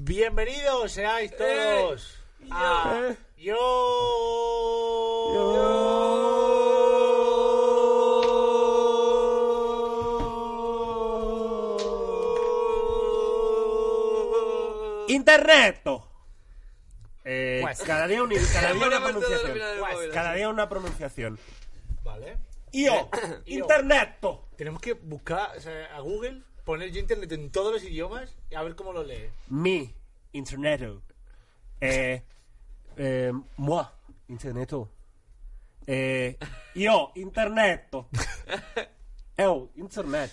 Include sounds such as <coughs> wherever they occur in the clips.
Bienvenidos seáis todos a Eh. Yo. Internet. Eh, Pues. cada día, un- cada día una <laughs> Buena parte de la pronunciación. terminal del Pues, móvil. Cada día una pronunciación. Vale. Io. Io. Internet. Tenemos que buscar o sea, a Google, poner yo internet en todos los idiomas y a ver cómo lo lee. Mi. Internet. Eh, eh, moi. Internet. Eh, io. Internet. <laughs> Eu. Internet.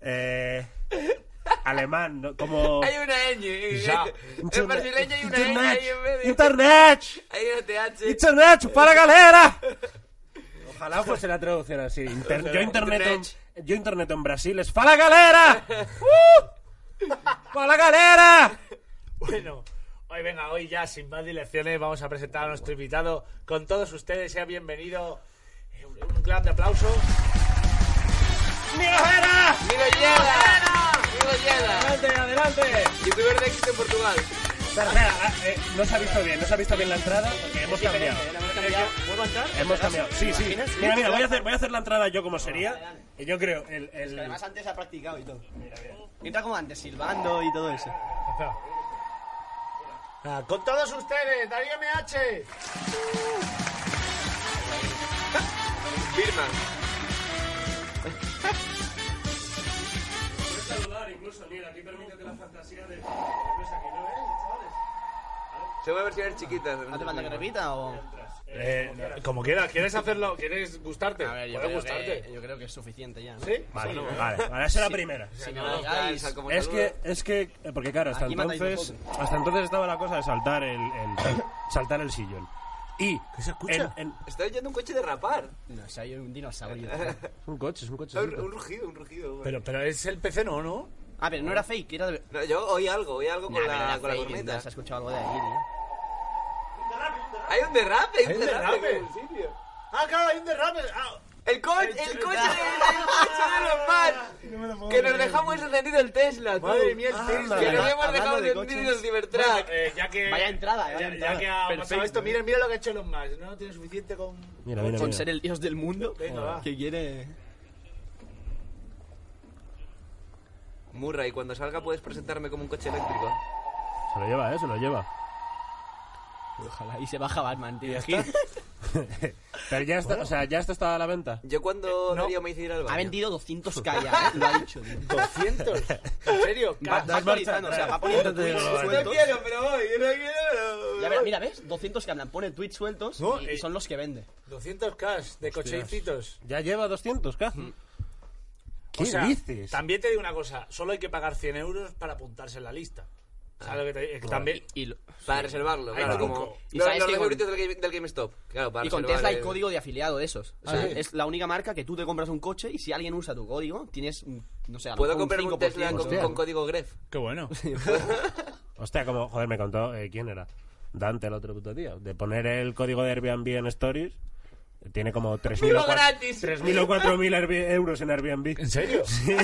Eh, alemán. ¿no? Como... Hay una ñ. Ya. En brasileña hay una ñ ahí en medio. Internet. Hay una TH. Internet, para galera. Ojalá fuese la traducción así. Inter- yo, internet en, yo internet en Brasil es para <laughs> galera. ¡Uh! ¡Para galera! Bueno, hoy venga, hoy ya sin más dilecciones vamos a presentar a nuestro invitado con todos ustedes. Sea bienvenido. Eh, Un un gran aplauso. ¡Mira, Miguel Yeda. Miguel Yeda. ¡Adelante, adelante! Youtuber de éxito en Portugal. Espera, espera, ah, eh, no se ha visto bien, no se ha visto bien la entrada porque hemos cambiado. ¿Vuelvo a entrar? Hemos cambiado. Sí, sí. Mira, mira, voy a hacer, voy a hacer la entrada yo como sería. Y yo creo, el, el- Además antes ha practicado y todo. Entra como antes, silbando y todo eso. Espera. Ah, con todos ustedes, Darío MH. Birman. Puedes saludar incluso, mira, aquí permítete la fantasía de... ¿no Se va a versiones chiquitas. ¿No te manda que repita o...? Eh, como quieras, ¿quieres hacerlo? ¿Quieres gustarte? Puede gustarte. yo creo que es suficiente ya. ¿no? ¿Sí? Vale, vale, vale, esa es la primera. Si no, No, digáis- sal como Es saluda. que, es que, eh, porque claro, hasta Aquí matáis un entonces, hasta entonces estaba la cosa de saltar el, el- saltar el sillón. Y se escucha? en- en- Está oyendo un coche derrapar. No, si hay un <laughs> dinosaurio. es un coche, es un coche. Está Un, un rugido, un rugido. Pero, pero es el PC, no, ¿no? ah, pero no era fake, era de... No, yo oí algo, oí algo Nah, con no era la, con la fake, corneta. no, Se ha escuchado algo de ahí, ¿no? Hay un derrape, hay Hay un un derrape. derrape. en algún sitio. ¡Ah, claro, hay un derrame! Ah, El coche, el coche, de- el coche de los man. Que nos dejamos encendido el Tesla, tú. Ah, madre mía, el Tesla. Que nos Hablando hemos dejado de encendido el coches. Cybertruck. Eh, ya que, Vaya entrada, vaya ya, ya entrada. que ha pasado Perfecto. esto, miren, mira lo que ha hecho los más. No tiene suficiente con. Mira, mira, Con mira. ser el dios del mundo. Venga, va. Que quiere... Murray, cuando salga puedes presentarme como un coche eléctrico. Se lo lleva, eh, se lo lleva. Ojalá. Y se baja Batman, tío. Pero ya está, o sea, ya esto está a la venta. Yo cuando no. Darío me hice ir al baño. <laughs> Ha <laughs> vendido 200k ya, ¿eh? Lo ha dicho, tío. 200. <laughs> ¿En serio? Va, va actualizando, o sea, va poniendo Te digo, tweets vale. No sueltos. quiero, pero voy. Yo no quiero. Ya, ver, mira, ¿ves? 200 que hablan. Pone tweets sueltos No, y, y eh. son los que vende. 200k de cochecitos. Mm. Ya lleva 200, k ¿Qué O sea, dices? También te digo una cosa: solo hay que pagar 100 euros para apuntarse en la lista. O sea, lo que te- es que también. Y, y lo- Para reservarlo, Hay claro, truco. como Y los, sabes los que con- refritos del, Game- del GameStop. Claro, para Y con reservar Tesla hay el- código de afiliado de esos. O sea, Ah, ¿sí? es la única marca que tú te compras un coche y si alguien usa tu código, tienes, un- no sé, a lo Puedo mejor comprar un Tesla 5%. con, hostia. con código Gref. Qué bueno. <laughs> Hostia, como, joder, me contó, eh, ¿quién era? Dante el otro puto día. De poner el código de Airbnb en Stories, eh, tiene <laughs> como 3.000 o Vivo gratis. 4.000 3.000 o 4.000 Airbi- euros en <laughs> Airbnb. ¿En serio? Sí,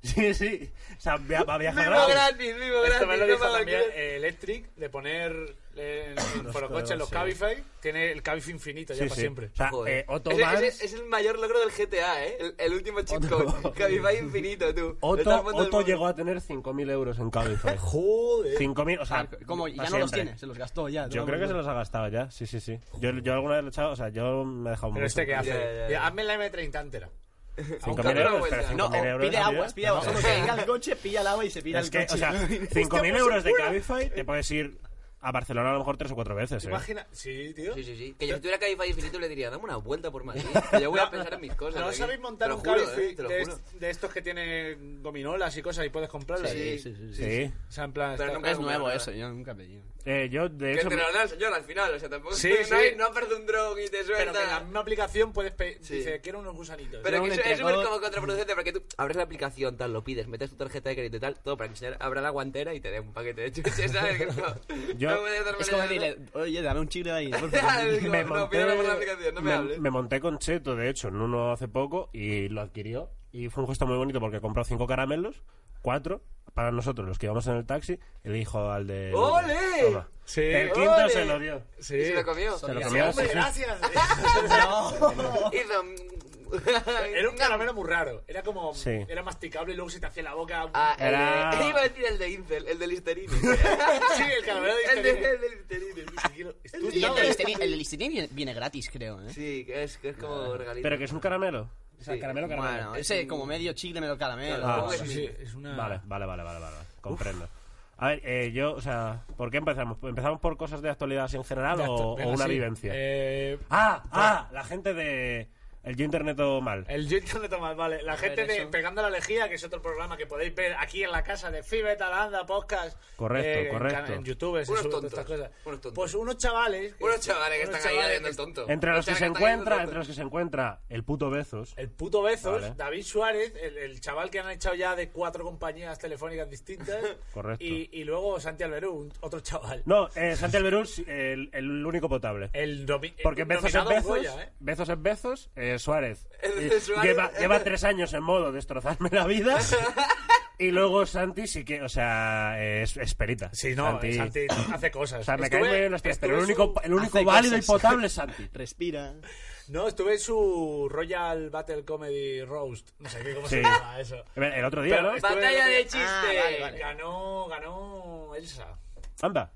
sí, sí. O sea, via- va a viajar Vivo gratis, vivo gratis. Esto me Este lo no dijo pago también alquiler. eh, Electric, de poner eh, Ah, en, en coche los sí. Cabify, tiene el Cabify infinito ya Sí, para sí. siempre. O sea, Joder. eh, Otto Ese- ese- Vance- es el mayor logro del GTA, ¿eh? El, el último chipcode. Cabify infinito, tú. De todo el Otto, mundo del Otto mundo. llegó a tener 5.000 euros en Cabify. Joder. Ah, 5.000, o sea, Como ya pa' no los siempre. tiene, se los gastó ya. Yo ¿no? creo que se los ha gastado ya, sí, sí, sí. Yo, yo alguna vez lo he echado, o sea, yo me he dejado Pero este que hace. Ya, ya, ya. Mira, Hazme la M30 entera. 5.000 Una euros, vuelta. pero No, 5.000 o euros pide de aguas, pide aguas. No. Solo que venga el coche, pilla el agua y se pira Es el que, coche. o <laughs> sea, 5.000 euros de Cabify te puedes ir a Barcelona a lo mejor tres o cuatro veces, ¿eh? Imagina. Sí, tío. Sí, sí, sí. Que yo si tuviera Cabify infinito le diría, dame una vuelta por <laughs> Madrid. Que yo voy a pensar en mis cosas. ¿No aquí. sabéis montar Te lo un juro, Cabify eh, te lo de, juro. est- de estos que tienen gominolas y cosas y puedes comprarlas? Sí, sí, sí. sí. Sí. O sea, en plan. Pero está- nunca- Es nuevo eso, yo nunca pedí. Eh, yo, de Que hecho... te lo dan, señor, al final. O sea, tampoco. Sí, <laughs> no, sí. Hay, no aparece un dron y te Pero que en la suelta. misma aplicación puedes pedir. Sí. Dice, quiero unos gusanitos. Pero No, que un eso es súper entrecot. como contraproducente porque tú abres la aplicación, tal, lo pides, metes tu tarjeta de crédito y tal, todo para que el señor abra la guantera y te dé un paquete de chuches, ¿sabes? Que no, Yo- no puedes darme Es como nada, ¿no? decirle, oye, dame un chicle ahí. <laughs> por favor". Es como, me no, monté, pídelo por la aplicación, no me, me- hables. me monté con Cheto, de hecho, en uno hace poco y lo adquirió. Y fue un gesto muy bonito porque compró cinco caramelos, cuatro, para nosotros, los que íbamos en el taxi, y le dijo al de... ¡Ole! Toma. Sí, el quinto ole. se lo dio. Sí. ¿Y se lo comió? Se lo Sí, comió. hombre, sí, sí. <laughs> gracias. <laughs> Hizo... Era un caramelo muy raro. Era como. Sí. Era masticable y luego se te hacía la boca. Ah, el Era- de- <laughs> iba a decir el de Incel, el de Listerine. <laughs> sí, el caramelo de el de, Listerine. el de Listerine. ni siquiera- Tú Y el de sabes. Listerine- el de Listerine viene- viene gratis, creo, ¿eh? Sí, que es, que es Ah, como regalito. Pero que es un caramelo. O sea, Sí. caramelo, caramelo. Bueno, ese como medio chicle, medio caramelo. Ah, algo Sí, así. sí, es una. Vale, vale, vale, vale, vale. Comprendo. A ver, eh, yo, o sea, ¿por qué empezamos? ¿Empezamos por cosas de actualidad así en general Ya está, o, venga, o una sí. vivencia? Eh, Ah, ah, la gente de... El yo interneto mal. El Jinton de Tomás, vale. La gente ver, de eso. Pegando la Lejía, que es otro programa que podéis ver aquí en la casa de Fibet, Alanda, Podcast. Correcto, eh, en correcto. can- En, YouTube se suben Unos todas tontos, estas cosas. unos tontos. Pues unos chavales. que- Unos chavales que unos están ahí chavales haciendo que- el tonto. Entre los que Unos chavales se están encuentra, haciendo entre el los que se encuentra el puto Bezos. El puto Bezos, Vale. David Suárez, el, el chaval que han echado ya de cuatro compañías telefónicas distintas. <laughs> Correcto. Y, y luego Santi Alberú, un- otro chaval. No, eh, Santi Alberús, sí, el, el único potable. El nomi- Eh, Porque el Bezos es nominado Bezos, Goya, ¿eh? Bezos es Bezos, eh, <laughs> Suárez. El eh, Suárez. Lleva, lleva tres años en modo destrozarme <laughs> la vida. y luego Santi sí que, o sea, es, es perita. Sí, no, eh, Santi, hace cosas. O sea, me Estuve- caen muy bien los tres, pero el estuve en único, el único hace válido cosas. y potable es Santi. Respira. su- No, estuve en su Royal Battle Comedy Roast. No sé qué, cómo se Sí. llama eso. A ver, El otro día, este, Pero ¿no? está- tonto. Batalla de chistes. Ah, vale, vale. Ganó, ganó Elsa. Anda.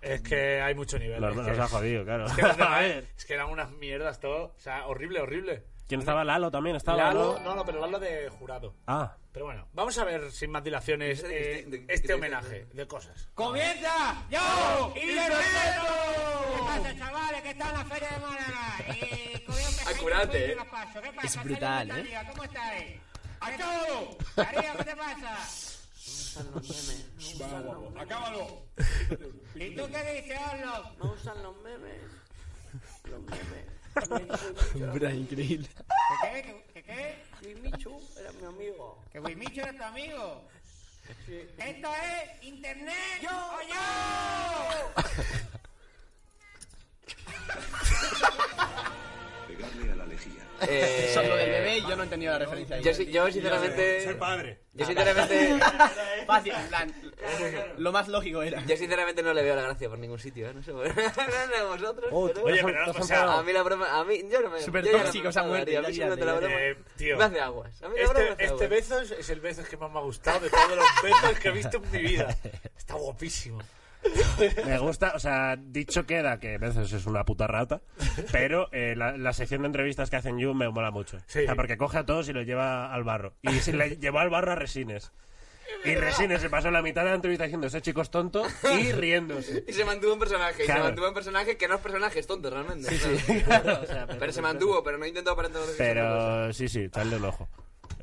Es que hay mucho nivel. Nos, es, Mm. nos que, ha jodido, claro. es que <laughs> no te A vale. ver. Es que eran unas mierdas todo. O sea, horrible, horrible. ¿Quién estaba? Lalo también estaba. Lalo, ¿no? no, no, pero Lalo de jurado. Ah. Pero bueno, vamos a ver sin más dilaciones Pensé que eh, estoy- de- que este estoy- homenaje de cosas. ¡Comienza! ¡Yo! ¡Interneto! ¿Qué pasa, chavales? ¿Qué tal la feria de Málaga? Eh, que voy a empezar Acurate, y eh. los pasos. ¿Qué pasa? Es brutal, Saludos, eh. Darío, ¿Cómo estáis? ¡A todo! Darío, ¿qué te pasa? ¿Y tú qué dices, Orlo? No usan los memes. Los memes. Hombre, increíble. ¿Qué, qué, qué, qué? Luis Michu era mi amigo. Que Wimicho era tu amigo. Esto es Internet. ¡Yo! yo! <laughs> tonto. Eh, Eso, lo del bebé, yo no he entendido la referencia. ahí. Yo, si- yo sinceramente... padre. Yo sinceramente... <laughs> Fácil, en plan. Lo más lógico era. Yo sinceramente no le veo la gracia por ningún sitio, ¿eh? No sé por... <laughs> no sé vosotros, Oh, pero... Oye, ¿te has- pero, te has o sea, enfadado? A mí la broma... A mí... Yo no me... Súper yo ya no me tóxico esa enfado, muerte, tío. A mí ya, si no ya, te la ya. broma... Eh, tío. Me hace aguas. A mí la broma me Este, hace este aguas. Bezos es el Bezos que más me ha gustado de todos los Bezos que he visto en mi vida. Está guapísimo. Me gusta, o sea, dicho queda que veces es una puta rata, pero eh, la, la sección de entrevistas que hacen You me mola mucho. Sí. O sea, porque coge a todos y los lleva al barro. Y <laughs> se le llevó al barro a Resines. Y Resines se pasó la mitad de la entrevista diciendo, ese chico es tonto <laughs> y riéndose. Y se mantuvo en personaje, y Claro. se mantuvo en personaje que no es personaje, es tonto realmente. Claro, o sea, pero, se mantuvo, pero no intentó aparentar otra cosa. Pero sí, sí, echadle un ojo.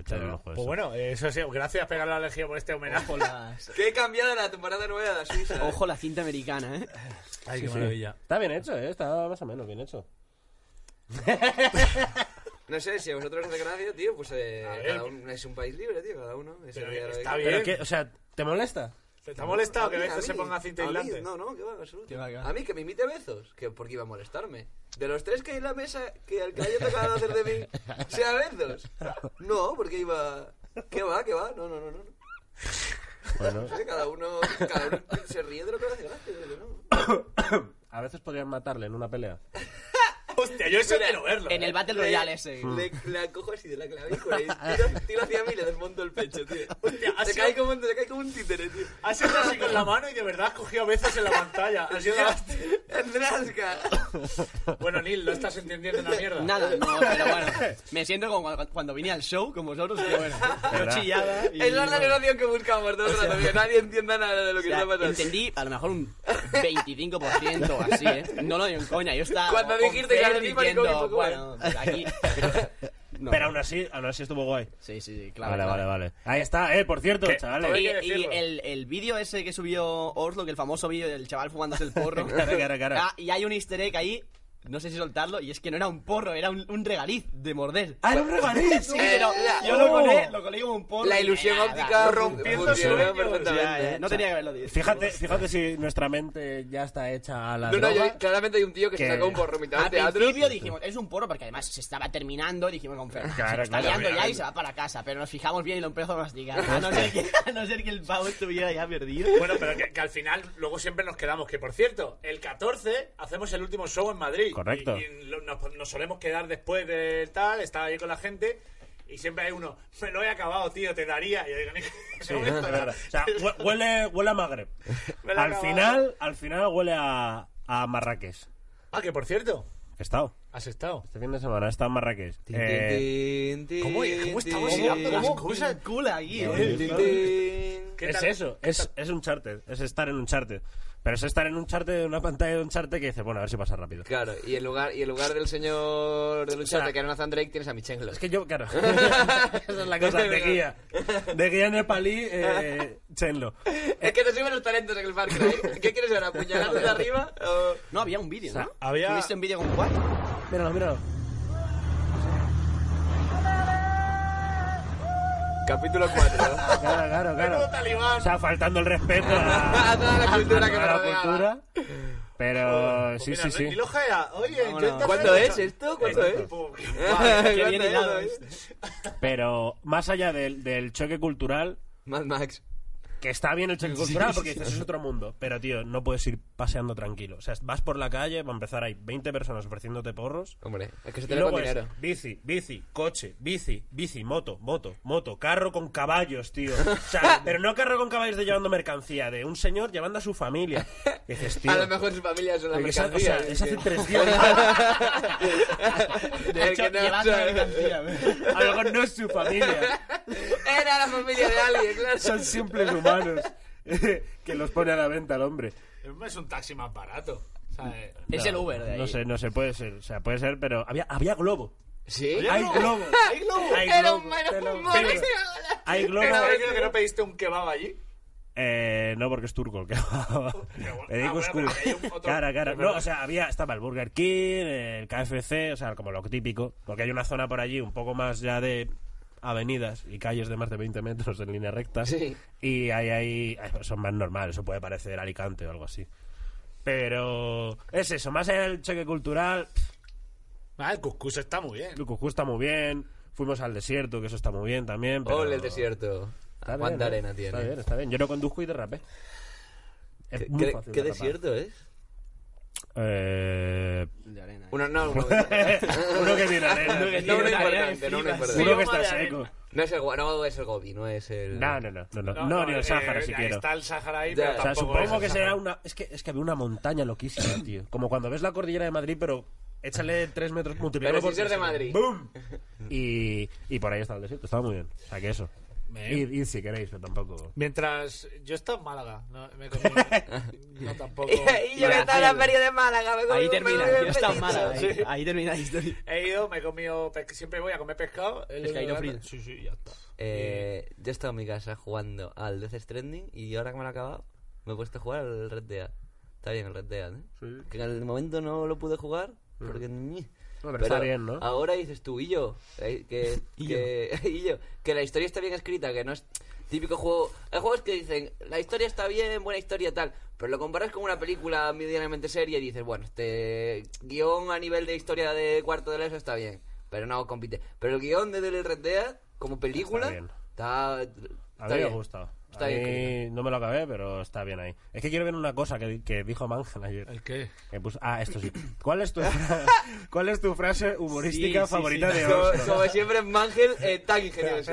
Echadle un ojo. Pues eso. bueno, eso sí, gracias Pegar la Lejía por este homenaje. Ojo las- Que he cambiado la temporada nueva de la Suiza. ¿eh? Ojo la cinta americana, ¿eh? <laughs> Ay, qué Sí. Está bien hecho, ¿eh? está más o menos bien hecho. No sé, si a vosotros os hace gracia, tío, pues eh, A ver. cada uno es un país libre, tío, cada uno. Es Pero el día de la está vida. bien. Pero que, o sea, ¿te molesta? ¿Te está molestado que A mí, Bezos a se mí, ponga cinta a mí, aislante? No, no, que va, absoluto. Que va, que va. A mí que me imite Bezos, que porque iba a molestarme. De los tres que hay en la mesa, que al que haya tocado hacer de mí <laughs> sea Bezos. No, porque iba... ¿Qué va, qué va? No, no, no, no. no. Bueno, No sé, cada uno, cada uno se ríe de lo que le hace gracia, de lo que no. a veces podrían matarle en una pelea. Hostia, yo eso Mira, quiero verlo. En el Battle Royale ese. Le, la cojo así de la clavícula y <laughs> tiro, tiro hacia mí y le desmonto el pecho, tío. Hostia, ha se, sido- cae como, un- se cae como un títere, tío. Ha sido así con la mano y de verdad has cogido Bezos en la pantalla. Así <laughs> llegaste. ¡Rasca! Bueno, Neil, no estás entendiendo una mierda. Nada, no, pero bueno. Me siento como cuando, cuando vine al show con vosotros, que bueno. Yo ¿Verdad? chillaba. Y, Esa es la relación que buscamos todo el rato, que nadie entienda nada de lo que O sea, está pasando. entendí a lo mejor un 25% o así, ¿eh? No lo digo en coña, yo estaba. Cuando con dijiste que Fer al tipo le diciendo, coge poco, Bueno, pues <laughs> aquí. Pero, no. Pero aún así, aún así estuvo guay. Sí, sí, sí, claro. vale, claro. vale, vale. Ahí está, eh, por cierto, ¿Qué? chavales. Hay Y, que y decirlo. el, el vídeo ese que subió Oslo, que el famoso vídeo del chaval fumándose el porro. <laughs> Claro, claro, claro. Ah, y hay un easter egg ahí no sé si soltarlo, y es que no era un porro, era un, un regaliz de morder. ¡Ah, Oh. era un regaliz! Sí, pero la- ¡Oh! yo lo colé, lo colé como un porro. La y ilusión nada, óptica rompiendo funciona sueños. Ya, perfectamente. ya, no tenía que haberlo dicho. Fíjate, fíjate si nuestra mente ya está hecha a la No, no, droga. yo- claramente hay un tío que se Que- saca un porro mitad Al de teatro. principio dijimos, es un porro, porque además se estaba terminando, y dijimos con Fer, se Claro, lo está claro, liando ya y obviamente. se va para casa, pero nos fijamos bien y lo empezó a masticar. A no ser que, a no ser que el pavo estuviera ya perdido. Bueno, pero que, que al final luego siempre nos quedamos. Que por cierto, el 14 hacemos el último show en Madrid. Correcto. Y, y lo- nos, nos solemos quedar después del tal, estaba ahí con la gente. Y siempre hay uno, me lo he acabado, tío, te daría. Y yo digo, "Ni- Sí, no me de verdad. O sea, hue- huele, huele a Magreb. Me la he Al acabado. final, al final huele a, a Marrakech. Ah, que por cierto, He estado. has estado. Este fin de semana he estado en Marrakech. Tin, Eh, tin, tin, ¿cómo- cómo estamos tin, hilando las tin, cosas? vincula aquí, eh? tin, tin, tin. ¿Qué es tal? eso, es, es un charter, es estar en un charter. Pero es estar en un charter, en una pantalla de un charter que dice, bueno, a ver si pasa rápido. Claro, y en lugar, y en lugar del señor de lucharte que era Nathan Drake, tienes a Michenglo. Es que yo, claro. <laughs> Esa es la cosa de guía. De guía nepalí, eh, chenlo. Es que te sirven los talentos en el Far Cry. ¿Qué quieres ahora? ¿Apuñalarte de arriba? o- No, había un vídeo, ¿no? había- ¿Tuviste un vídeo con <laughs> Juan? Míralo, míralo. Capítulo 4. Claro, claro, Menudo claro. talibán. O sea, faltando el respeto <laughs> a, A toda la cultura a que me toda la rodea. cultura. Pero Pues sí, mira, sí, sí. Nilo Gea, oye, intenta ¿Cuándo hacer es eso. esto? ¿Cuándo Eh, es? <laughs> pum, pum. ¿Cuánto bien es? hilado este. Pero más allá del, del choque cultural, Mad Max. que está bien el choque cultural porque dices, es otro mundo. Pero, tío, no puedes ir paseando tranquilo. O sea, vas por la calle, va a empezar, hay 20 personas ofreciéndote porros. Hombre, es que se Y te con luego es dinero. bici, bici, coche, bici, bici, moto, moto, moto, carro con caballos, tío. O <laughs> sea, pero no carro con caballos de llevando mercancía, de un señor llevando a su familia. Y dices, tío. A lo mejor su familia es una porque es a- o mercancía. sea, ¿eh? es hace Que- <laughs> tres días. El que no llevando sabe. <laughs> mercancía. A lo mejor no es su familia. Era la familia de alguien, claro. Son simples humanos <laughs> que los pone a la venta el hombre. Es un taxi más barato. ¿sabes? Es No, el Uber de ahí. No sé, no sé, puede ser. O sea, puede ser, pero había, había globo. ¿Sí? Hay globo. ¡Ay, globo! Hay Era globo, un <laughs> mero te lo humor. juro. Hay ¿Pero globo. ¿sabes que no pediste un kebab allí? Eh, no, porque es turco el que Me digo bueno, es pero cool. hay un otro- Cara, cara. es No, verdad. o sea, había, estaba el Burger King, el KFC, o sea, como lo típico. Porque hay una zona por allí un poco más ya de avenidas y calles de más de 20 metros en línea recta. Sí. Y ahí, ahí pues son más normales, eso puede parecer Alicante o algo así. Pero es eso, más allá del choque cultural, Ah, el cuscús está muy bien. Lucujú está muy bien. Fuimos al desierto, que eso está muy bien también. Pero... Ole el desierto. Está bien, ¿Cuánta ¿eh? arena Está bien, tiene? está bien. Yo lo conduzco y derrapé. Es ¿Qué- muy ¿Qué, fácil qué derrapar. desierto es? Eh, <laughs> De arena. Uno, no, uno. no, uno que tiene arena. uno importante, no uno importante. Uno que está seco. No es el Gua- no es el Gobi, no es el. No, no, no. No, no, no, ni el Sáhara eh, si ahí quiero. Está el Sáhara ahí, Ya. pero O O sea, tampoco es supongo el que será Sáhara. una... Es que, es que había una montaña loquísima, tío. Como cuando ves la cordillera de Madrid, pero échale tres metros multiplicado Pero sin ser de Madrid. ¡Bum! Y, y por ahí está el desierto. Estaba muy bien. O sea, que eso. Me- Id, id si queréis, pero tampoco... Mientras yo estaba en Málaga, no me comí. no <laughs> tampoco. y yo que estaba en la feria de Málaga. Me comí Ahí un- termina, me comí un yo estaba en pellizco. Málaga, ahí, Sí. ahí termina la historia. <laughs> He ido, me he comido. pes- Siempre voy a comer pescado. el- Pescadito frito. Sí, sí, ya está. Eh, yo he estado en mi casa jugando al Death Stranding y ahora que me lo he acabado, me he puesto a jugar al Red Dead. Está bien el Red Dead, ¿eh? Que en el momento no lo pude jugar porque ni... Mm. No, pero está bien, ¿no? Ahora dices tú, y yo, eh, <laughs> que, que, <laughs> y yo, que la historia está bien escrita, que no es típico juego. Hay juegos que dicen, la historia está bien, buena historia, tal, pero lo comparas con una película medianamente seria y dices, bueno, este guión a nivel de historia de cuarto de la ESO está bien, pero no compite. Pero el guión de Del Red Dead, como película, Está bien. está. A está mí me ha bien. gustado. Está a bien. mí no me lo acabé, pero está bien ahí. Es que quiero ver una cosa que, que dijo Mangan ayer. ¿El qué? Que puso- ah, esto sí. ¿Cuál <laughs> es tu, fra- ¿cuál es tu frase humorística Sí, sí, favorita sí. de Como, Oslo? como siempre, Mangel, eh, tan ingenioso.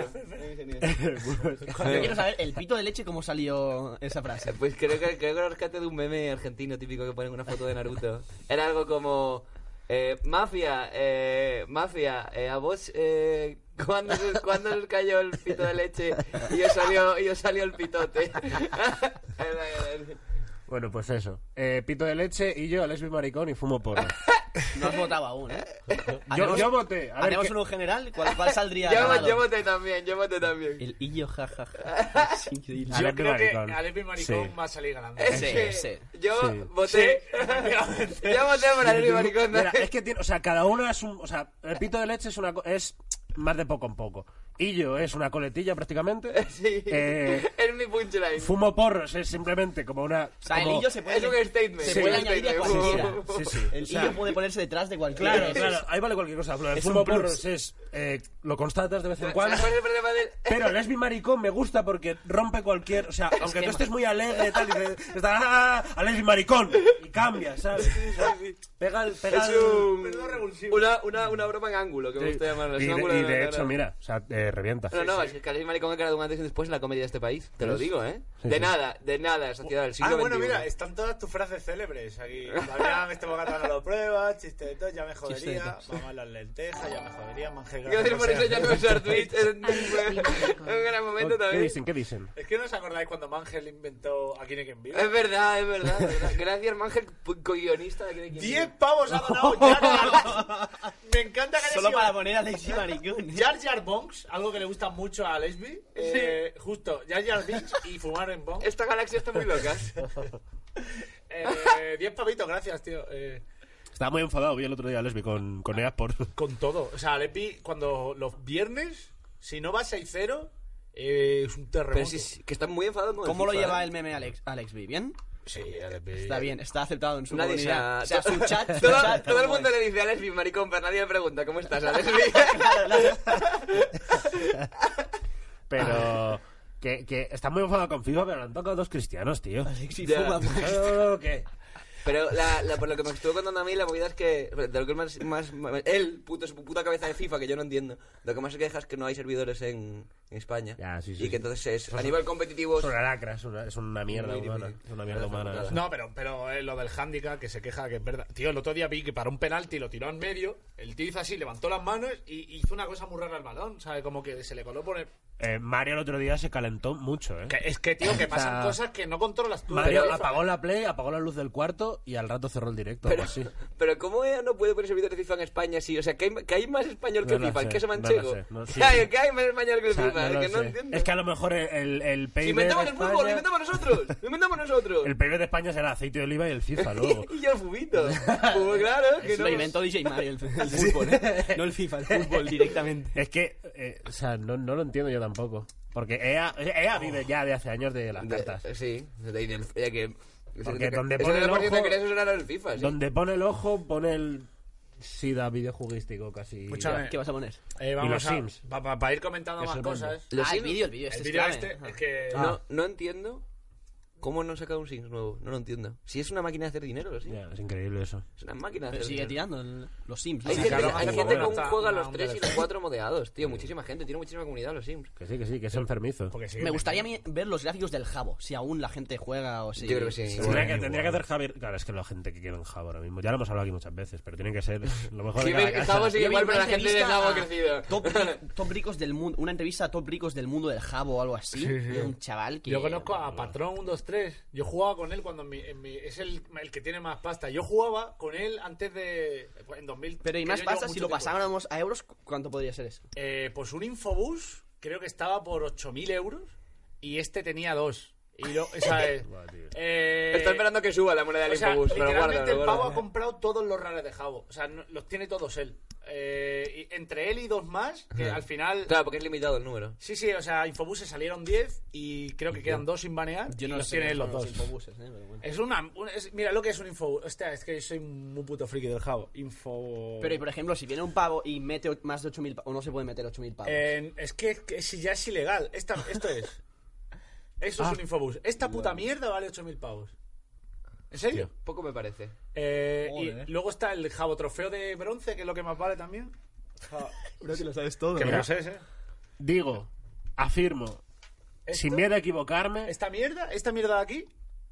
Yo quiero saber el pito de leche cómo salió esa Eh, frase. Pues creo que, creo que lo rescate de un meme argentino típico que ponen una foto de Naruto. Era algo como... eh, mafia, eh, mafia, eh, a vos... Eh, ¿Cuándo se, cuándo se os cayó el pito de leche y os salió, y os salió el pitote? <laughs> <laughs> Bueno, pues eso. Eh, pito de leche y yo, Lesbi Maricón y fumo porro. No has votado aún, ¿eh? Yo, Hacemos- yo voté. A ver, Hacemos ¿qué- uno general, ¿cuál, cuál saldría? Yo, ganado? yo voté también, yo voté también. <laughs> El Illo, jajaja. Es increíble. A Yo Alepi creo que Maricón. Alepi Maricón Sí. va a salir ganando. Es Sí, que sí. yo Sí. voté. <laughs> yo voté por Adri Maricón. Mira, ¿eh? es que tiene, o sea, cada uno es un, o sea, el pito de leche es una co- es más de poco en poco. Illo es una coletilla <laughs> prácticamente. <laughs> Sí. Eh, es mi punchline. fumo porros es simplemente como una O sea, el como- Illo se puede... Es un statement. Se Sí. puede Sí. añadir a Sí. cualquiera. <laughs> Sí, sí. El O sea, Illo puede ponerse detrás de cualquiera. Claro, claro, ahí vale cualquier cosa. Lo del Es fumo un plus. porros es eh, lo constatas de vez en ¿Cuál cuando. es el problema del.? Pero Lesbi Maricón me gusta porque rompe cualquier. O sea, aunque tú Esquema. estés muy alegre y tal, y dices, está, ah, a Lesbi Maricón. Y cambia, ¿sabes? O sea, Pega el. Pega Es el- un, una, una, una broma en ángulo, que me gusta llamarlo. Es Y, un de- ángulo y de la- hecho, mira, o sea, eh, revienta. No, no, es que Calais Maricón ha creado un antes y un después en la comedia de este país. Te lo digo, ¿eh? de nada, de nada, sociedad del siglo Ah, bueno, XXI. mira, están todas tus frases célebres aquí. Mañana me estamos ganando la prueba, chiste de todo, ya me Chiste de jodería. tos. Mamá las lentejas, ya me jodería, mangel Quiero decir, por eso ya no es Art Twitch, es un un gran momento Oh, ¿Qué también. dicen? ¿Qué dicen? Es que no os acordáis cuando Mangel inventó Aquí no hay quien viva. Es verdad, es verdad. es verdad. Gracias, Mangel, co-guionista de Quién es quién. ¡Diez pavos ha <laughs> ganado Jar Jar. Me encanta que haya Solo sido para poner a <laughs> Lexi Maricón. Jar Jar Bonks, algo que le gusta mucho a Lesbi. Eh, Justo, Jar Jar Binks y fumar en Bonks. Esta galaxia está muy loca. Eh, diez pavitos, gracias, tío. Eh, Estaba muy enfadado, vi el otro día a Lesbi con, con EAS por. con todo. O sea, Lesbi, cuando los viernes, si no va 6-0, eh, es un terremoto. Pero sí, sí, que está muy enfadado con el ¿Cómo lo FIFA, lleva ¿eh? el meme Alex, Alex B? ¿Bien? Sí, Lesbi. Está bien, está aceptado en su Nadie se ha- comunidad. O sea, su chat... su <laughs> Todo, chat, todo el ¿cómo mundo es? le dice a Lesbi, maricón, pero nadie le pregunta, ¿cómo estás, <laughs> a Lesbi? Ah. Pero. Que, que está muy enfadado con FIFA, pero le han tocado dos cristianos, tío. Ah, Lexi Ya. <laughs> fuma mucho. Claro que- Pero la, la- por lo que me estuvo contando a mí, la movida es que. De lo que es más. más, más- él, puto, su puta cabeza de FIFA, que yo no entiendo. Lo que más se queja es que no hay servidores en, en España. Ya, sí, sí, y sí. que entonces es. A nivel competitivo. Es una lacra, es una, es una mierda Muy humana. difícil. Es una mierda Es una humana. putada. eso. No, pero, pero eh, lo del handicap que se queja que es verdad. Tío, el otro día vi que para un penalti lo tiró en medio, el tío hizo así, levantó las manos y hizo una cosa muy rara al balón, ¿sabes? Como que se le coló por el... Eh, Mario el otro día se calentó mucho, ¿eh? Que es que, tío, que pasan sea, cosas que no controlas tú. Mario Pero- apagó la play, apagó la luz del cuarto y al rato cerró el directo. Pero, algo <laughs> así. pero ¿cómo EA no puede poner servidores de FIFA en España? Sí, o sea, que hay, que hay más español que No lo FIFA, sé, el queso no lo manchego. sé, <laughs> no- sí, que, hay, sí. que hay más español que el O sea, FIFA, no lo que no sé. entiendo. es que a lo mejor el, el Si PIB de inventamos el fútbol, lo España... inventamos nosotros, lo inventamos nosotros. El PIB de España será aceite de oliva y <laughs> el FIFA luego. y yo <laughs> fumito. Pues claro, que Eso no. lo inventó DJ <laughs> Mario, el, el fútbol, ¿eh? No el FIFA, el fútbol directamente. Es que, eh, o sea, no, no lo entiendo yo tampoco. Porque E EA, EA vive ya de hace años de las Oh. De- cartas. Eh, sí, de ahí del- ya que... Porque ese- donde ese pone el 90% ojo- que eso era el FIFA, sí. Donde pone el ojo, pone el SIDA videojuguístico casi. Escúchame. ¿Qué vas a poner? Eh, vamos los a- Sims. Pa, pa- pa ir comentando Que más se cosas. ¿eh? Los ah, el Sims- vídeo, el vídeo, este Ah. El es vídeo clave. este Ajá. es que... No, Ah. no entiendo cómo no han sacado un Sims nuevo. No lo entiendo. Si es una máquina de hacer dinero, los Sims. Ya, es increíble eso. Es una máquina de Ah, Pero hacer sigue dinero. tirando el- los Sims. Hay ¿no? Sí, gente, claro, hay como gente que bueno, aún está- juega una los onda tres de y los cuatro modeados, tío. Muchísima gente, tiene muchísima comunidad los Sims. Que sí, que sí, que es enfermizo. porque sí, Me gustaría a mí ver los gráficos del Jabo, si aún la gente juega o si... Yo creo que sí. Tendría que, tendría que hacer Javier. Claro, es que la gente que quiere en Java ahora mismo. Ya lo hemos hablado aquí muchas veces, pero tienen que ser lo mejor Sí, de cada ven, casa. Java sigue Yo vi igual, una pero la gente de entrevista Java ha a crecido. <laughs> Top, ri- top ricos del mundo, una entrevista a top ricos del mundo del Jabo o algo así. de Un chaval que. Yo conozco a Patrón 123. Yo jugaba con él cuando en mi, en mi- es el, el que tiene más pasta. Yo jugaba con él antes de. En 2000. Pero y que más yo llevo pasa, mucho si lo tiempo. pasáramos a euros, ¿cu- ¿cuánto podría ser eso? Eh, pues un infobús creo que estaba por 8.000 euros y este tenía dos. Y lo, o sea, eh, eh, Está esperando que suba la moneda del o sea, Infobus, pero literalmente guarda, el pavo ha guarda. comprado todos los rares de Javo. O sea, no- los tiene todos él. Eh, y entre él y dos más, que al final. Claro, porque es limitado el número. Sí, sí, o sea, Infobus se salieron 10 y creo que quedan dos sin banear. y los tiene él los dos. infobuses, ¿eh? Pero, bueno. Es una. un- es- mira lo que es un info. Hostia, es que soy un puto friki del jabo. Info. Pero, y por ejemplo, si viene un pavo y mete o- más de 8.000 pa- o no se puede meter 8.000 pavos. Eh, es que, que si ya es ilegal. Esta, esto <laughs> es. Eso Ah. es un infobús. Esta puta mierda vale 8.000 pavos. ¿En serio? Poco me parece. <laughs> Eh, Joder. y luego está el jabo trofeo de bronce, que es lo que más vale también. <laughs> Creo que lo sabes todo. Que me Mira. lo sé, sé. Digo, afirmo, ¿Esto? sin miedo a equivocarme, Esta mierda, esta mierda de aquí,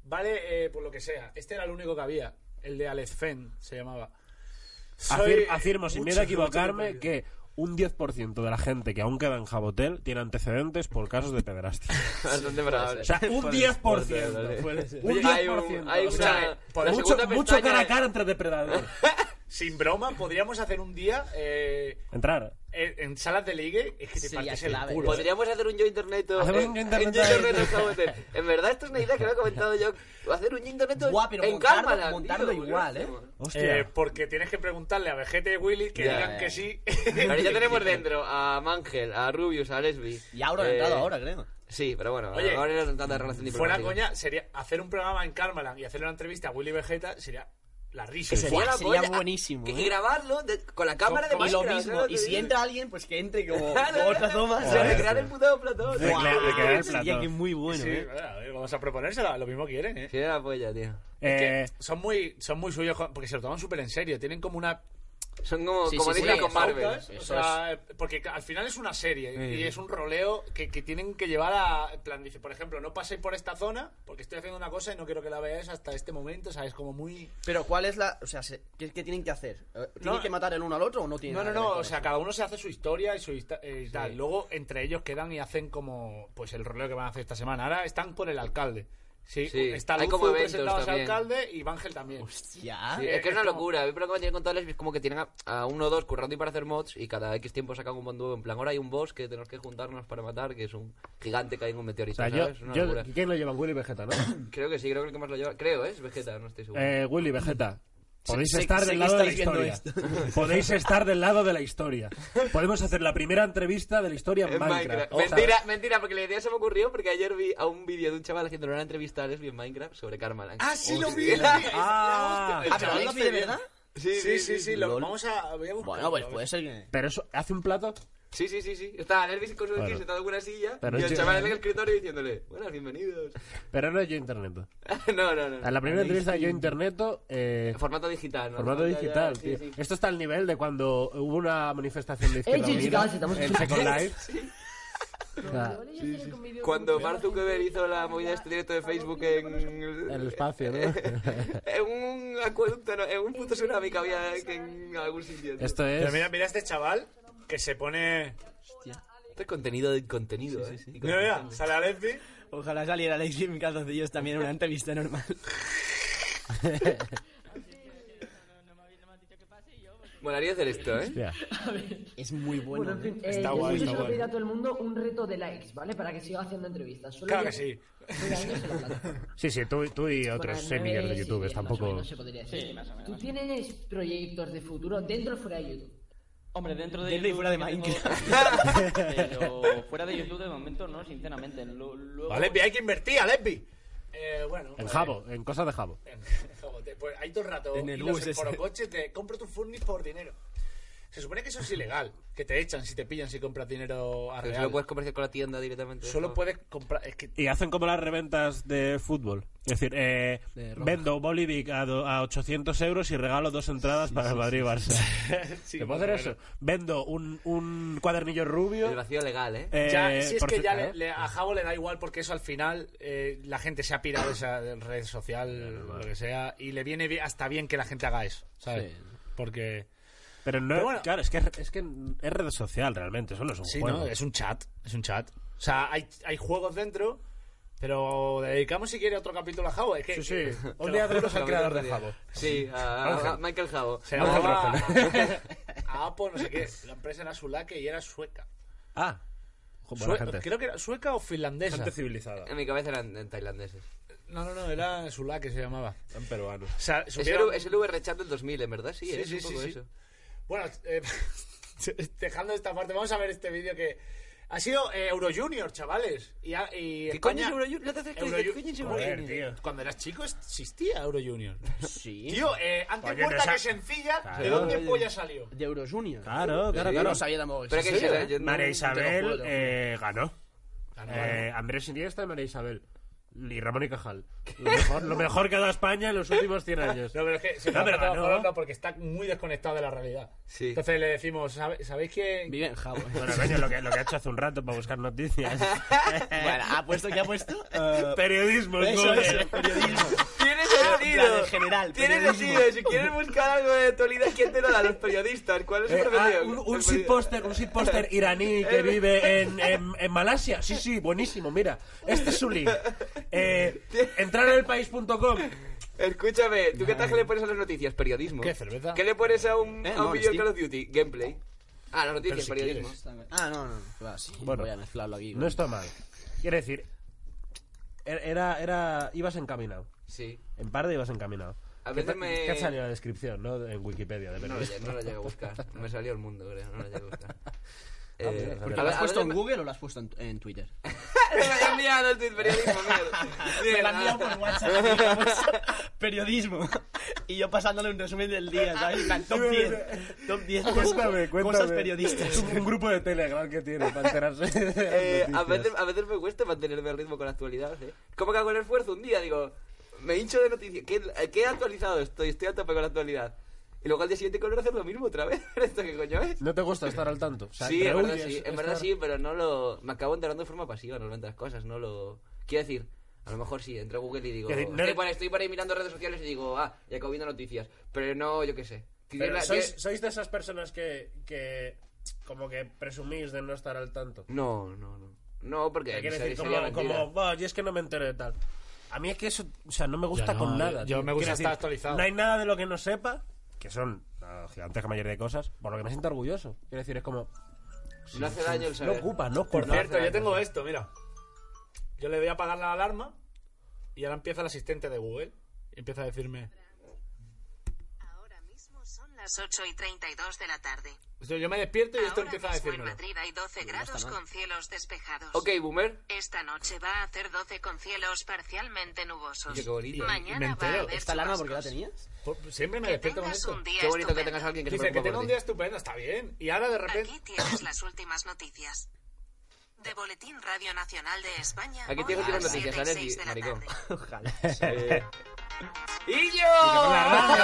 vale eh, por lo que sea. Este era el único que había. El de Alezfen se llamaba. Soy- afir- afirmo sin mucho, miedo a mucho tiempo equivocarme perdido. que un 10% de la gente que aún queda en Jabotel tiene antecedentes por casos de pederastia. Bastante probable. O sea, un 10%. puede Un Hay un- 10%. hay o sea, una- por la mucho, segunda mucho pestaña cara a es- cara entre depredadores. sin broma, podríamos hacer un día eh, Entrar. en, en salas de ligue. Es que te Sería partes el clave. culo. ¿eh? Podríamos hacer un yo interneto. Hacemos en- un yo en interneto ahí. yo interneto Saboteur. En verdad, esto es una idea que me ha comentado yo. Hacer un yo interneto Guau, pero en montarlo, Cálmala, tío, montarlo porque- igual, ¿eh? Hostia. Eh, porque tienes que preguntarle a Vegeta y Willy que Ya, digan ya. que <laughs> sí. Pero ya tenemos dentro a Mangel, a Rubius, a Lesbi. Y ahora Eh, han entrado ahora, creo. Sí, pero bueno, Oye, ahora era tanta relación Fuera diplomática. coña, sería hacer un programa en Carmelan y hacer una entrevista a Willy Vegeta sería la risa. Que sería, la Ah, sería polla. buenísimo, Que- ¿eh? que grabarlo de- con la cámara de Y lo Minecraft, mismo, ¿sabes y lo que si digo? entra alguien, pues que entre <laughs> como, Claro, como otra toma. claro. ¿sabes? Recrear el puto platón. De Guau. crea- de crear el Sería platón. que muy bueno, Sí, ¿eh? a ver, vamos a proponérselo, lo mismo quieren, ¿eh? Sería la polla, tío. Eh, Que son muy son muy suyos con- porque se lo toman súper en serio, tienen como una Son como, Sí, como sí, Disney sí, con Marvel. pautas, o sea, eh, porque al final es una serie y es un roleo que, que tienen que llevar a en plan dice, por ejemplo, no paséis por esta zona porque estoy haciendo una cosa y no quiero que la veáis hasta este momento, sabes, como muy Pero ¿cuál es la...? O sea, se- ¿qué, qué tienen que hacer? Eh, ¿Tienen No. que matar el uno al otro o no tienen No, no, nada que no, ver con o sea, eso? cada uno se hace su historia y su hista- eh, y tal. Luego entre ellos quedan y hacen como pues el roleo que van a hacer esta semana. Ahora están por el alcalde. Sí, Sí, está hay Luzu como eventos presentado a su también. alcalde y Ángel también. Ya. Sí, Eh, es que es una es como- locura. A mí, por lo que me tienen contado, es como que tienen a, a uno o dos currando y para hacer mods y cada X tiempo sacan un bond nuevo. En plan, ahora hay un boss que tenemos que juntarnos para matar, que es un gigante que hay en un o meteorito. sea, yo, ¿sabes? Es una yo- locura. ¿Quién lo lleva? Willy Vegeta, ¿no? Creo que sí, creo que el que más lo lleva. Creo, ¿eh? es Vegeta, no estoy seguro. Eh, <laughs> Willy Vegeta. Podéis sé- estar sé del que lado de la estáis viendo historia. <laughs> Podéis estar del lado de la historia. Podemos hacer la primera entrevista de la historia en En Minecraft. Minecraft. Mentira, mentira, porque la idea se me ocurrió porque ayer vi a un vídeo de un chaval haciendo una entrevista a Lesbi en Minecrast sobre Oh, Karmaland. Ah, sí lo vi. <laughs> Hostia. lo vi, es <laughs> Ah. la hostia. El <laughs> Ah, pero chaval lo lo hace de hace bien. verdad. Sí, sí, sí, sí, lo Lol. vamos a voy a buscar. Bueno, pues puede ser que... Pero eso, ¿hace un plato? Sí, sí, sí, sí. Estaba Lesbi con su Claro. X sentado en una silla Pero y el yo- chaval en el escritorio diciéndole, buenas, bienvenidos. <laughs> Pero no es yo interneto. no, no, no. En la primera entrevista yo interneto... Eh, Formato digital, ¿no? Formato Ya, ya, digital, sí, tío. sí. Esto está al nivel de cuando hubo una manifestación de izquierda Eh, unida chicas, estamos- en Second Life. <laughs> O sea, Cuando Mark Zuckerberg hizo la movida de este directo de Facebook en el espacio, <laughs> ¿no? en un acueducto, no, en un puto tsunami que había que en algún sitio. tío. Esto Pero es... mira, mira este chaval que se pone Esto es contenido de contenido, ¿eh? Y Mira, mira, sale a Lesbi. Ojalá saliera Alexis en calzoncillos también en una entrevista normal. Molaría hacer esto, ¿eh? Hostia. Es muy bueno. en fin, eh, Está yo guay, sí está solo guay. pedir a todo el mundo un reto de likes, ¿vale? Para que siga haciendo entrevistas. Solo Claro yo- que sí. Solo yo se <laughs> la plataforma. Sí, sí, tú, tú y otros Bueno, 6 millones de nueve, sí, youtubers diez, más o tampoco... menos se podría decir. ¿Tú tienes proyectos de futuro dentro o fuera de YouTube? Hombre, dentro de Dentro y YouTube fuera de sí que <laughs> tengo- Pero fuera de YouTube de momento no, sinceramente. Lu- luego- A Lesbi hay que invertir, a Lesbi. Eh, bueno, En eh, jabo, en cosas de jabo. En- <laughs> como te- Pues hay todo el rato En el hilos bus en ese. forocoches de compro tu furnis por dinero. Se supone que eso es ilegal, que te echan si te pillan si compras dinero a Pero real. solo puedes comerciar con la tienda directamente. Solo ¿no? puedes comprar... Es que Y hacen como las reventas de fútbol. Es decir, eh, vendo Bolivic a, do- a 800 euros y regalo dos entradas para el Madrid-Barça. <laughs> Sí, ¿Te puedo bueno, hacer eso? Vendo un, un cuadernillo El rubio. vacío legal, ¿eh? eh, Ya, si es por que si- ya le- le- a Jabo le da igual porque eso al final eh, la gente se ha pirado de esa red social, lo que sea, y le viene bi- hasta bien que la gente haga eso, ¿sabes? Porque... Pero no, Pero bueno. claro, es que, es que es red social realmente, eso no es un Sí, juego. ¿no? Es un chat, es un chat. O sea, hay, hay juegos dentro, pero dedicamos si quiere otro capítulo a Jabo. Es que, eh, Sí, sí. te Un lo día juro, tenemos se lo al creador meto de otro Jabo. día. Sí, a, a- a Michael Jabo. Se Vamos al llamaba <laughs> a Apple, no sé qué. La empresa era Sulaque y era sueca. Ah, Sue- buena gente. Creo que era sueca o finlandesa. Gente civilizada, En mi cabeza eran en tailandeses. No, no, no, era Sulaque se llamaba. en peruanos. O sea, Es subieron- el, es el VR Chat del 2000, en verdad, sí, ¿eh? Sí, es sí, un sí, poco sí. eso. Bueno, eh, <laughs> dejando esta parte, vamos a ver este vídeo que ha sido eh, Euro Junior, chavales. Y, ha- y ¿Qué España- coño es Euro Junior? No te haces que Euro dices, Ju- ¿qué coño es Euro Joder, Junior? tío. Cuando eras chico existía Euro <laughs> Junior. Sí. Tío, eh, antes Porque no muerta sa- que sencilla, ¿de Claro. dónde polla salió? De Eurojunior. Claro, claro, Yo claro. no sabía tampoco. que Pero que existía, se- ¿eh? yo no- María te lo Isabel juro. eh, ganó. Ganó, Eh, Andrés Iniesta y María Isabel. Y Ramón y Cajal. Lo mejor, lo mejor que ha dado España en los últimos 100 años. No, pero es que se No, no, pero ganó. porque está muy desconectado de la realidad. Sí. Entonces le decimos, "¿Sabe- ¿sabéis quién? Vive en Jabo. eh. Bueno, coño, lo que, lo que ha hecho hace un rato para <laughs> buscar noticias. <laughs> Bueno, ¿ha puesto qué <laughs> ha puesto? Eh, Periodismo, eso, joder. eso, periodismo. Tiene plan, sentido. en general, Tiene periodismo. sentido. Si quieres buscar algo de actualidad, ¿quién te lo da? Los periodistas. ¿Cuál es Eh, el ah, remedio? un, El un shitposter, <laughs> un shitposter iraní que vive en, en- en Malasia. <laughs> Sí, sí, buenísimo, mira. Este es su link. Eh, entrar en elpaís.com. Escúchame, ¿tú qué tal le pones a las noticias? Periodismo. ¿Qué, cerveza? ¿Qué le pones a un, Eh, a un no, vídeo de sí. Call of Duty? Gameplay. Ah, las noticias, si periodismo. <laughs> Ah, no, no. no. Va, sí, Bueno. voy a mezclarlo aquí. No está mal. Quiere decir, er- era, era, ibas encaminado. Sí. En parte ibas encaminado. A ¿Qué veces pa- me- ¿Qué salió en la descripción, no? En Wikipedia, de No verdad. lo, lle- no lo llego a buscar. Me salió el mundo, creo. No lo llego a buscar. Eh, mira, ¿Lo a has ver- puesto a en ver- Google o lo has puesto en, en Twitter? <laughs> Me la han enviado el tweet periodismo, mierda. <laughs> Me la han Mierda. enviado por WhatsApp. Periodismo. Y yo pasándole un resumen del día, ¿sabes? En plan, Top 10. Top 10 <laughs> cosas- Cuéntame, cuéntame. cosas <laughs> periodistas. Un, un grupo de Telegram que tiene para enterarse de las Eh, a, noticias. veces, a veces me cuesta mantenerme al ritmo con la actualidad. ¿eh? Como que hago el esfuerzo un día, digo, me hincho de noticias. ¿Qué, qué actualizado estoy? Estoy a tope con la actualidad. Y luego al día siguiente volver a hacer lo mismo otra vez. <laughs> ¿Esto qué coño es? ¿No te gusta estar al tanto? O sea, sí, en verdad rehuyes sí, en estar- verdad sí, pero no lo. Me acabo enterando de forma pasiva normalmente las cosas, no lo. Quiero decir, a lo mejor sí, entro a Google y digo. Quiero decir, no "Eh, le- vale, estoy por ahí mirando redes sociales y digo, ah, y acabo viendo noticias. Pero no, yo qué sé. Tiene Pero la- ¿sois, tiene- sois de esas personas que, que como que presumís de no estar al tanto. No, no, no. No, porque. Quiere sería- decir, sería como, mentira. como "Bah, yo es que no me entero de tal. A mí es que eso, o sea, no me gusta Yo no, con yo- nada. yo tío. me gusta Quiero estar actualizado. No hay nada de lo que no sepa, que son la gigantesca mayoría de cosas, por lo que me siento orgulloso. Quiero decir, es como, No <laughs> hace daño el no saber. ocupa, no Por ocupa. cierto, yo tengo esto, mira. Yo le doy a apagar la alarma y ahora empieza el asistente de Google. Y empieza a decirme. Ahora mismo son las 8 y 32 de la tarde. O sea, yo me despierto y esto Ahora empieza a mismo en decirme. Madrid hay 12 grados con cielos despejados. Ok, boomer. Esta noche va a hacer 12 con cielos parcialmente nubososos. Oye, qué bonito. Y me Mañana va a entero. haber ¿Esta alarma por qué la chubascos. tenías? Siempre me Que despierto con tengas esto. un día Qué bonito que estupendo. tengas a alguien que se Dice que preocupa tenga por un ti. día estupendo, está bien. Y ahora de repente. Aquí tienes las últimas noticias. De Boletín Radio Nacional de España. Aquí tienes hoy a últimas las noticias, 7 y Alexi, 6 de la maricón. tarde. <laughs> Ojalá. ¡Illo! radio.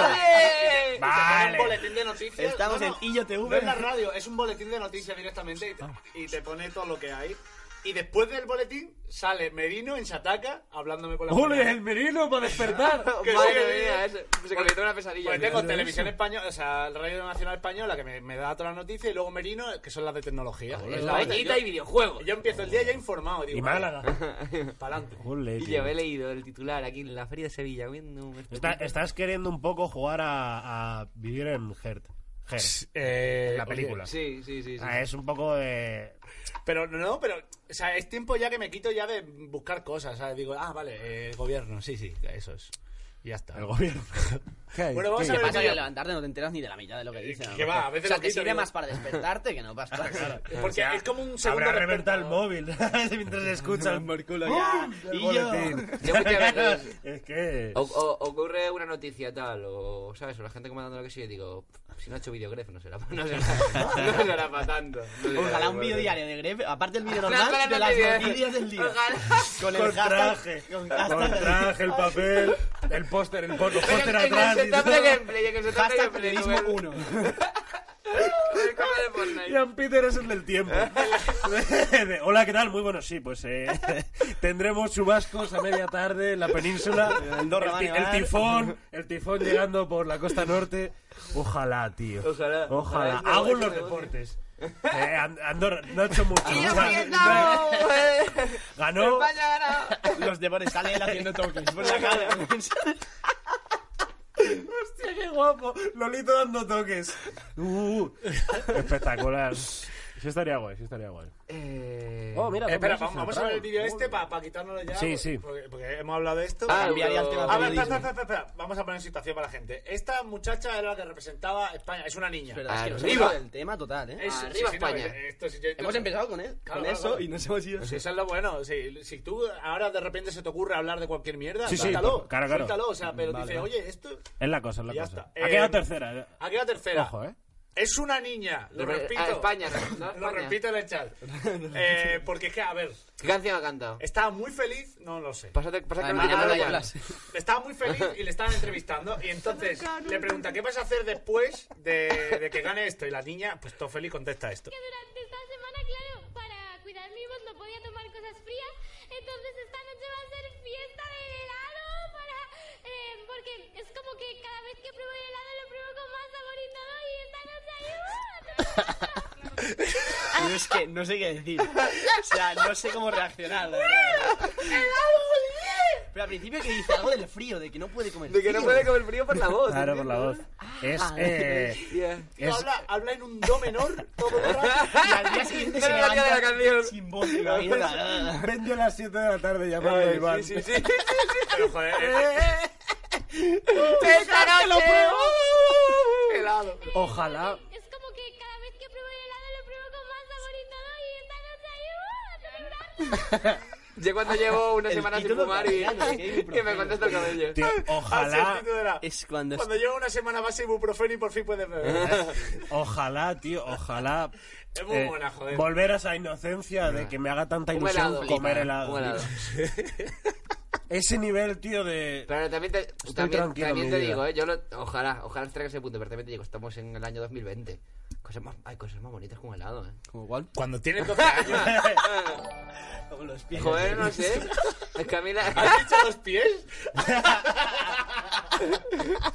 Vale. ¡Vale! Vale. Un boletín de noticias. Estamos No, en no. Illo No es la TV. radio, es un boletín de noticias directamente y te, y te pone todo lo que hay. Y después del boletín sale Merino en Chataca hablándome con la ¡Ole, mirada. el merino para despertar! Que <laughs> Madre sí, que mía, sí. eso- se convirtió en una pesadilla. Pues tengo Mira, televisión española, o sea, la Radio Nacional Española que me, me da todas las noticias y luego Merino, que son las de tecnología. Es la hostia. Españita y videojuegos. yo, yo empiezo el día ya informado. Digo, <laughs> Y Málaga. Para adelante. Ole, Y tío. yo he leído el titular aquí en la Feria de Sevilla. viendo un- Está- estás queriendo un poco jugar a, a vivir en Hert. Hert, Eh, la película. Sí, sí, sí. sí. eh. Ah, es un poco de... Pero no, pero, o sea, es tiempo ya que me quito ya de buscar cosas. ¿sabes? Digo, ah, vale, eh, gobierno, sí, sí, eso es. Y ya está. El gobierno. Bueno, vamos ¿Qué? a <laughs> ver. ¿Qué pasa? Que Mira. al levantarte no te enteras ni de la mitad de lo que dicen. a lo que va, mejor. a veces O sea, lo que quito, sirve digo. más para despertarte que no para estar. Eh, Porque es como un segundo. Habrá reventado el despertador. móvil <laughs> ¿sabes? mientras escucha ¡Ah! el morculo ya. Y <laughs> yo. Yo muchas veces- Es que... O, o- ocurre una noticia tal, o sabes, o la gente comentando lo que sea, y digo, si no ha hecho videogref, no será, <laughs> no será, no será para tanto. No será Ojalá un para tanto. vídeo diario de Greve, aparte del vídeo Ojalá normal, no de las te noticias del día. Ojalá. Con el Con hashtag. traje, con Con hashtag del- traje, el papel, el póster, el pon- los Pero <laughs> póster en el atrás. y setup todo. de gameplay, en el setup de Hashtag gameplay, periodismo Rubén. <laughs> 1. Con el copo de Fortnite. Ian Peter es el del <laughs> tiempo. De, Hola, ¿qué tal? Muy bueno, sí, pues eh, <laughs> tendremos chubascos a media tarde en la península. El, Andorra va a ti- el nevar. <laughs> tifón, el tifón llegando por la costa norte. Ojalá, tío. Ojalá. Ojalá. Ojalá. Hago los deportes. Eh, And- Andorra, no ha hecho mucho. ¡Y yo O sea, Vietnam! Ganó. ¡España ha ganado! Los devones sale él haciendo toques por la cara. Hostia, qué guapo. Lolito dando toques. Uh, espectacular. Sí estaría guay, sí estaría guay. Eh... Oh, mira, Eh, espera, ¿cómo vamos, se vamos a centraron? ver el vídeo este para quitárnoslo ya. Sí, sí. Porque, porque hemos hablado de esto. Ah, Cambiaría el tema A ver, periodismo. espera, espera, espera, espera. Vamos a poner en situación para la gente. Esta muchacha era la que representaba España. Es una niña. Ah, Es verdad, es que nos Arriba. hemos ido del tema total, ¿eh? Es- Arriba sí, sí, no, España. esto sí, yo- Hemos empezado con, él, Claro, con claro, eso claro. y nos hemos ido. Sí, Pues eso es lo bueno. Si, si tú ahora de repente se te ocurre hablar de cualquier mierda, Sí, sí, suéltalo. claro, claro. suéltalo, o sea, pero Vale, dice, vale. oye, esto... Es la cosa, es la Ya cosa. está. Ha quedado Eh, tercera. Aquí la tercera. Ojo, eh. Es una niña, lo Re- repito. a <laughs> España, ¿no? <laughs> A Lo España. repito en el chat. Eh, porque es que, a ver, ¿Qué canción ha cantado? estaba muy feliz, no lo sé. Pásate, pásate Ah, con no, la no, guitarra ya. no, no. <laughs> Estaba muy feliz y le estaban entrevistando. Y entonces le pregunta, ¿qué vas a hacer después de, de que gane esto? Y la niña, pues todo feliz, contesta esto. Durante esta semana, claro, para cuidar mi voz no podía tomar cosas frías, entonces esta noche va a ser fiesta de helado para... eh, porque es como que cada vez que pruebo el helado lo pruebo con más sabor y todo y esta noche ahí... ¡uh! Yo es que no sé qué decir. O sea, no sé cómo reaccionar. la verdad. Pero al principio que dice algo del frío, de que no puede comer De que no puede comer frío por la voz. Claro, por la voz. Es, eh, Tío, es- habla, habla en un do menor todo <laughs> el rato. Y al día siguiente se No era la levanta cara de la canción. sin voz. ¿te imaginas? <laughs> Vendió a las 7 de la tarde llamando a Iván. <laughs> Sí, sí, sí. Pero joder. eh, ¡Esta noche! helado. Ojalá. Es como que cada vez que pruebo el helado lo pruebo con más sabor y todo y esta noche ahí, ¡uh! a celebrarlo. Yo cuando llevo una El semana sin título fumar y <laughs> italiano, que hay un que me contesta el cabello. Tío, Así ojalá. el título era, Es cuando es- Cuando lleva una semana más ibuprofeno y por fin puedes beber. <laughs> Ojalá, tío, ojalá. eh, Es muy buena, joder. Volver a esa inocencia de que me haga tanta Un ilusión eh. helado. comer helado. Un helado. tío. Ese nivel, tío, de. Pero también te, pues también, tranquilo, también mi te vida. digo, ¿eh? yo lo- ojalá, ojalá esté ese punto, pero también te digo, estamos en el año 2020. Cosas más, hay cosas más bonitas como helado, ¿eh? Como igual. Cuando tienes <laughs> 12 años. Como los pies. Joder, no sé. Es que a mí la... <laughs> ¿Has dicho los pies? <laughs>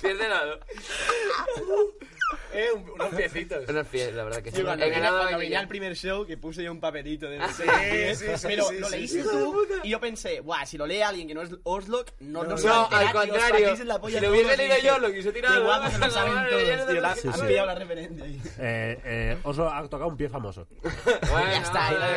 Pierde helado. Eh, un- unos piecitos. Unos pies, la verdad que sí. Yo cuando En Ah, vine- helado cuando vainilla. vine al primer show que puse yo un papelito de ¿eh? sí, sí, pero sí, lo sí, leíste sí. tú y yo pensé, guau, si lo lee alguien que no es Oslock, no nos va a No, al enterar, tío, os contrario. partís en la polla Si lo todos, hubiese leído dije, yo, lo quise tirar. qué lo guapo, se la lo mano, saben lo todos, lleno de tío, la- los- has pillado la referencia ahí. Eh, eh, Oslo ha tocado un pie famoso. Bueno, Ya está, ahí lo ay,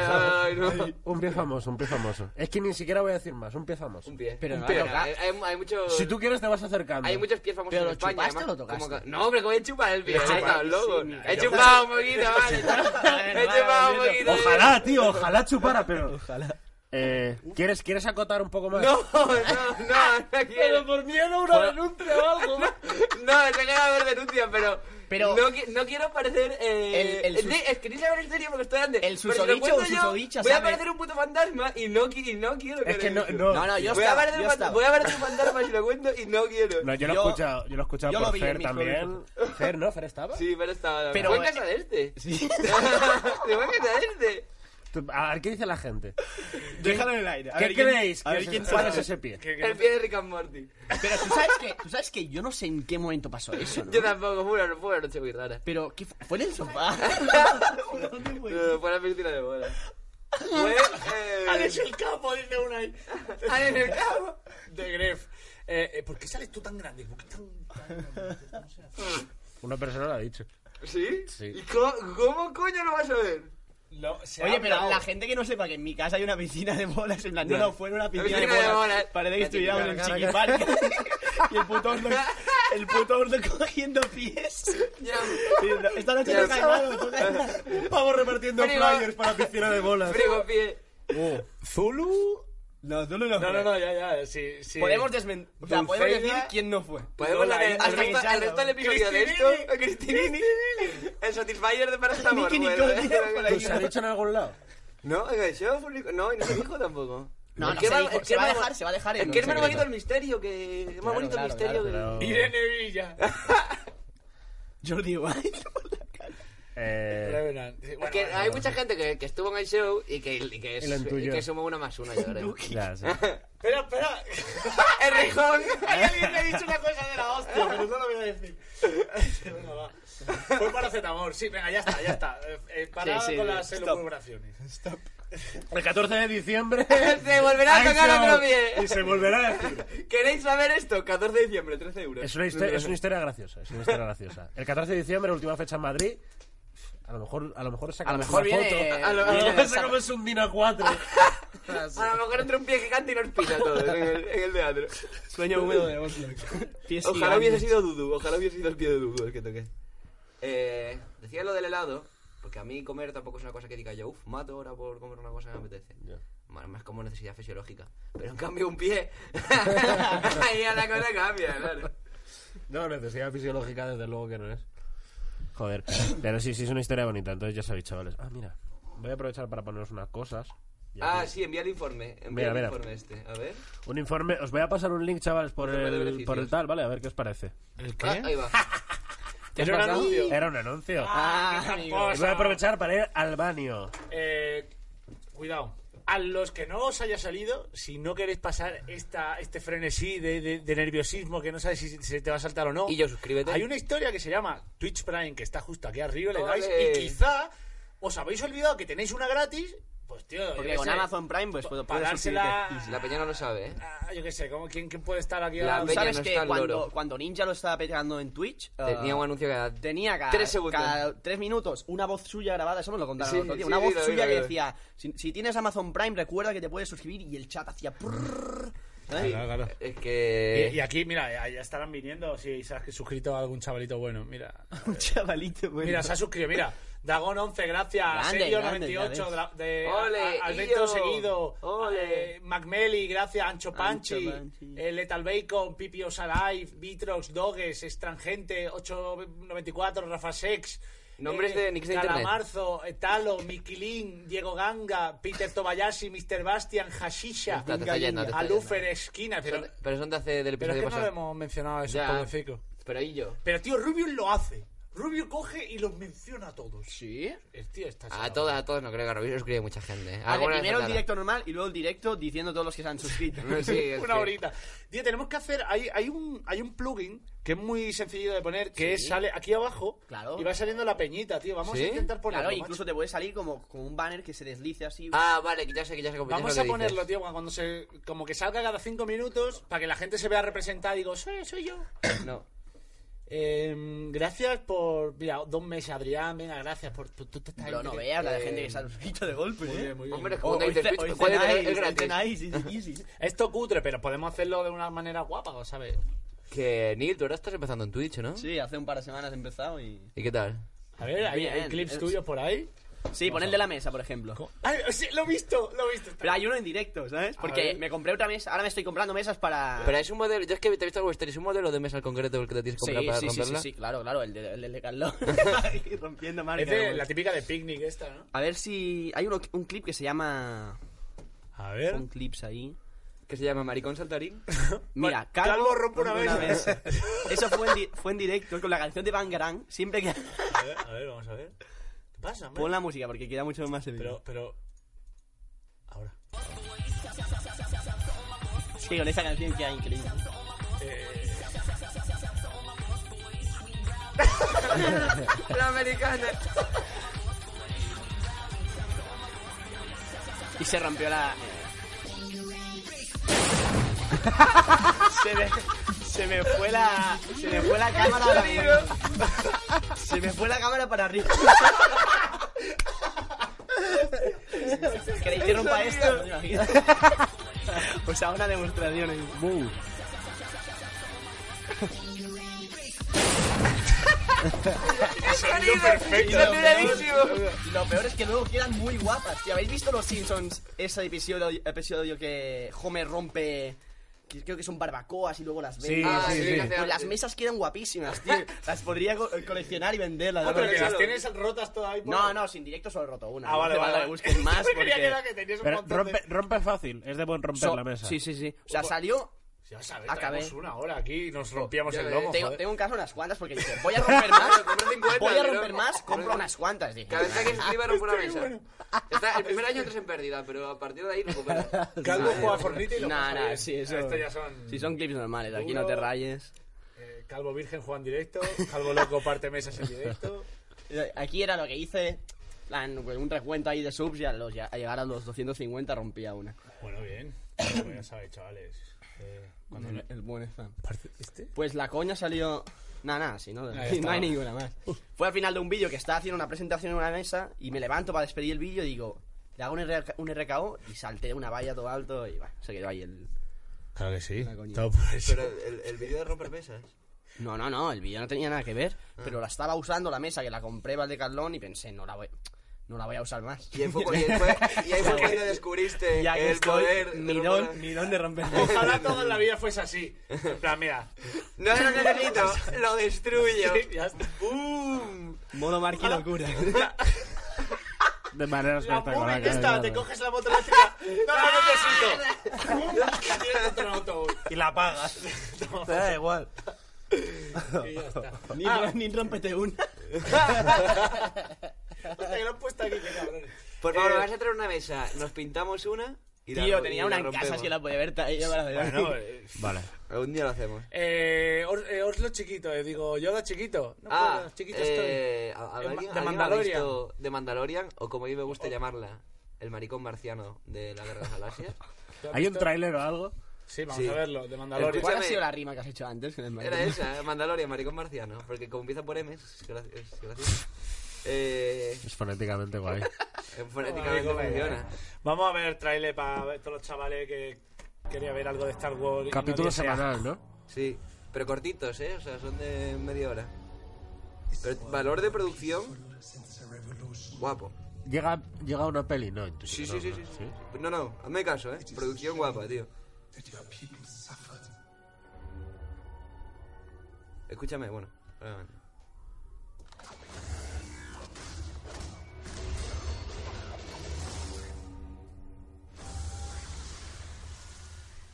dejamos. ay, no. Un pie famoso, un pie famoso. Es que ni siquiera voy a decir más, un pie famoso. Un pie. Pero un no pie. ha tocado. Hay, hay- hay muchos... Si tú quieres, te vas acercando. Hay muchos pies famosos ¿Pero en lo España. chupaste además, o lo tocaste? como que- No, hombre, ¿cómo voy a chupar el pie? Ay, chupaste, loco. sí, mira, He yo- chupado un poquito, vale. He vale, chupado un bonito. poquito. Ojalá, tío, ojalá chupara, pero. Ojalá. Eh, ¿quieres, ¿Quieres acotar un poco más? No, no, no, no quiero. por miedo a una denuncia o algo. <laughs> No, se llega a haber denuncia, pero. Pero- no, qui- no quiero parecer. Eh, El- el sus- de- es que ni saber en serio porque estoy grande. Pero El si lo susodicho cuento o yo, susodicha, Voy a ¿sabe? parecer un puto fantasma y no, qui- y no quiero. Es que no, eso. no. No, no, yo voy, estaba, a parecer yo un fan- estaba. voy a parecer un fantasma si lo cuento y no quiero. No, yo lo he Yo- escuchado, yo lo he escuchado yo por lo vi en Fer mi también. Fer, ¿no? Fer estaba. Sí, pero estaba. Pero- eh, Fue en casa de este. Sí. Se <laughs> fue en casa de este. Tú- A ver, ¿qué dice la gente? <laughs> Déjalo en el aire. A ¿Qué ver quién- creéis? A ver ¿Qué- quién ¿Cuál sabe. es ese pie? Que- que- El pie de Rick and Morty. Pero tú sabes que, tú sabes que yo no sé en qué momento pasó eso, ¿no? Yo tampoco, fue una, fue una noche muy rara. Pero ¿qué fue? ¿Fue en <laughs> el sofá? <laughs> ¿Dónde fue? No, Eh, fue la piscina de bola. <laughs> Fue. Eh... Alex el capo, dice una <laughs> ahí. Alex el capo. De Gref. Eh, eh, ¿Por qué sales tú tan grande? ¿Por qué tan- Una persona lo ha dicho. ¿Sí? Sí. ¿Y cómo, cómo coño lo vas a ver? No, se ha Oye, pero hablado. la gente que no sepa que en mi casa hay una piscina de bolas, en plan, no, Ya. no, fue en una piscina, piscina de de bolas. bolas. Parece que La estuviéramos en un típica chiquiparque. <laughs> y el puto Oslo, el puto Oslo cogiendo pies. <laughs> Ya. Diciendo, Esta noche Ya. no cae nada, no cae nada. Vamos repartiendo Frigo. flyers para piscina de bolas. Frigo pie. ¿Zulu? No, tú no lo No, no, no, ya, ya. Sí, sí. Podemos desmentir, o sea, podemos Dulceida. decir quién no fue. Podemos Lola, leer el, hasta que resto- el salga. resto del episodio de esto. Cristinini. A Cristinini. El Satisfyer de para esta amor. Nicky bueno. Nicole, por ahí. ¿Se ha dicho en algún lado? <laughs> No, en el show público. No, y no se dijo tampoco. No, no Es que se va- dijo, es que se va a dejar, se va a dejar en Es que es un más secreto. bonito el misterio que. Es más bonito claro, el misterio claro, que. Irene Villa. Jordi White. Eh, Revenant. Sí, bueno, es que bueno, hay bueno. mucha gente que, que estuvo en el show y que, y que, Y lo y intuyó. que sumó uno más uno, yo creo. ya, <laughs> sí. Espera, espera. <laughs> <laughs> ¡El rejón! Hay alguien que ha dicho una cosa de la hostia, pero no lo voy a decir. Venga, va. Fue para Zetamor. Sí, venga, ya está, ya está. Eh, eh, parada Sí, sí, con las stop. elucubraciones. El 14 de <laughs> diciembre. Se volverá a hay tocar show. otro pie. Y se volverá a decir. ¿Queréis saber esto? 14 de diciembre, 13 euros. Es <laughs> una, histo- es una historia graciosa, es una historia graciosa. El 14 de diciembre, última fecha en Madrid. A lo mejor, a lo mejor sacamos A lo mejor una viene- <laughs> foto. <laughs> a lo- Y viene luego de saco. sacamos un Dino 4. A lo mejor entre un pie gigante y nos pisa todo en el, en el teatro. Sueño húmedo <laughs> de Oslo. Pies Ojalá hubiese gigantes. sido Dudu, ojalá hubiese sido el pie de Dudu el que toqué. Eh, decía lo del helado, porque a mí comer tampoco es una cosa que diga yo, uff, mato ahora por comer una cosa que me apetece. Bueno, más como necesidad fisiológica. Pero en cambio <laughs> un pie... Ahí ya la cosa cambia, claro. No, necesidad fisiológica, desde luego que no es. Joder, pero sí, sí es una historia bonita. Entonces ya sabéis, chavales. Ah, mira, voy a aprovechar para poneros unas cosas. Y Ah, aquí- sí, envía el informe. Envía Mira, el mira. informe este. A ver. Un informe, os voy a pasar un link, chavales, por, Informe de el, beneficios. por el tal, ¿vale? A ver qué os parece. Ah, ahí va. eh, Era un anuncio. Pues, Era un anuncio. <laughs> Ah, amigo. y voy a aprovechar para ir al baño. Eh, cuidado. A los que no os haya salido, si no queréis pasar esta, este frenesí de, de- de nerviosismo que no sabes si se te va a saltar o no. Y yo, suscríbete. Hay una historia que se llama Twitch Prime, que está justo aquí arriba, le Ole. dais, y quizá os habéis olvidado que tenéis una gratis, pues tío. yo Porque qué con sé. Amazon Prime, pues puedo para dársela- suscribirte. La peña no lo sabe, ¿eh? Ah, yo qué sé, ¿cómo- quién, quién puede estar aquí? La ahora? ¿Tú Peña sabes no que está al cuando, loro. cuando Ninja lo estaba pegando en Twitch... eh, Tenía un anuncio cada... Tenía cada Tres segundos. cada tres minutos una voz suya grabada, eso me lo contaron Sí, el otro día, sí, una sí, voz lo vi, suya lo vi, que lo vi. decía, si, si tienes Amazon Prime recuerda que te puedes suscribir y el chat hacía... prrrr, ¿sabes? Claro, claro. Es Y, que... y aquí, mira, ya estarán viniendo si se ha suscrito algún chavalito bueno. Mira, <laughs> Un chavalito, bueno. mira, se ha suscrito, mira. Dagón 11, gracias. Grande, Serio grande, ya 98, ves. dra- de, Ole, a- a- Illo. Alberto seguido. Ole. Eh, Macmeli, gracias. Ancho Panchi. Panchi. eh, Letal Bacon, Pipios Alive, Vitrox, Dogues, Extrangente, 894, Rafa Sex. Nombres de nicks de internet. Calamarzo, eh, Talo, Miquilín, Diego Ganga, Peter Tobayashi, Mr. Bastian, Hashisha, Está- te está yendo, te está yendo. Alufer, Esquina. Son- Pero, Pero, son de hace del pero es que episodio no lo pasado. hemos mencionado eso, Ya. pobrecito. Pero ahí yo. Pero tío, Rubio lo hace. Rubio coge y los menciona a todos. ¿Sí? El tío está A chalado. todos, a todos no creo que a Rubio lo escribe mucha gente. ¿eh? Vale, Alguna vez primero el sacará. directo normal y luego el directo diciendo todos los que se han suscrito. <laughs> <laughs> Sí, es Una que- horita. Tío, tenemos que hacer. Hay, hay un, hay un plugin que es muy sencillo de poner, que es- sale aquí abajo Claro. y va saliendo la peñita, tío. Vamos ¿Sí? a intentar ponerlo. Claro, macho. incluso te puede salir como, como un banner que se deslice así. Ah, vale, que ya sé que ya sé cómo ya Vamos sé a lo que ponerlo, dices. tío, cuando se. Como que salga cada cinco minutos para que la gente se vea representada y digo, soy, soy yo. <coughs> No. Em, gracias por. Mira, dos meses, Adrián. Venga, gracias por. Tú, tú- tú estás Pero no que- veas la de eh, gente que se ha suscrito de golpe, ¿eh? Hombre, es que Oh, cuando hoy dices ce- Twitch, hoy joder, cenáis, es hoy gratis. cenáis, sí, sí, sí, sí. <laughs> Esto cutre, pero podemos hacerlo de una manera guapa, ¿sabes? Que, Neil, tú ahora estás empezando en Twitch, ¿no? Sí, hace un par de semanas he empezado y... ¿Y qué tal? A ver, ¿hay, Bien, hay clips es- tuyos por ahí? Sí, pon el de la mesa, por ejemplo. Ay, sí, lo he visto, lo he visto. Pero hay uno en directo, ¿sabes? Porque ver. me compré otra mesa, ahora me estoy comprando mesas para... Pero es un modelo, yo es que te he visto algo exterior, es un modelo de mesa al concreto el que te tienes que Sí, comprar para sí, sí, sí, romperla. sí, claro, claro, el de, el de <laughs> Decathlon. Y Rompiendo marca. Es de vamos. la típica de picnic esta, ¿no? A ver si... Hay uno- un clip que se llama... A ver. Pon clips ahí. Que se llama Maricón Saltarín. <laughs> Mira, Bueno, Calvo, Calvo rompe una mesa. mesa. Eso fue en, di- fue en directo con la canción de Van Gran. Siempre que... A ver, a ver, vamos a ver. ¿Qué pasa, hombre? Pon la música porque queda mucho más el Pero, vídeo. pero... Ahora. Es que con esa canción queda increíble. ¡La americana! Y se rompió la... eh. <laughs> se, me, se me fue la... Se me fue la cámara. a la- se me fue la cámara para arriba. ¿Queréis que rompa esto? No me imagino. Pues a una demostración. ahí. Boom. perfecto. Lo peor es que luego quedan muy guapas. tío. habéis visto los Simpsons? Ese episodio, episodio que Homer rompe. que creo que son barbacoas y luego las Sí, vende. Ah, sí, sí, sí. que hace- Pues las mesas quedan guapísimas, <laughs> tío. Las podría co- coleccionar y venderlas. Ah, pero que las no, tienes rotas todavía. por- no, no, sin directo solo he roto una. Ah, No vale, hace vale. falta que busquen <laughs> más Me porque... creía que era que tenías un Pero montón rompe, de... rompe fácil, es de buen romper So- la mesa. Sí, sí, sí. O sea, salió... Ya sabes, Acabé. tenemos una hora aquí y nos rompíamos Ya el ves, lomo, Tengo, joder. tengo en casa unas cuantas porque dije, <laughs> voy a romper más, Compré 50, voy a pero- romper más, compro unas cuantas. Dije, Cada vez que escriba <laughs> rompe una mesa. Está, el primer año tres en pérdida, pero a partir de <laughs> ahí recuperas. Calvo juega Fornite y lo No, pasa no, bien. sí, eso. Ah, Esto ya son... Si son clips normales, aquí no te Duro. rayes. eh, Calvo Virgen juega en directo, Calvo Loco parte mesas en directo... Eh, Aquí era lo que hice. plan, pues, un recuento ahí de subs y a, los, ya- a llegar a los 250 rompía una. Bueno, <coughs> bien. Como ya sabéis, chavales. Eh, cuando El, el buen spam. ¿Este? Pues la coña salió. Nada, nada, si no, no ya está. hay ninguna más. Fue al final de un vídeo que estaba haciendo una presentación en una mesa y me levanto para despedir el vídeo y digo, le hago un, RK un RKO y salté una valla todo alto y bueno, se quedó ahí el. Claro que sí. coña. Todo por eso. Pero el, el vídeo de romper mesas. No, no, no, el vídeo no tenía nada que ver, Ah. pero la estaba usando la mesa que la compré para el de Carlón y pensé, no la voy, no la voy a usar más. Y ahí fue, y ahí fue, y ahí fue cuando descubriste <laughs> Ya que el estoy, poder. de mi romper- don, mi don de romper. <laughs> Ojalá toda la vida fuese así. En plan, mira. No lo necesito, lo destruyo. ya está. ¡Bum! Modo marca <laughs> locura. De maneras La espectaculares, movie esta, claro. te coges la moto eléctrica. <laughs> No la necesito. Y tienes contra un autobús. Y la pagas. te da igual. Y ya está. Ni, ni rompete una. Hasta que lo han puesto aquí, qué cabrones. Por favor, Eh, me vas a traer una mesa. Nos pintamos una Y la Tío, ro- y tenía la unas rompemos. casas que las podía ver. Yo me las veía. Bueno, eh, Vale. Algún día lo hacemos. eh, Or- eh, Oslo chiquito, eh, digo, Yoda chiquito. No ah, puedo, chiquito eh, ¿a- estoy. a- Eh, ¿alguien, de alguien habrá Mandalorian. visto de Mandalorian? O como a mí me gusta llamarla, el maricón marciano de la Guerra de las <laughs> Galaxias. ¿Tú has ¿Hay un visto? tráiler o algo? Sí, vamos Sí. a verlo, de Mandalorian. ¿Cuál ha Escúchame. sido la rima que has hecho antes? con el Era maricón? esa, eh, Mandalorian, maricón marciano. Porque como empieza por M, es graci- es gracioso. Eh, Es fonéticamente guay. eh, fonéticamente Vale, funciona. vale. Vamos a ver trailer para ver todos los chavales que quería ver algo de Star Wars. y Capítulo no tiene- semanal, ¿no? Sí, pero cortitos, ¿eh? O sea, son de media hora. Pero valor de producción... Guapo. Llega, llega una peli, ¿no? Entiendo, Sí, sí, sí, ¿no? sí. sí. No, no, hazme caso, ¿eh? Producción guapa, tío. Este Escúchame, bueno. ahora vengo.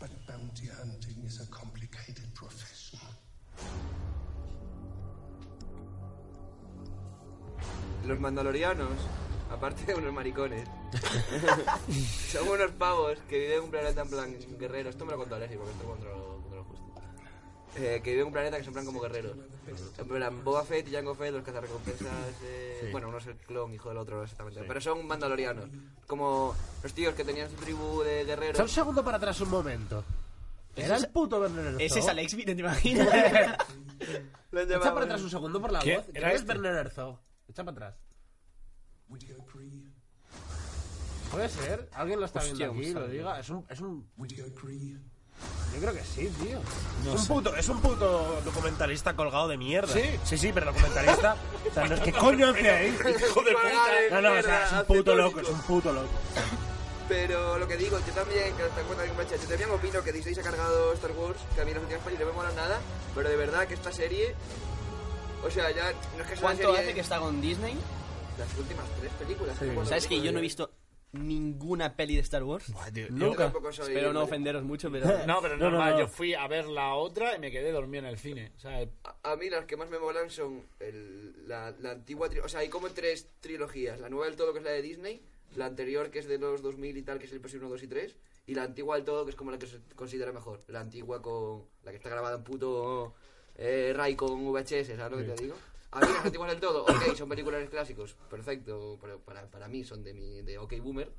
But bounty hunting is a complicated profession. Los mandalorianos, aparte de unos maricones, son unos pavos que viven en un planeta en plan guerrero. Esto me lo contó Alessi, porque esto lo controlo, controlo justo. Eh, que viven en un planeta que son en plan como guerreros. En plan, Boba Fett y Jango Fett, los cazarrecompensas. Eh, Bueno, uno es el clon, hijo del otro, no sé exactamente. Pero son mandalorianos. Como los tíos que tenían su tribu de guerreros. Echa un segundo para atrás un momento. Era el puto Werner Herzog. Ese es Alex Viren, <laughs> ¿te imaginas? Los Echa llamaban- <laughs> para atrás un segundo por la ¿Quién? voz. ¿Era ¿Quién es este? Werner Herzog? Echa para atrás. Puede ser. Alguien lo está Hostia, viendo aquí, vamos a lo ver. diga. Es un, es un... Yo creo que sí, tío. es, un puto, es un puto documentalista colgado de mierda. ¿Sí? sí, sí pero documentalista. o sea, no, ¿Qué coño hace ahí? Hijo de puta. No, no, o sea, es un puto loco, es un puto loco. Pero lo que digo, yo también, que hasta cuenta de que yo también opino que Disney se ha cargado Star Wars, que a mí las últimas pelis no me molan nada, pero de verdad que esta serie, o sea, ya no es que sea una ¿Cuánto serie, hace que está con Disney? las últimas tres películas. Sí. como ¿Sabes las que yo no he películas visto ninguna peli de Star Wars? de- eh, Yo Nunca. tampoco soy... Espero no ofenderos mucho, pero... <laughs> No, pero No, no, normal, no. yo fui a ver la otra y me quedé dormido en el cine. O sea, A, a mí las que más me molan son el- la, la antigua trilogía, o sea, hay como tres trilogías, la nueva del todo que es la de Disney, la anterior que es de los 2000 y tal, que es el episodio 1, 2 y 3, y la antigua del todo que es como la que se considera mejor, la antigua con la que está grabada en puto eh, RAI con VHS, ¿sabes lo que te digo? A mí las antiguas del todo, ok, son películas clásicos, perfecto, pero para, para mí son de, mi, de OK Boomer.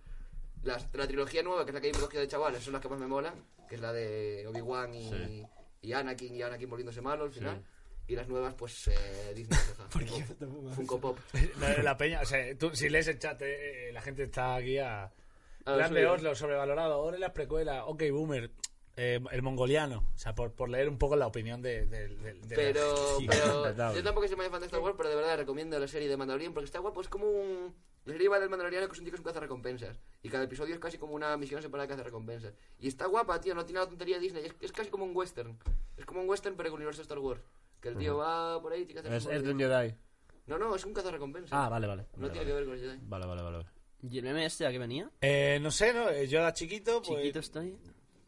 Las- la trilogía nueva, que es la que hay trilogía de chavales, son las que más me molan, que es la de Obi-Wan y, Sí. y Anakin y Anakin volviéndose malo al final. Y las nuevas, pues eh, Disney. <laughs> jaja. Funko, Funko Pop. la, la peña, o sea, tú, si lees el chat, eh, eh, la gente está aquí a... A lo Plan de suyo. Oslo, sobrevalorado, ahora en las precuelas, ok, boomer, eh, el mongoliano. O sea, por, por leer un poco la opinión de... de- de- de la- Pero, Sí, pero respetable. yo tampoco soy muy fan de Star Wars, pero de verdad recomiendo la serie de Mandalorian porque está guapo. Es como un. La serie va del Mandaloriano que es un tío que es un cazarrecompensas. Y cada episodio es casi como una misión separada de cazarrecompensas. Y está guapa, tío, no tiene la tontería de Disney. Es, es casi como un western. Es como un western, pero con universo Star Wars. Que el tío va por ahí y tiene que hacer Es, su es de movida. un Jedi. No, no, es un cazarrecompensas. Ah, vale, vale. No tiene que ver con el Jedi. Vale, vale, vale. ¿Y el meme este a qué venía? Eh, no sé, ¿no? Eh, Yo era chiquito, pues... Chiquito estoy.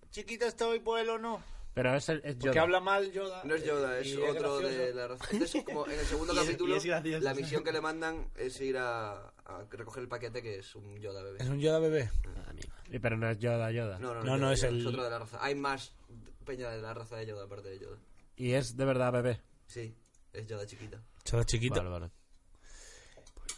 Chiquito estoy, pues, o no. Pero es, es Porque Yoda. habla mal Yoda. No es Yoda, eh, es y otro gracioso. de la raza. Entonces, como en el segundo Y es- capítulo, y es gracioso. la misión que le mandan es ir a, a recoger el paquete que es un Yoda Es bebé. un Yoda bebé. Y Pero no es Yoda, Yoda. No, no, No, Yoda, no, es Yoda, el- otro de la raza. Hay más peña de la raza de Yoda aparte de Yoda. Y es de verdad bebé. Sí, es Yoda chiquita. Yoda chiquito. Vale, vale.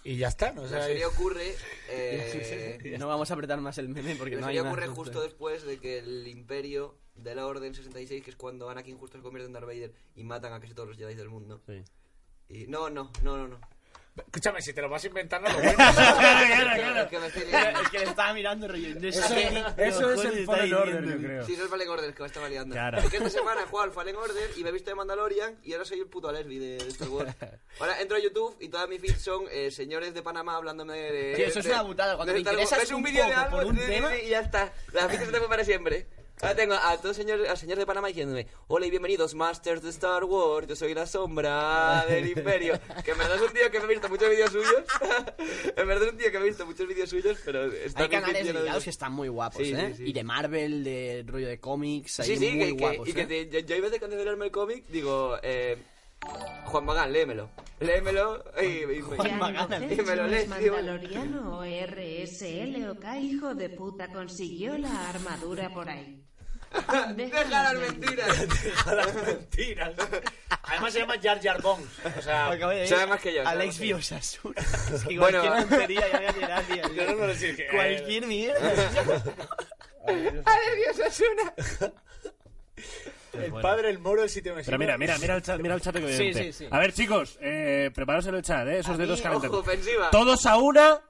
Y ya está, ¿no? O La sea, serie es- ocurre. eh, No vamos a apretar más el meme porque la no serie hay más. ocurre justo después de que el Imperio de la Orden 66, que es cuando Anakin justo se convierte en Darth Vader y matan a casi todos los Jedi del mundo. Sí. Y no, no, no, no, no. Escúchame, si te lo vas a inventar, <laughs> no lo cuentes. <laughs> Es que me estoy liando. <laughs> Es que le estaba mirando rollo. Eso, eso es el Fallen Order, yo creo. Sí, no es Fallen Order, que me estaba liando. Claro. Porque esta semana he jugado al Fallen Order y me he visto de Mandalorian y ahora soy el puto Lesbi de de Star <laughs> Wars. Ahora entro a YouTube y todas mis feeds son eh, señores de Panamá hablándome de... Tío, eso es de- una putada, cuando de te Star Wars. interesas Ves un un vídeo de poco algo por un sí, sí, tema- sí, y ya está. Las feeds se tengo para siempre. Ahora tengo a todos señores, al señor de Panamá diciéndome Hola y bienvenidos, Masters de Star Wars Yo soy la <laughs> sombra del imperio Que en verdad es un tío que me he visto muchos vídeos suyos <laughs> En verdad es un tío que me he visto muchos vídeos suyos Pero está Hay bien canales lleno de- dedicados que están muy guapos, Sí, sí, ¿eh? sí. Y de Marvel, de rollo de cómics, hay sí, sí, muy que, que- guapos, y que ¿eh? te- yo, yo hay veces que antes de leerme el cómic digo, eh, Juan Magán, léemelo. Léemelo y, y me- <laughs> Juan y Magán. me lo lees, tío. ¿eh? Mandaloriano o RSL o K, hijo de puta, consiguió la armadura por ahí. <laughs> Deja las mentiras. <laughs> Deja las mentiras. Además se llama Jar Jar Bones. O sea, Ah, Sabe más que yo. sabe más Alex que yo. Biosasura. Es que Bueno. cualquier tontería ya voy a tirar, tío. Yo no lo sé, que- Cualquier <laughs> mierda. Alex Biosasura. el bueno. padre, el moro, el sitio me Pero mira, mira, mira el chat, mira el chat que Sí, oyente. sí, sí. A ver, chicos, eh, preparaos en el chat, eh, esos dedos mí, calentando. ojo, ofensiva. Todos a una.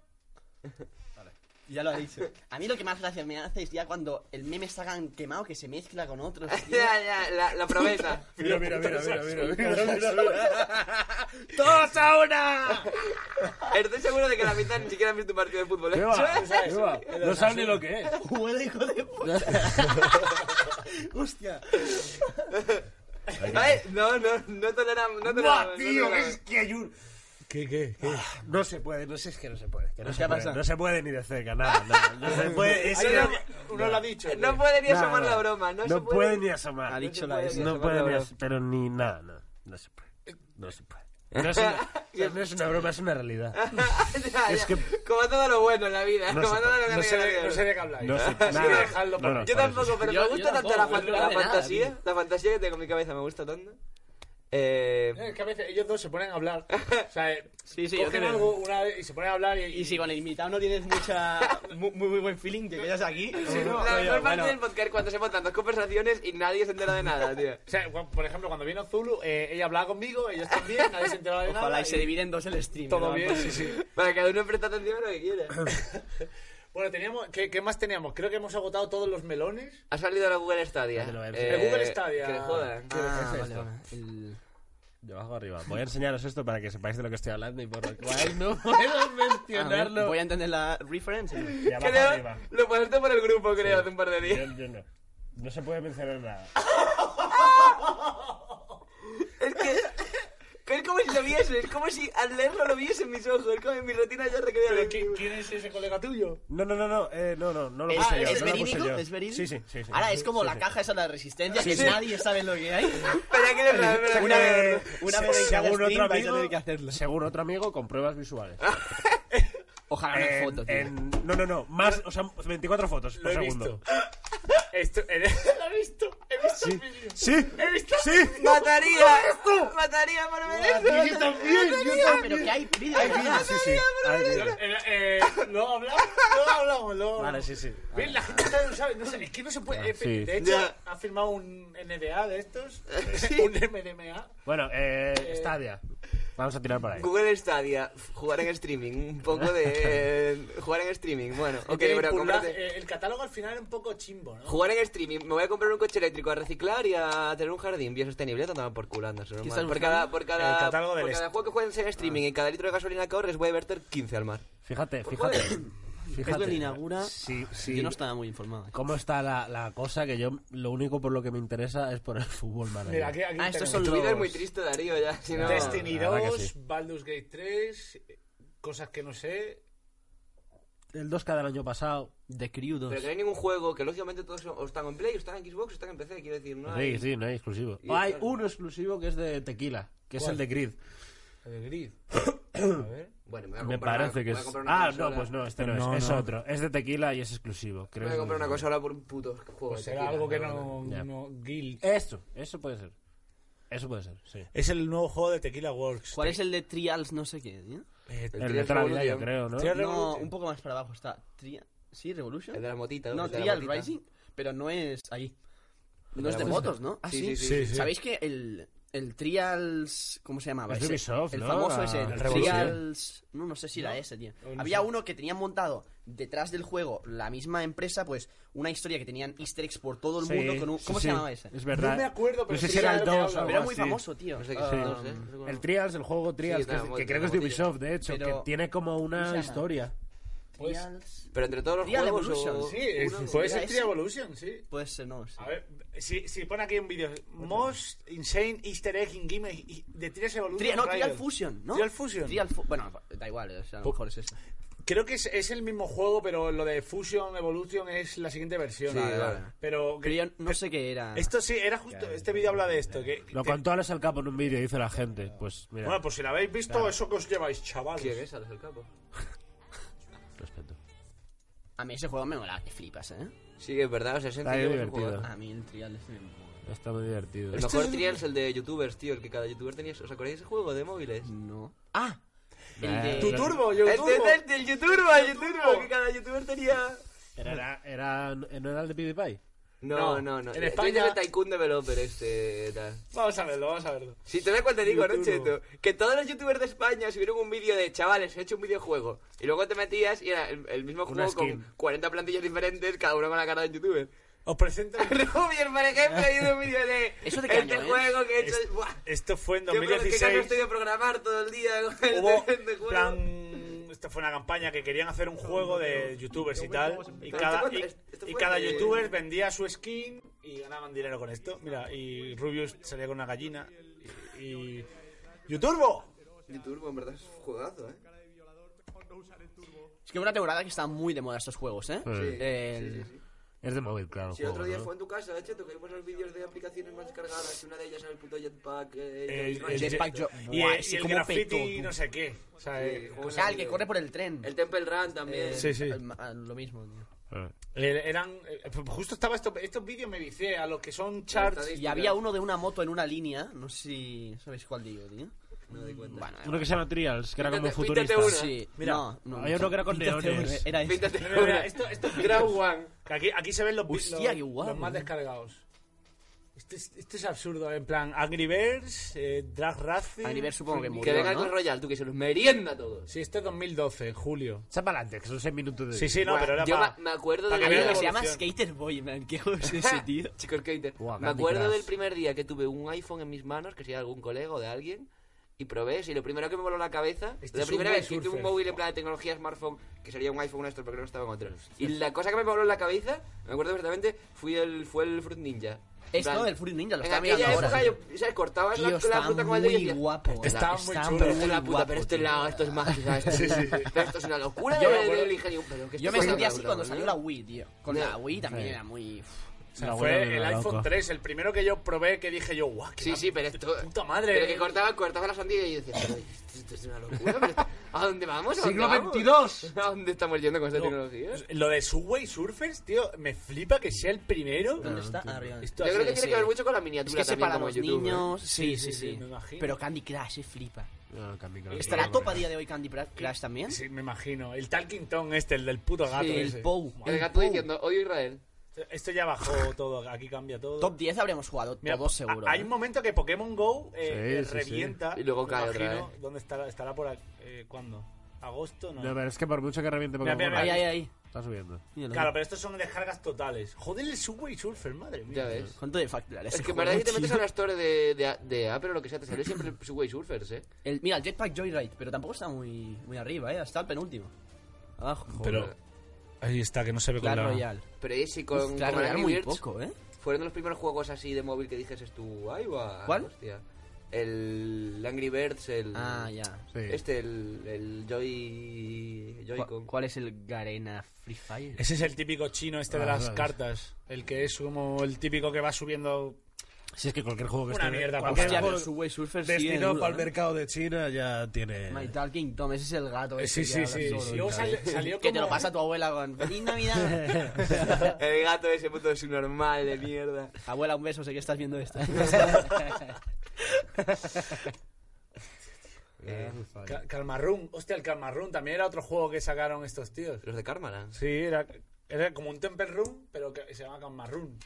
Ya lo ha dicho. A mí lo que más gracia me hace es ya cuando el meme está tan quemado que se mezcla <laughs> con otros. tío. Ya, ya, la, la promesa. Mira, mira, mira, mira, mira, mira, mira, mira. <laughs> ¡Todos a una! Estoy seguro de que la mitad ni siquiera han visto un partido de fútbol. ¿eh? Beba, beba. No sabe ni lo que es. Huele, hijo de <laughs> puta. Hostia. <laughs> ¿Vale? ¿Eh? No, no, no toleramos. No toleramos. no toleramos. que hay un... ¿Qué, qué, qué? No se puede, no sé, es que no se puede. que no, ¿Qué se ha puede pasado? no se puede ni de cerca, nada, nada. No se <laughs> puede, es Ahí que- lo- uno lo ha dicho. tío. No puede ni nada, asomar nada. la broma. No, se No puede. puede ni asomar. Ha dicho la S. No asomar puede la ni broma. as- pero ni nada, no. No se puede. No se puede. No es una, no es una broma, es una realidad. Ya, ya. Es que- Como todo lo bueno en la vida. No como se todo lo que No hay sé, en la vida. de, no sé de qué habláis. <laughs> No sé, Así que nada. dejadlo No, por- no. Yo tampoco, pero Yo- me yo gusta tanto tampoco, yo la, no fan- creo la de nada, fantasía. la fantasía que tengo en mi cabeza me gusta tanto. Eh, Es que a veces ellos dos se ponen a hablar. O sea, eh, Sí, sí, yo cogen creo. algo una vez y se ponen a hablar y, Y si con el invitado no tienes mucha muy, muy buen feeling, te quedas aquí. la No, mejor yo, parte bueno, del podcast cuando se montan dos conversaciones y nadie se entera de nada, tío. O sea, cu- por ejemplo, cuando vino Zulu, eh, ella hablaba conmigo, ellos también, nadie se enteraba de nada. Ojalá y se divide en dos el stream. Todo ¿no? Pues bien, sí, sí. Para que pues, cada uno preste atención a lo que <laughs> quiera. Bueno, teníamos, ¿qué, qué más teníamos? Creo que hemos agotado todos los melones. Ha salido la Google Stadia. Ándalo, a ver. Eh, El Google Stadia. Que le jodan. Ah, es vale, esto? vale. El- De abajo arriba. Voy a enseñaros esto para que sepáis de lo que estoy hablando y por lo cual no puedo Ah, mencionarlo. Voy a entender la <laughs> reference. De abajo Creo, arriba. lo pasaste por el grupo, creo, hace un par de días. Yo, yo no. No se puede mencionar nada. Es que. que Es como si lo viese, es como si al leerlo lo viese en mis ojos, es como en mi retina ya recreada. ¿Pero qui- quién es ese colega tuyo? No, no, no, no, eh, no, no, no lo ¿Es, puse yo. es no lo puse verídico? yo. ¿Es verídico? Sí, sí, sí. sí. Ahora es como Sí, la sí. caja esa de la resistencia que Sí, sí. nadie sabe lo que hay. Espera, que le trae, espera, Una que le- vez- una vez Eh, según en cada stream otro vais a amigo- tener que hacerlo. Según otro amigo, con pruebas visuales. Ojalá una En- foto, tío. en- no, no, no. Más, o sea, 24 fotos Lo por he segundo. visto. Esto, <laughs> lo he visto. He <laughs> visto el vídeo. Sí, He visto. sí. ¡Mataría! ¡Mataría por ver esto! Yo también, yo Ah, también. pero que hay vídeos. Hay vídeos, sí, sí. Hay vídeos. Eh, eh, luego hablamos, luego hablamos, luego Vale, hablamos. sí, sí. ¿Ves? La gente todavía no sabe, no sé, es que no se puede. eh, Ah, Sí. De hecho, Ya. ha firmado un NDA de <laughs> estos, <laughs> un MDMA. Bueno, eh, Stadia. Vamos a tirar por ahí. Google Stadia, jugar en streaming, un poco de... eh, <laughs> jugar en streaming, bueno, ok, Tiene pero un puzzle, cómprate... eh, el catálogo al final es un poco chimbo, ¿no? Jugar en streaming, me voy a comprar un coche eléctrico a reciclar y a tener un jardín biosostenible, a tomar por culo, anda, eso es normal. estás Por buscando? cada, por El cada, catálogo por del cada est- Ah. juego que juegues en streaming y cada litro de gasolina que ahorres voy a verter 15 al mar. Fíjate, fíjate. Fíjate. Google inaugura- Sí, sí. Yo no estaba muy informado. ¿Cómo está la, la cosa? Que yo lo único por lo que me interesa es por el fútbol manager. Mira, aquí, aquí Ah, estos tenemos son Tu vida es los- muy triste, Darío, ya, si no... Destiny La verdad que 2, sí. Baldur's Gate 3, eh, cosas que no sé. El 2K del año pasado. The Crew Pues 2. Pero que no hay ningún juego, que lógicamente todos son- o están en Play, o están en Xbox, o están en PC, quiero decir, no hay... Sí, sí, no hay exclusivo. Y- hay uno exclusivo que es de tequila, que es el de Grid. El <coughs> grid. A ver. Bueno, me, voy a Me comprar una- parece que voy a es. comprar una Ah, no, consola. pues no, este no, No, es. Es no. otro. Es de tequila y es exclusivo. Creo Voy a que- comprar una consola por un puto juego. Pues de será tequila, algo que la verdad. no. Ya. no guild. Esto, eso puede ser. Eso puede ser, sí. Es el nuevo juego de Tequila Works. ¿Cuál es el de Trials no sé qué? tío? Eh, El, Trials de toda la vida, yo Revolution. creo, ¿no? Trials- No, Revolution. un poco más para abajo está. Tria... ¿Sí? ¿Revolution? El de la motita. No, el de la Trial motita. Rising, pero no es ahí. El No es de de la motita. motos, ¿no? Ah, Sí, sí. sí, sí, Sí, sí. ¿Sabéis que el, el Trials... ¿Cómo se llamaba? Es de ese? Ubisoft, El ¿no? famoso Ah, ese. el Revolution. Trials... No, no sé si era ese, tío. O no Había sé. uno que tenían montado detrás del juego la misma empresa, pues una historia que tenían easter eggs por todo el Sí, mundo. Con un... sí, ¿Cómo sí, se llamaba ese? Es verdad. No me acuerdo, pero No sé sí si era sé el de lo que 2 o hablo. algo Era muy así. famoso, tío. No sé qué Ah, son Sí. dos, ¿eh? No sé cómo- El Trials, el juego Trials, Sí, que, es- claro, que creo la que es de botella. Ubisoft, de hecho, Pero- que tiene como ¿Cómo se una llama? historia. Pues- Trials... Pero entre todos los Trial juegos. Evolution, o- Sí, es- uno- puede ser Trial Mira, ese- Evolution, sí. Puede ser, no. sí. A ver, si, si pone aquí en vídeo Most Insane Easter Egg in Game de Trials Evolution. Tri- no, Trial Trial Fusion, ¿no? Trial Fusion. Trial Fu- bueno, da igual, o sea, a lo mejor es eso. Creo que es, es el mismo juego, pero lo de Fusion Evolution es la siguiente versión. Sí, Vale, vale. Pero, Pero yo no sé qué era. Esto sí, era justo. Este vídeo habla de esto. Que, Lo que- contó Alex al capo en un vídeo, dice la gente. Pues mira. Bueno, pues si lo habéis visto, Claro. eso que os lleváis, chavales. ¿Quién es Alex el Capo? A mí ese juego me mola, que flipas, ¿eh? Sí, que es verdad, los 60 Está bien llevan divertido. jugador. A mí el trial es me mola. Está muy divertido. El mejor trial es el de youtubers, tío, el que cada youtuber tenía. ¿Os acordáis de ese juego de móviles? No. ¡Ah! Eh, El de... Tu turbo, El yo de- el del youturbo, el youturbo, Youturbo. que cada youtuber tenía. Era, era, era- ¿No era el de PewDiePie? No, No, no, no. en Estoy España- de Tycoon Developer este tal. Vamos a verlo, vamos a verlo. Si te das cuenta, digo, ¿no, Youturbo. Cheto? Que todos los youtubers de España subieron un vídeo de chavales, he hecho un videojuego. Y luego te metías y era el, el mismo Una juego con skin. 40 <laughs> plantillas diferentes, cada uno con la cara de youtuber. Os <laughs> presento. Rubius, por ejemplo, hay un vídeo de Eso este de caño, ¿eh? juego que he hecho. Es- Buah, Esto fue en qué pro- qué caño 2016. estoy de programar todo el día con el Hubo de- de juego. plan, esta fue una campaña que querían hacer un juego de youtubers y tal y Este cada y, este y cada youtuber vendía su skin y ganaban dinero con esto mira y Rubius salía con una gallina y, y... ¡Youturbo! Youturbo, en verdad es un juegazo, ¿eh? Es que hubo una temporada que estaban muy de moda estos juegos, ¿eh? Sí. El- Es de móvil, claro. Si juego, otro día ¿no? fue en tu casa, Cheto, que vimos los vídeos de aplicaciones más descargadas y una de ellas era el puto Jetpack. El- Eh, el Jetpack jet- Job. y, Buah, el- ese y el cómo graffiti petó, tú. no sé qué o sea, eh, juegos Ah, el que así. corre por el tren. El Eh, Temple Run también. sí sí El- ah, lo mismo, tío. Ah. Eh, eran eh, justo estaba esto, estos vídeos me vicié a los que son charts Y había uno de una moto en una línea, no sé si sabéis cuál digo, tío. No doy cuenta. Bueno, Uno que se llama Trials, que era como Píntate- futurista. píntate una. sí, Mira, no, no. había uno que era con Píntate neones. una- Era ese. Píntate Mira, mira, una. esto, esto es Ground One. Que aquí, aquí se ven los, pi- Hostia, los- qué guapo, los más eh. descargados. Esto es, esto es absurdo, eh, en plan Angry Birds, eh, Drag Racing. Angry Birds supongo que Que murió. venga ¿no? con Royal, tú que se los merienda todos. Sí, este es 2012, julio. Echa para adelante, que son 6 minutos de. Sí, sí, no, Buah, pero era yo pa- me- me acuerdo pa' de que la- veas la Había uno que se llama evolución. Skater Boy, man. ¿Qué juego <laughs> es Ah, ese, tío? Chicos, skater. Buah, me Candy acuerdo Crush. del primer día que tuve un iPhone en mis manos, que sería de algún colega o de alguien, y probé, y lo primero que me voló la cabeza, Este la es un primera buen vez que tuve un surfer. móvil en plan de tecnología smartphone, que sería un iPhone nuestro, pero que no estaba en otro. Y la cosa que me voló la cabeza, me acuerdo perfectamente, fui el, fue el Fruit Ninja. En Esto plan, del Fruit Ninja lo en está mirando aquella época ahora. yo, ¿sabes? Cortabas la, Tío, la está fruta con el dedo y muy decías, guapo. Este está muy chulo. Pero esto es la puta, guapo, pero esto es tío. la, esto es más, ¿sabes? <laughs> Pero esto es una locura Yo de- me del acuerdo- ingenio. Pero que Yo esto me es sentí una así cuando broma, salió ¿no? la Wii, tío. Con Sí. la Wii también Sí. era muy... O sea, La abuela fue era el loca. iPhone 3, el primero que yo probé que dije yo, guau, qué Sí, la- sí, pero esto. puta madre. Pero que cortaba, cortaba la sandía y yo decía, "Pero esto, esto es una locura. pero esto- ¿A dónde vamos? ¿A dónde Siglo vamos? <laughs> XXII. ¿A dónde estamos yendo con esta No, tecnología? Yo pues, Lo de Subway Surfers, tío, me flipa que sea el primero. ¿Dónde está? Ah, Arriba. Esto creo que así. tiene que ver mucho con la Es miniatura que también separa a como los YouTube, ¿eh? niños. Sí, Sí, sí, sí, sí. me imagino. Pero Candy Crush, eh, flipa. No, Candy Crush. ¿Está la topa a día de hoy Candy Pra- Crush también? Sí, me imagino. El Talking Tom este, el del puto gato Sí, el ese. Pou. El El gato Pou. diciendo, odio Israel. Esto ya bajó todo, aquí cambia todo. Top 10 habríamos jugado Mira, todos seguro. a- Hay ¿eh? un momento que Pokémon Go eh, Sí, eh, sí, sí. revienta. Y luego me cae otra imagino, vez. ¿Dónde estará? ¿Estará por aquí? Eh, ¿Cuándo? ¿Agosto? No. No, pero es que por mucho que reviente Mira, Pokémon. mira, Ahí, mira. ahí, ahí. Está subiendo. Míralo. Claro, pero estos son descargas totales. Joder, el Subway Surfer, madre mía. Ya ves. ¿Cuánto de facturar ese Es que en juego, verdad si te tío? metes a la store de, de, de Apple o lo que sea, te sale siempre el Subway Surfers, ¿eh? El- mira, el Jetpack Joyride, pero tampoco está muy, muy arriba, ¿eh? Está el penúltimo. Abajo. Pero ahí está, que no se ve con Clash la... Royale. Pero ahí sí, con, Uf, Clash con Royale Angry muy Birds poco, ¿eh? fueron de los primeros juegos así de móvil que dijeses tú, ay, va. ¿Cuál? Hostia. El Angry Birds, el... Ah, ya. Sí. Este, el, el Joy... ¿Cu- Joy-Con. ¿Cuál es el Garena Free Fire? Ese es el típico chino este de Ah, las vale. cartas. El que es como el típico que va subiendo... Si es que cualquier juego que Una esté. mierda, cualquier cualquier juego pero Subway Surfer sí es destinado duro, para el ¿eh? mercado de China ya tiene. My Talking Tom, ese es el gato. Sí, ese sí, que sí. habla sí. solo, Luego ¿eh? sal- salió Que te lo como- pasa tu abuela con ¡Feliz Navidad! <laughs> El gato ese puto es un normal de mierda. abuela, un beso, sé que estás viendo esto. Ca- Calmarrún. Hostia, el Calmarrún también era otro juego que sacaron estos tíos. Los de Karmaland. Sí, era, era como un Temple Room, pero que se llama Calmarrún.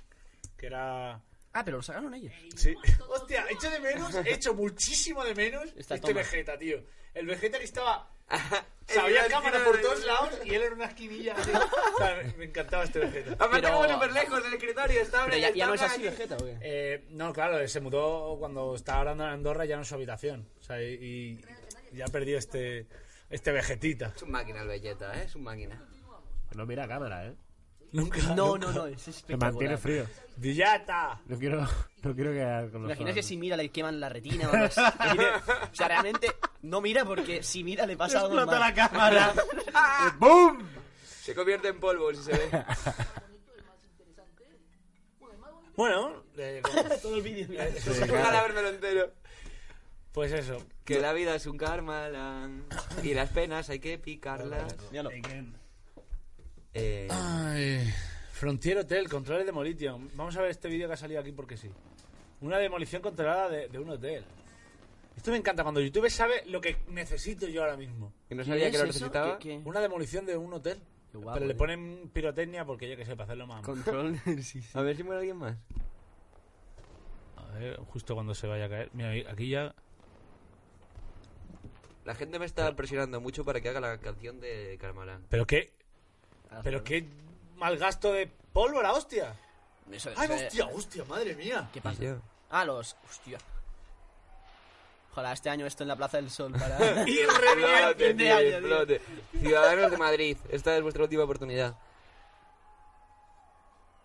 Que era... ah, pero lo sacaron ellos. Sí. Hostia, echo de menos, echo muchísimo de menos Esta este toma. Vegeta, tío. El Vegeta que estaba. O sea, había cámara por todos lados y él era una esquinilla. tío. O sea, me, me encantaba este Vegeta. Aparte Pero- como súper lejos del escritorio, estaba Pero ya, ya no es estaba así, aquí. Vegeta, ¿o qué? Eh, no, claro, se mudó cuando estaba hablando en Andorra ya no en su habitación. O sea, y, y ya perdió este, este Vegetita. Es un máquina el Vegeta, ¿eh? Es un máquina. No mira a cámara, eh. Nunca. No, no, no, ese es Se espectacular. mantiene frío. ¡Villata! No quiero, no quiero quedar con los Imagina que fans. si mira le queman la retina <laughs> o algo así. O sea, realmente no mira porque si mira le pasa algo mal. cámara. ¡Boom! Se convierte en polvo si se <laughs> ve. Bueno, eh, <laughs> como- Todo el vídeo. Sí, <laughs> Ojalá claro. vérmelo entero. pues eso. Que la vida es un karma, Alan. Y las penas hay que picarlas. Eh, Ay, Frontier Hotel, controles demolition. Vamos a ver este vídeo que ha salido aquí porque sí. Una demolición controlada de, de un hotel. Esto me encanta cuando YouTube sabe lo que necesito yo ahora mismo. ¿Y no sabía ¿Qué que lo es eso? necesitaba? ¿Qué- qué? Una demolición de un hotel. guapo, pero le tío. ponen pirotecnia porque yo que sé, para hacerlo más. Control, sí, sí. A ver si muere alguien más. A ver, justo cuando se vaya a caer. Mira, ahí- aquí ya. La gente me está presionando mucho para que haga la canción de Carmalán. Pero qué. Ah, Pero qué mal gasto de pólvora, hostia. Eso es, Ay, eh. hostia, hostia, madre mía. ¿Qué pasa? Ah, los. Hostia. Ojalá este año esto en la Plaza del Sol <laughs> para. Y <laughs> Fin de reblote, tío, año, tío. explote. Ciudadanos de Madrid, esta es vuestra última oportunidad.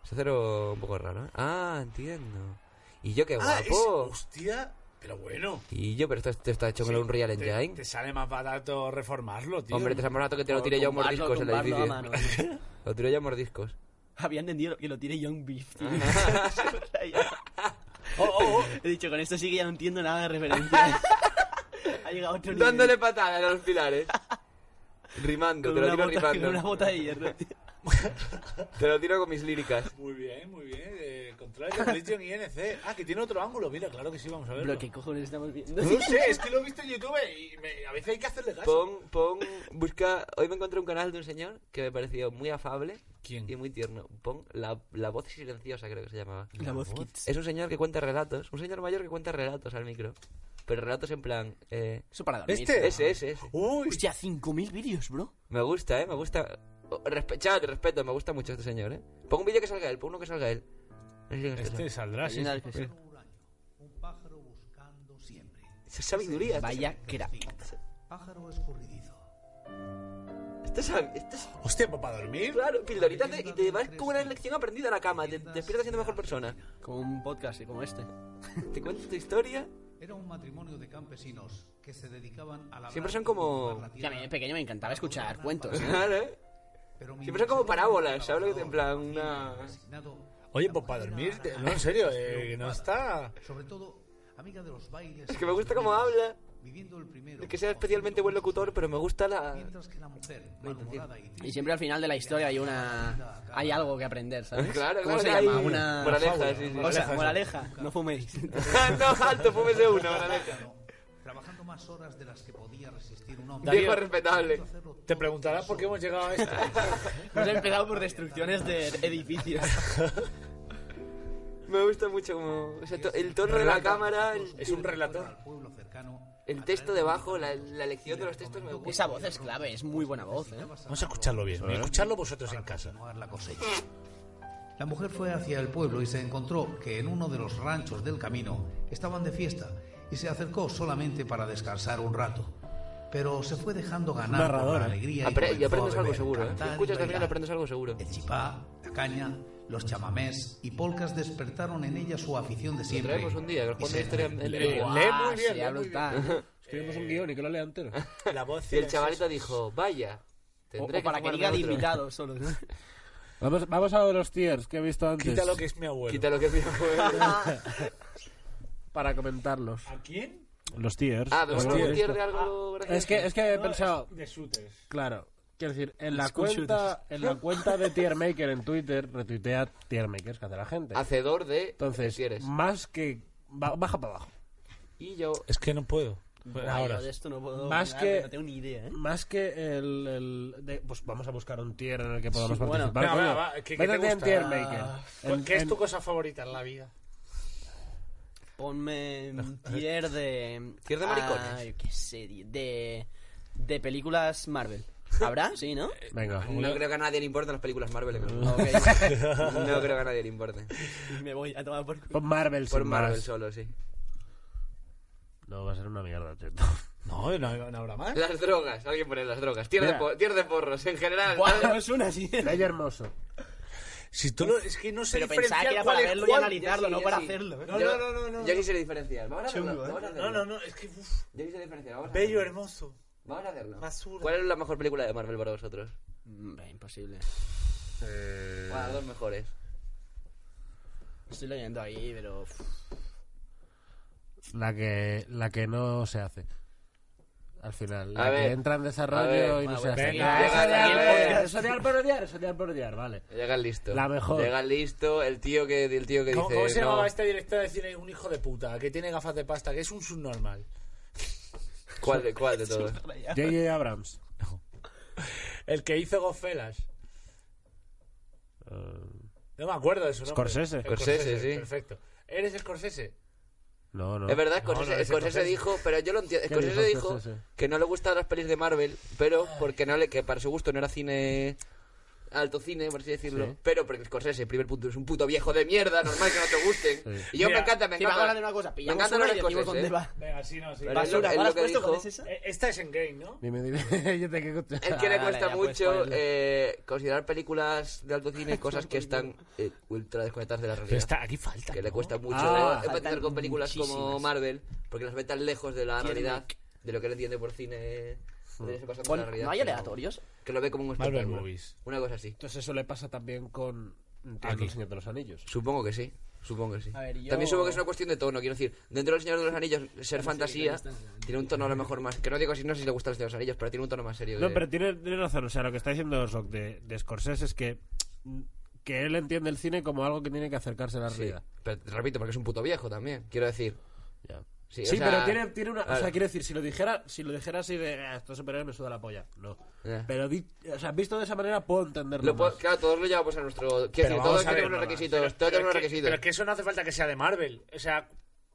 Ese cero un poco raro, ¿eh? Ah, entiendo. Y yo, qué Ah, es- guapo. hostia, pero bueno. Y yo, pero esto, esto está hecho con Sí, el Unreal te- Engine. Te sale más barato reformarlo, tío. Hombre, te sale más barato que te lo tire yo a mordiscos el tumbarlo a edificio. lo tiré yo a mordiscos. <laughs> Había entendido que lo tiré Young Beef, <laughs> tío. <laughs> He dicho, con esto sí que ya no entiendo nada <laughs> de referencia. ha llegado otro nivel. Dándole patada a los pilares. Rimando, Con te lo una tiro bota- con rimando. una bota de hierro, tío. Te lo tiro con mis líricas. Muy bien, muy bien. Eh, Control <laughs> de Demolition INC. Ah, que tiene otro ángulo. Mira, claro que sí, vamos a verlo. Pero qué cojones estamos viendo. No sé, es que lo he visto en YouTube y me- a veces hay que hacerle caso. Pon, pon, busca. Hoy me encontré un canal de un señor que me pareció muy afable ¿Quién? y muy tierno. Pon la, la voz silenciosa, creo que se llamaba. <laughs> La voz kids. Es un señor que cuenta relatos, un señor mayor que cuenta relatos al micro. Pero relatos en plan. Eh, Eso para dormir. Pues ¿Este? Ese, ese, ese. Uy, Hostia, 5.000 vídeos, bro. Me gusta, eh, me gusta. Oh, Respechad, respeto, me gusta mucho este señor, eh. Pon un vídeo que salga él, pon uno que salga él. No sé si es este eso. Ah, saldrá, sí. sí. Un pájaro buscando siempre. Esa es sabiduría. este Vaya señor. crack. Pájaro escurridizo. Este es, este es- Hostia, pues para dormir. claro, pildorita te- y te vas con una lección aprendida a la cama. Te, te despiertas siendo mejor persona. Como un podcast como este. Te cuento tu <laughs> historia. Era un matrimonio de campesinos que se dedicaban a la Siempre son como. Ya, a mí de pequeño me encantaba escuchar cuentos. ¿eh? Claro, eh. Siempre son como parábolas, ¿sabes? lo que te- En plan, una. Oye, pues para dormir, te- no, en serio, eh, que no está. Sobre todo, amiga de los bailes. Es que me gusta cómo habla. Viviendo el primero. Que sea especialmente buen locutor, pero me gusta la. Mientras que la mujer, malhumorada y Y siempre al final de la historia hay una... Hay algo que aprender, ¿sabes? Claro, ¿Cómo claro, se que hay llama? Una... Moraleja, sí, sí. O sea, moraleja, no <laughs> <laughs> fuméis. no, alto, fúmese uno, moraleja. Trabajando más horas de las que podía resistir un hombre. Viejo respetable. Te preguntarás por qué hemos llegado a esto. Hemos empezado por destrucciones de edificios. Me gusta mucho como. o sea, to- el tono de la Relata. cámara, el, Es un relator. pueblo cercano. el texto debajo, la, la lección de los textos me gusta. Esa voz es clave, es muy buena voz, ¿eh? <laughs> Vamos a escucharlo bien. y Escucharlo vosotros en casa. continuar la cosecha. La mujer fue hacia el pueblo y se encontró que en uno de los ranchos del camino estaban de fiesta y se acercó solamente para descansar un rato. Pero se fue dejando ganar por Narradora. ¿eh? la alegría Apre- y, y aprendes comenzó a algo beber, seguro, ¿eh? cantar Si y escuchas también bailar. aprendes algo seguro. El chipá, la caña, los chamamés y polcas despertaron en ella su afición de siempre. Traemos un día, que os Y cuento se- la historia en- Lee, en- lee muy bien. Sí, lee hablo muy bien. tal. Escribimos un guión y que lo lea entero. La voz Y el chavalito dijo, vaya, tendré O para que fumarme diga de otro". <laughs> invitado solo. ¿no? <laughs> Vamos, vamos a los tiers que he visto antes. Quita lo que es mi abuelo. Quita lo que me Para comentarlos. ¿A quién? Los tiers. Ah, pero Los bueno, tiers. pierde algo gracioso. Es que, es que he pensado, De shooters. claro. Quiero decir, en la, School cuenta, en la cuenta de Tiermaker en Twitter, retuitea Tiermakers que hace la gente. Hacedor de. Entonces, mm. si quieres. más que... ba- baja para abajo. Y yo. Es que no puedo. Ay, Ahora. yo de esto no puedo Más opinar, que- No tengo ni idea, ¿eh? Más que el... el de- pues vamos a buscar un tier en el que podamos Sí, bueno. Venga, participar. coño. venga, va, ¿qué- qué te Métete en gusta? Tiermaker. En- ¿Qué es en- tu cosa favorita en la vida? Ponme en tier de... Tier de maricones. Ah, yo qué sé, tío, de... De películas Marvel. ¿Habrá? Sí, ¿no? Eh, Venga. No creo que a nadie le importen las películas <laughs> Marvel. ¿eh? Ok. No creo que a nadie le importe. Me voy a tomar <laughs> por... Pon Marvel Por sin Marvel más. solo, sí. No, va a ser una mierda, tío. No, no, no habrá más. Las drogas, alguien pone las drogas. Tier de, Mira. po- tier de porros, en general. Buah, no es una así. Play hermoso. Si tú no- es que no sé <laughs> Pero pensaba que diferenciar era cuál para es verlo y cuál. analizarlo, sí, no ya para sí. hacerlo. ¿eh? No, no, no, no, no. Yo quise diferenciar. Vamos a hacerlo. Chungo, ¿eh? vamos a No, hacerlo. no, no, es que uf, Yo quise diferenciar. Vamos a bello, hacerlo. hermoso. Vamos a hacerlo. Basura. ¿Cuál es la mejor película de Marvel para vosotros? Hombre, Mm, imposible. Bueno, las dos mejores. Estoy leyendo ahí, pero. uf. La que, la que no se hace. Al final. La A que ver. entra en A desarrollo ver. y no Ah, se bueno, hace. venga, Venga, eso venga, ya, venga. venga, Eso ya al parodiar, eso ya al parodiar, vale. Llega listo. La mejor. Llega listo el tío que, el tío que ¿Cómo, dice. cómo se llamaba no, este director de cine? Un hijo de puta, que tiene gafas de pasta, que es un subnormal. ¿Cuál de, <laughs> cuál de todos? J.J. Abrams. El que hizo Gofelas. No me acuerdo de su nombre. Scorsese. Scorsese, Scorsese, sí. Perfecto. ¿Eres Scorsese? No, no. Es verdad, No, no, Scorsese, es Scorsese Scorsese. dijo, pero yo lo entiendo. ¿Qué Scorsese dijo dijo Scorsese? que no le gustan las pelis de Marvel, pero porque no le, que para su gusto no era cine alto cine, por así decirlo. Sí. Pero porque Scorsese, primer punto, es un puto viejo de mierda, normal que no te gusten. Y yo Mira, me encanta, me Si vamos encanta. a hablar de una cosa, me pillamos encanta una hablar y de decimos Scorsese. dónde va. Venga, sí, no, sí. ¿eh? Pero es lo- Basura, es lo ¿cuál has que puesto? dijo. ¿Cuál es esa? Eh, Esta es en Game, ¿no? Dime, dime. <laughs> Yo te que escuchar. Es que Ah, le vale, cuesta ya puedes mucho ponerlo. eh, considerar películas de alto cine cosas que están eh, ultra desconectadas de la realidad. está- aquí falta, Que le ¿no? cuesta mucho Ah, eh, empatizar faltan con películas como muchísimas. Marvel, porque las ve tan lejos de la Quiero realidad, de lo que él entiende por cine. de ese paso por Pon- la realidad, ¿No hay que aleatorios? Que lo ve como un Marvel espectáculo. Movies. Una cosa así. Entonces eso le pasa también con... Aquí. El Señor de los Anillos. Supongo que sí. Supongo que sí. A ver, yo- También supongo que es una cuestión de tono. Quiero decir, dentro del Señor de los Anillos, ser fantasía tiene un tono a lo mejor más. Que no digo así, no sé si le gusta el Señor de los Anillos, pero tiene un tono más serio. No, de- pero tiene, tiene razón. O sea, lo que está diciendo Rock de, de Scorsese es que, que él entiende el cine como algo que tiene que acercarse a la Sí. realidad. Pero te repito, porque es un puto viejo también. Quiero decir, Ya. Sí, Sí, o sea, pero tiene, tiene una. O claro. sea, quiero decir, si lo dijera, si lo dijera así de "Ah, estos superhéroes me suda la polla. No. Ya. Pero di- o sea, visto de esa manera puedo entenderlo. Lo po- más. claro, todos lo llevamos a nuestro. Quiero decir, vamos todos a ver, tenemos unos mamá. requisitos. Pero- todos pero tenemos es que- unos requisitos. Pero es que eso no hace falta que sea de Marvel. O sea,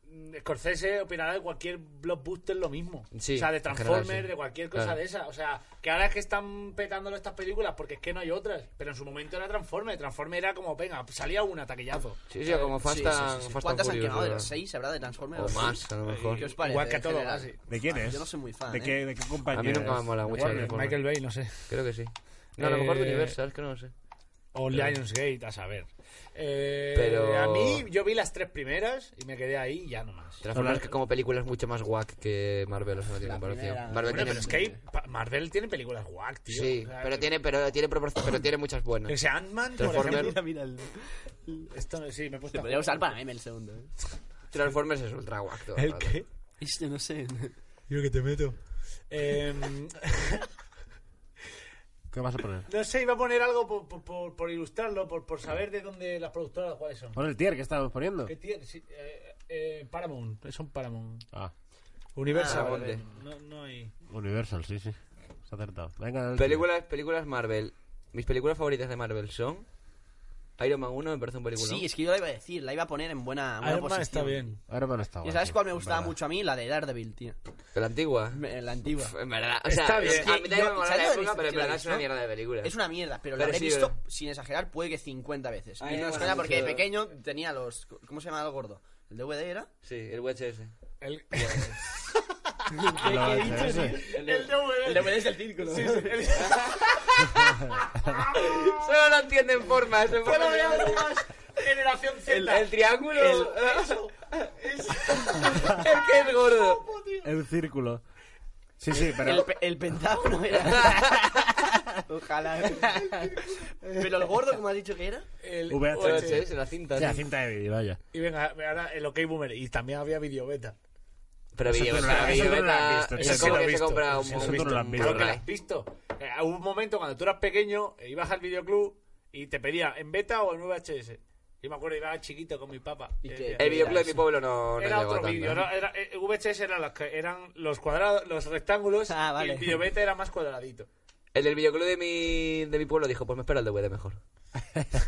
mm, Scorsese opinará de cualquier blockbuster lo mismo. Sí, o sea, de en general, Transformers, sí. de cualquier cosa Claro. de esa. O sea, que ahora es que están petándolo estas películas porque es que no hay otras. Pero en su momento era Transformers. Transformers era como, venga, salía una, taquillazo. Sí, sí, como Fast Sí, sí, sí, and- sí. Fast and ¿Cuántas han Furious, quedado? ¿De ¿verdad? las seis habrá de Transformers? O más, a lo mejor. ¿Qué os parece? Igual que a en todo, general? así. ¿De quién Ah, es? Yo no soy muy fan. ¿De ¿eh? qué, de qué compañía? A mí nunca me es? ha molado ¿De mucho. Warner? Transformers. Michael Bay, no sé. Creo que sí. No, a lo mejor de Eh, Universal, es que no lo sé. O Lionsgate, a saber. Eh, Pero- A mí, yo vi las tres primeras y me quedé ahí y ya nomás. Transformers que como película es mucho más guac que Marvel, o sea, no tiene La comparación. primera- Marvel Bueno, tiene- pero es que hay- pa- Marvel tiene películas guac, tío. Sí, O sea, pero tiene, pero, tiene <coughs> proporci- pero tiene muchas buenas. Ese Ant-Man, por Transformer. ejemplo. Mira, mira. el- Esto, sí, me he puesto. Te podría usar para meme el segundo. ¿eh? Transformers es ultra guac. todo el rato. Este, no <laughs> sé. Yo que te meto. ¿Qué vas a poner? Em, no sé, iba a poner algo por, por- por- por ilustrarlo, por, por saber de dónde las productoras cuáles son. Pon el tier que estábamos poniendo. ¿Qué tiene? Sí, eh, eh, Paramount, es un Paramount. Ah, Universal. Eh, Ah, vale. no, no hay. Universal, sí, sí. Está acertado. Venga, el tier. Películas, películas Marvel. Mis películas favoritas de Marvel son Iron Man 1, me parece un película. Sí, es que yo la iba a decir, la iba a poner en Ah, buena, buena posición. Ahora van a estar. ¿Y sabes cuál me gustaba mucho a mí? La de Daredevil, tío. La antigua. Me- La antigua. En verdad, o sea, Está bien. es que a mí también Yo- me mola ¿sabes la lo época, que pero en he visto? verdad es una mierda de película. Es una mmierda, pero, Pero la he sí, eh. visto, ¿verdad? sin exagerar, puede que 50 veces. A mí Y me no es mola coña porque de mucho- pequeño tenía los... ¿Cómo se llamaba el gordo? ¿El DVD era? Sí, el VHS. El, <laughs> Ah, ¿Qué he dicho, <laughs> el DVD. El DVD es el círculo. Sí, sí. Solo lo entienden formas. En forma de- Generación Z. el, el triángulo. El, que <laughs> es gordo. El círculo. Sí, sí, pero. El, pe- el pentágono era. <laughs> Ojalá. Pero el gordo, como has dicho que era. el- VHS. VHS, la cinta. O sea, sí. cinta de vídeo, vaya. Y venga, ahora el OK Boomer. Y también había Video Beta. Pero Eso video, tú no lo- para eso tú no lo has videobeta. Eso visto, tío. es como Eso sí que se lo he compra visto, un. eso tú no lo has un visto. Claro que Blu-ray. la has visto. Eh, hubo un momento cuando tú eras pequeño, eh, ibas al videoclub y te pedía en beta o en VHS. Yo me acuerdo, iba chiquito con mi papá. Eh, qué? eh, El videoclub de mi pueblo no, no era llegó otro tanto. vídeo, ¿no? Era- eh, VHS eran los, que- eran los cuadrados, los rectángulos, Ah, y vale. el videobeta era más cuadradito. El del videoclub de mi, de mi pueblo dijo: Pues me espera el DVD <laughs> mejor.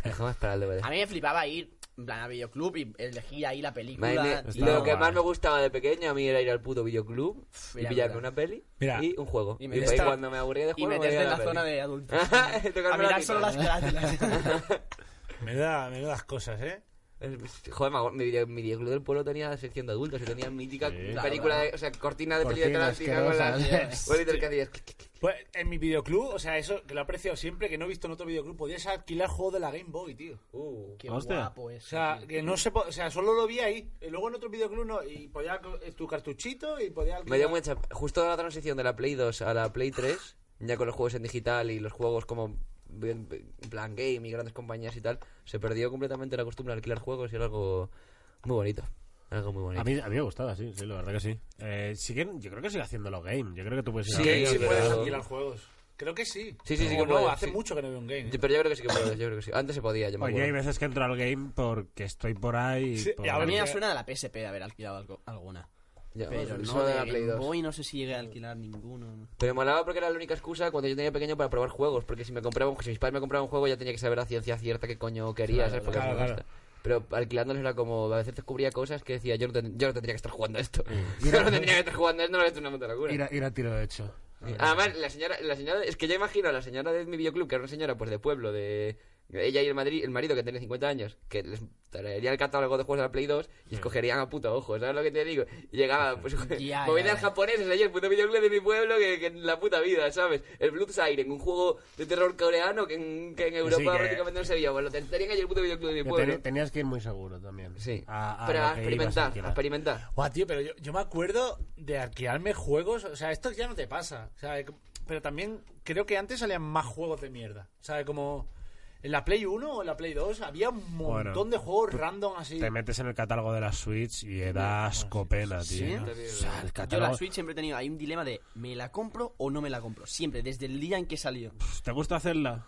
Mejor me espera el DVD. A mí me flipaba ir en plan a videoclub y elegir ahí la película. Madre mía, y- Estaba lo que guay. más me gustaba de pequeño a mí era ir al puto videoclub y Mira, pillarme mira. una peli Mira. y un juego. Y, Y me pues estaba- cuando me aburría de y juego me meterte iba en a la peli. zona de <laughs> adultos. <laughs> Tocarme a mirar la solo teta. <laughs> las carátulas. Me da, me da las cosas, ¿eh? El- Joder, me acuerdo, mi, video- mi videoclub del pueblo tenía sección de adultos y tenía mítica película, de, o sea, cortina de película de Cortina Tarantino con las asquerosa. bolitas que hacías. Pues en mi videoclub, o sea, eso que lo aprecio siempre, que no he visto en otro videoclub, podías alquilar juegos de la Game Boy, tío. Qué Hostia. guapo eso, O sea, tío. que no se po- o sea, solo lo vi ahí. Y luego en otro videoclub no, y podías co- eh, tu cartuchito y podías Me dio alquilar. mucha... Justo la transición de la Play 2 a la Play 3, ya con los juegos en digital y los juegos como bien- en plan game y grandes compañías y tal, se perdió completamente la costumbre de alquilar juegos y era algo muy bonito. Algo muy bonito. A mí, a mí me gustaba, sí, sí, la verdad que sí. Eh, siguen- yo creo que sigue haciendo los games. Yo creo que tú puedes ir Sí, a games, sí, pero- puedes alquilar juegos. Creo que sí. Sí, sí, sí O no, que puedes, hace sí. mucho que no veo un game. ¿eh? Yo- Pero yo creo que sí que puedo, yo creo que sí. Antes se podía, yo me Oye, hay acuerdo. veces que entro al game porque estoy por ahí. Sí, por- a mí me suena a la PSP de haber alquilado algo- alguna. Ya, pero me no suena de la Game Play 2. Boy, no sé si llegué a alquilar ninguno. ¿no? Pero me molaba porque era la única excusa cuando yo tenía pequeño para probar juegos. Porque si me compraba un- si mis padres me compraban un juego, ya tenía que saber a ciencia cierta qué coño quería, Claro, ¿sabes? Porque claro, me claro. gusta. Pero alquilándoles era como. A veces descubría cosas que decía, yo no, ten- yo no tendría que estar jugando a Mm. esto. <laughs> yo no tendría que estar jugando a esto, no es una puta locura. Ir a, ir a tiro de hecho. Eh, Además, Ah, la señora, la señora, es que yo imagino a la señora de mi videoclub, que era una señora pues de pueblo, de ella y el, Madrid, el marido que tenía 50 años, que les traería el catálogo de juegos de la Play 2 Hmm. y escogerían a puto ojo, ¿sabes lo que te digo? Y <laughs> llegaba, pues, ya, movidas ya. japonesas, ahí el puto videoclub de mi pueblo, que, que en la puta vida, ¿sabes? El Blood Siren, un juego de terror coreano que en, que en Europa que- prácticamente no se veía, pues lo tendrían ahí el puto videoclub de mi Que pueblo. ten- tenías que ir muy seguro también. Sí. A, a Pero lo a que ibas a experimentar, a alquilar. experimentar. <laughs> Buah, tío, pero yo, yo me acuerdo de alquilarme juegos. O sea, esto ya no te pasa. O sea, que- pero también creo que antes salían más juegos de mierda. O sea, como en la Play 1 o en la Play 2 había un montón Bueno, de juegos tú- random así. Te metes en el catálogo de la Switch y das copena, tío. O sea, el Yo catálogo. la Switch siempre he tenido ahí un dilema de ¿me la compro o no me la compro? Siempre, desde el día en que salió. Pues, ¿Te gusta hacerla?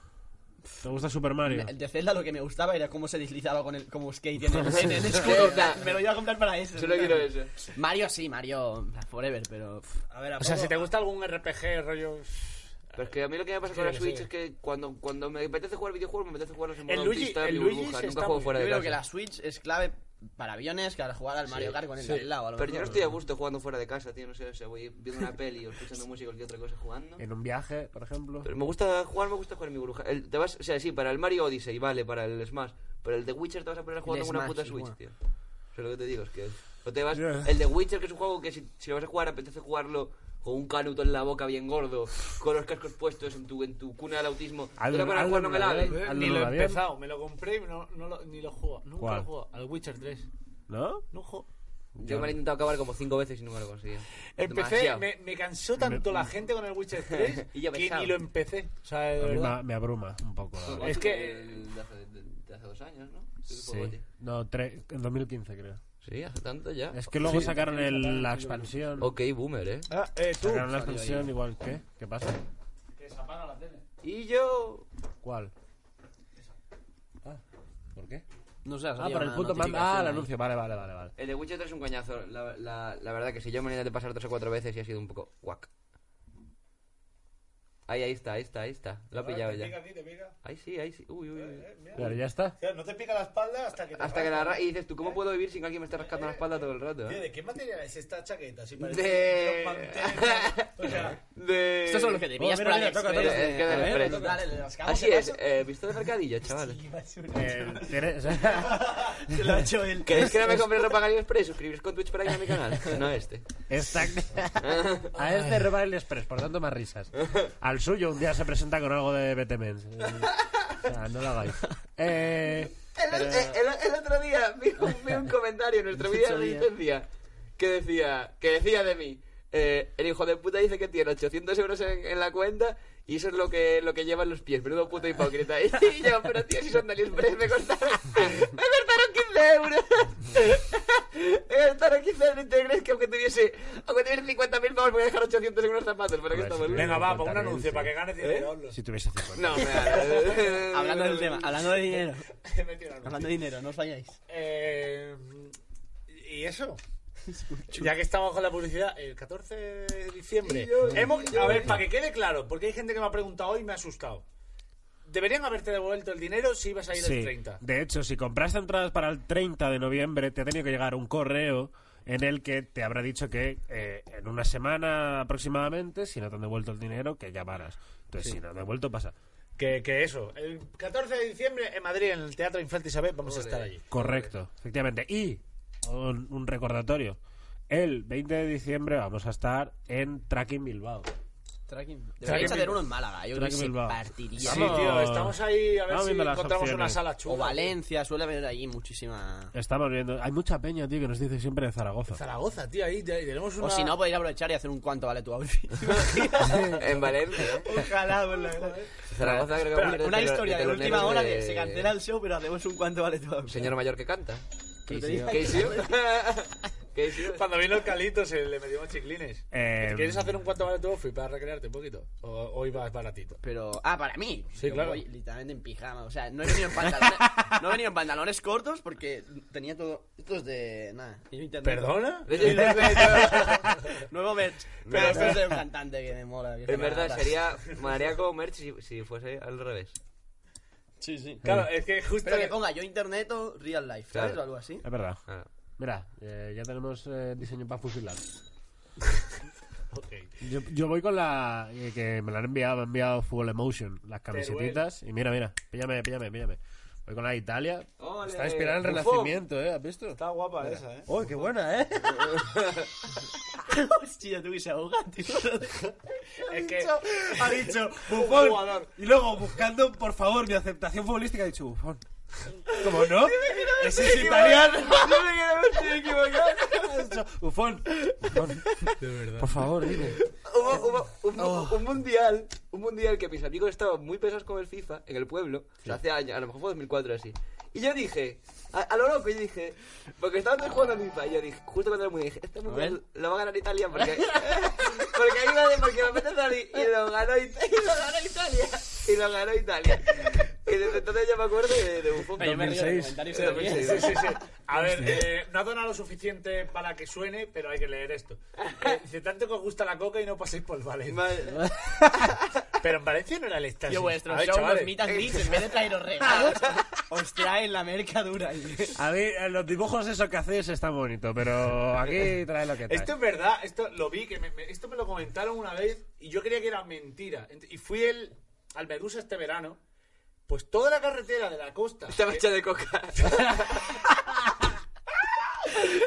¿Te gusta Super Mario? Me- De Zelda lo que me gustaba era cómo se deslizaba con el, como skate en el, Sí. en el escudo. Zelda. me lo iba a comprar para eso. Solo quiero eso. Mario sí, Mario Forever, pero... A ver, O sea, si te gusta algún RPG, rollo. Pero es que a mí lo que me pasa Sí, con la que Switch sí. es que cuando, cuando me apetece jugar videojuegos, me apetece jugarlos en modo El Luigi- autista, el mi Luigi burbuja, se nunca está juego muy- fuera yo de creo casa. que la Switch es clave para aviones que al jugar al Mario Kart con el Sí. de al lado. a lo Pero yo no mejor. estoy a gusto jugando fuera de casa, tío, no sé, o sea, voy viendo una peli o escuchando música o cualquier otra cosa jugando. En un viaje, por ejemplo. Pero me gusta jugar, me gusta jugar en mi burbuja. El- te vas, o sea, sí, para el Mario Odyssey, vale, para el Smash, pero el The Witcher te vas a poner a jugar El con una Smash puta es Switch, bueno. tío. O sea, lo que te digo es que... O te vas, Yeah. El The Witcher, que es un juego que si, si lo vas a jugar, apetece jugarlo con un canuto en la boca bien gordo, con los cascos puestos en tu, en tu cuna del autismo. Hazlo- Tú la pones a hazlo jugar, no me en la la hables. vida. Hazlo Ni en lo he la vida. empezado, me lo compré y no, no lo- ni lo juego. Nunca ¿Cuál? lo juego. Al Witcher 3. ¿No? No juego. Yo me lo he intentado acabar como cinco veces y no me lo conseguí. Empecé, Demasiado. me, me cansó tanto la gente con el <laughs> Witcher 3 Y ya que pesado. ni lo empecé. O sea, de A mí verdad. me, me abruma un poco. la verdad. Es que- El de hace, de hace dos años, ¿no? Sí. No, tre- en 2015 creo. Sí, hace tanto ya. Es que luego Sí, sacaron también el- sacaron la el- expansión. Ok, boomer, ¿eh? Ah, eh, tú. Sacaron la Salió expansión ahí. igual. ¿Qué? ¿Qué pasa? Que se apaga la tele. Y yo... ¿Cuál? Ah, ¿por qué? No sé, ha Ah, salido por el una punto más... notificación ¿eh? Ah, el ahí. anuncio. Vale, vale, vale. vale. El de Witcher 3 es un coñazo. La, la, la verdad que si yo me lo de pasar tres o cuatro veces y ha sido un poco guac. Ahí, ahí está, ahí está, ahí está. Lo ha pillado ya. Ahí sí, ahí sí. Uy, uy, uy. Pero <laughs> ya está. no te pica la espalda hasta que Hasta que la... ra- Y dices, ¿tú cómo puedo vivir sin que alguien me esté rascando la espalda todo el rato? Tío, eh? ¿de qué material es esta chaqueta? Si parece De... los <laughs> manteles, o sea, De... Estos son los que debías para el Express. Eh, que A del ver, Express. toca, dale, le rascamos Así el es, vaso. eh, visto de mercadillo, chavales. Eh, Se lo ha hecho él. ¿Queréis que no me compre ropa en AliExpress? Suscribiros con Twitch Prime a mi canal. No este. Exacto. A este robar el Express, por tanto más risas. Al suyo un día se presenta con algo de Betemens. Eh, O sea, no lo hagáis. Eh, El, pero- eh, el- el otro día vi un, vi un comentario en <laughs> nuestro vídeo de resistencia que decía, que decía de mí, eh, el hijo de puta dice que tiene 800 euros en, en la cuenta y eso es lo que, lo que lleva en los pies, menudo puto hipócrita. <laughs> Y yo, pero tío, si son de AliExpress me costaron, <laughs> me costaron 15 euros. <laughs> me costaron 15 euros y te crees que aunque tuviese, aunque tuviese 50.000 pavos voy a dejar 800 en unos zapatos, pero que Hombre, estamos sí, Venga, va, pon un Cuéntame, anuncio sí. para que ganes dinero. ¿Eh? hazlo. Si tuviese 50. No, me <laughs> Hablando del tema, hablando de dinero. He metido el anuncio. Hablando de dinero, no os vayáis. Eh, ¿Y <laughs> eso? Ya que estamos con la publicidad, el 14 de diciembre. Y yo- hemos- y yo- a ver, para que quede claro, porque hay gente que me ha preguntado y me ha asustado. Deberían haberte devuelto el dinero si ibas a ir Sí. el 30. De hecho, si compraste entradas para el 30 de noviembre, te ha tenido que llegar un correo en el que te habrá dicho que eh, en una semana aproximadamente, si no te han devuelto el dinero, que llamaras. Entonces, si no te han devuelto, pasa. Que, que eso, el 14 de diciembre en Madrid, en el Teatro Infante Isabel, vamos a estar allí. Correcto, efectivamente. Y un, un recordatorio. El 20 de diciembre vamos a estar en Tracking Bilbao. Tracking. Tracking Deberíais hacer Bilbao. uno en Málaga, yo creo que Tracking se Bilbao. partiría. Sí, tío, estamos ahí a ver Vamos si viendo las encontramos eh. opciones. una sala chula. O Valencia, suele haber allí muchísima... Estamos viendo. Hay mucha peña, tío, que nos dice siempre de Zaragoza. Zaragoza, tío, ahí te- tenemos una... O si no, podéis aprovechar y hacer un cuanto vale tu outfit. <laughs> en Valencia. <laughs> ¿eh? Ojalá, por la verdad. Zaragoza creo que va Pero a ser Una de- historia de de, última teloneros hora de- de... se cancela el show, pero hacemos un cuanto vale tu outfit. Señor mayor que canta. Pero te ¿Qué dije hizo? <laughs> ¿Qué hizo? pues- Cuando vino el Calito se le metimos chiclines. Eh, ¿Quieres hacer un cuanto vale tu outfit para recrearte un poquito? ¿O hoy vas baratito? Pero... Ah, para mí. Sí, Yo claro. voy literalmente en pijama. O sea, no he venido en pantalones. no he venido en pantalones cortos porque tenía todo. Esto es de. Nada. es internet. ¿Perdona? <laughs> <laughs> <laughs> Nuevo merch. Pero Pero- esto es de un cantante que me mola. que se En llama verdad, Aras. sería maníaco merch si, si fuese al <laughs> revés. Sí, sí. Claro, es que justo... Pero que ponga yo internet o real life, ¿sabes? Mm. Claro. O algo así. Es verdad. Ah. Claro. Mira, eh, ya tenemos eh, diseño para fusilar. <laughs> Ok. Yo, yo voy con la eh, que me la han enviado, me han enviado Full Emotion, las camisetitas. Y mira, mira, píllame, píllame, píllame. Voy con la de Italia. Ole. Está inspirada en el Bufón. Renacimiento, ¿eh? ¿Has visto? Está guapa esa, ¿eh? ¡Uy, qué <laughs> buena, eh! Hostia, tú que se ahoga, <laughs> tío. Es que... ha dicho Bufón. Y luego, buscando, por favor, mi aceptación futbolística, ha dicho Bufón. ¿Cómo no? Ese es italiano. <laughs> Ha dicho, Bufón. Bufón. Por favor, dime. Hubo, hubo un, un mundial, un mundial que mis amigos estaban muy pesados con el FIFA en el pueblo, o sea, hace años, a lo mejor fue 2004 así. Y yo dije, a, a lo loco, yo dije, porque estaban todos jugando al FIFA, y yo dije, justo cuando era muy dije, este mundial lo va a ganar Italia porque. <laughs> porque iba de, porque me apetece a mí, y lo ganó, It- y lo ganó Italia, y lo ganó Italia. Y desde entonces ya me acuerdo de, de Buffon. Yo me río de 2006. comentarios Sí, de Sí, bien. sí, sí. A ver, eh, no ha donado lo suficiente para que suene, pero hay que leer <laughs> esto. Eh, dice, tanto que os gusta la coca y no paséis por Valencia. <laughs> Madre- Pero en Valencia no era el estasis. Yo A vuestros ver, shows chavales. los mitas dices, en vez de traeros regalos, os traen la merca dura. A ver, eh, los dibujos esos que hacéis están bonitos, pero aquí trae lo que trae. Esto es verdad, esto lo vi, que me- me- esto me lo comentaron una vez y yo creía que era mentira. Ent- Y fui el, al Medusa este verano, pues toda la carretera de la costa... Estaba que- hecha de coca.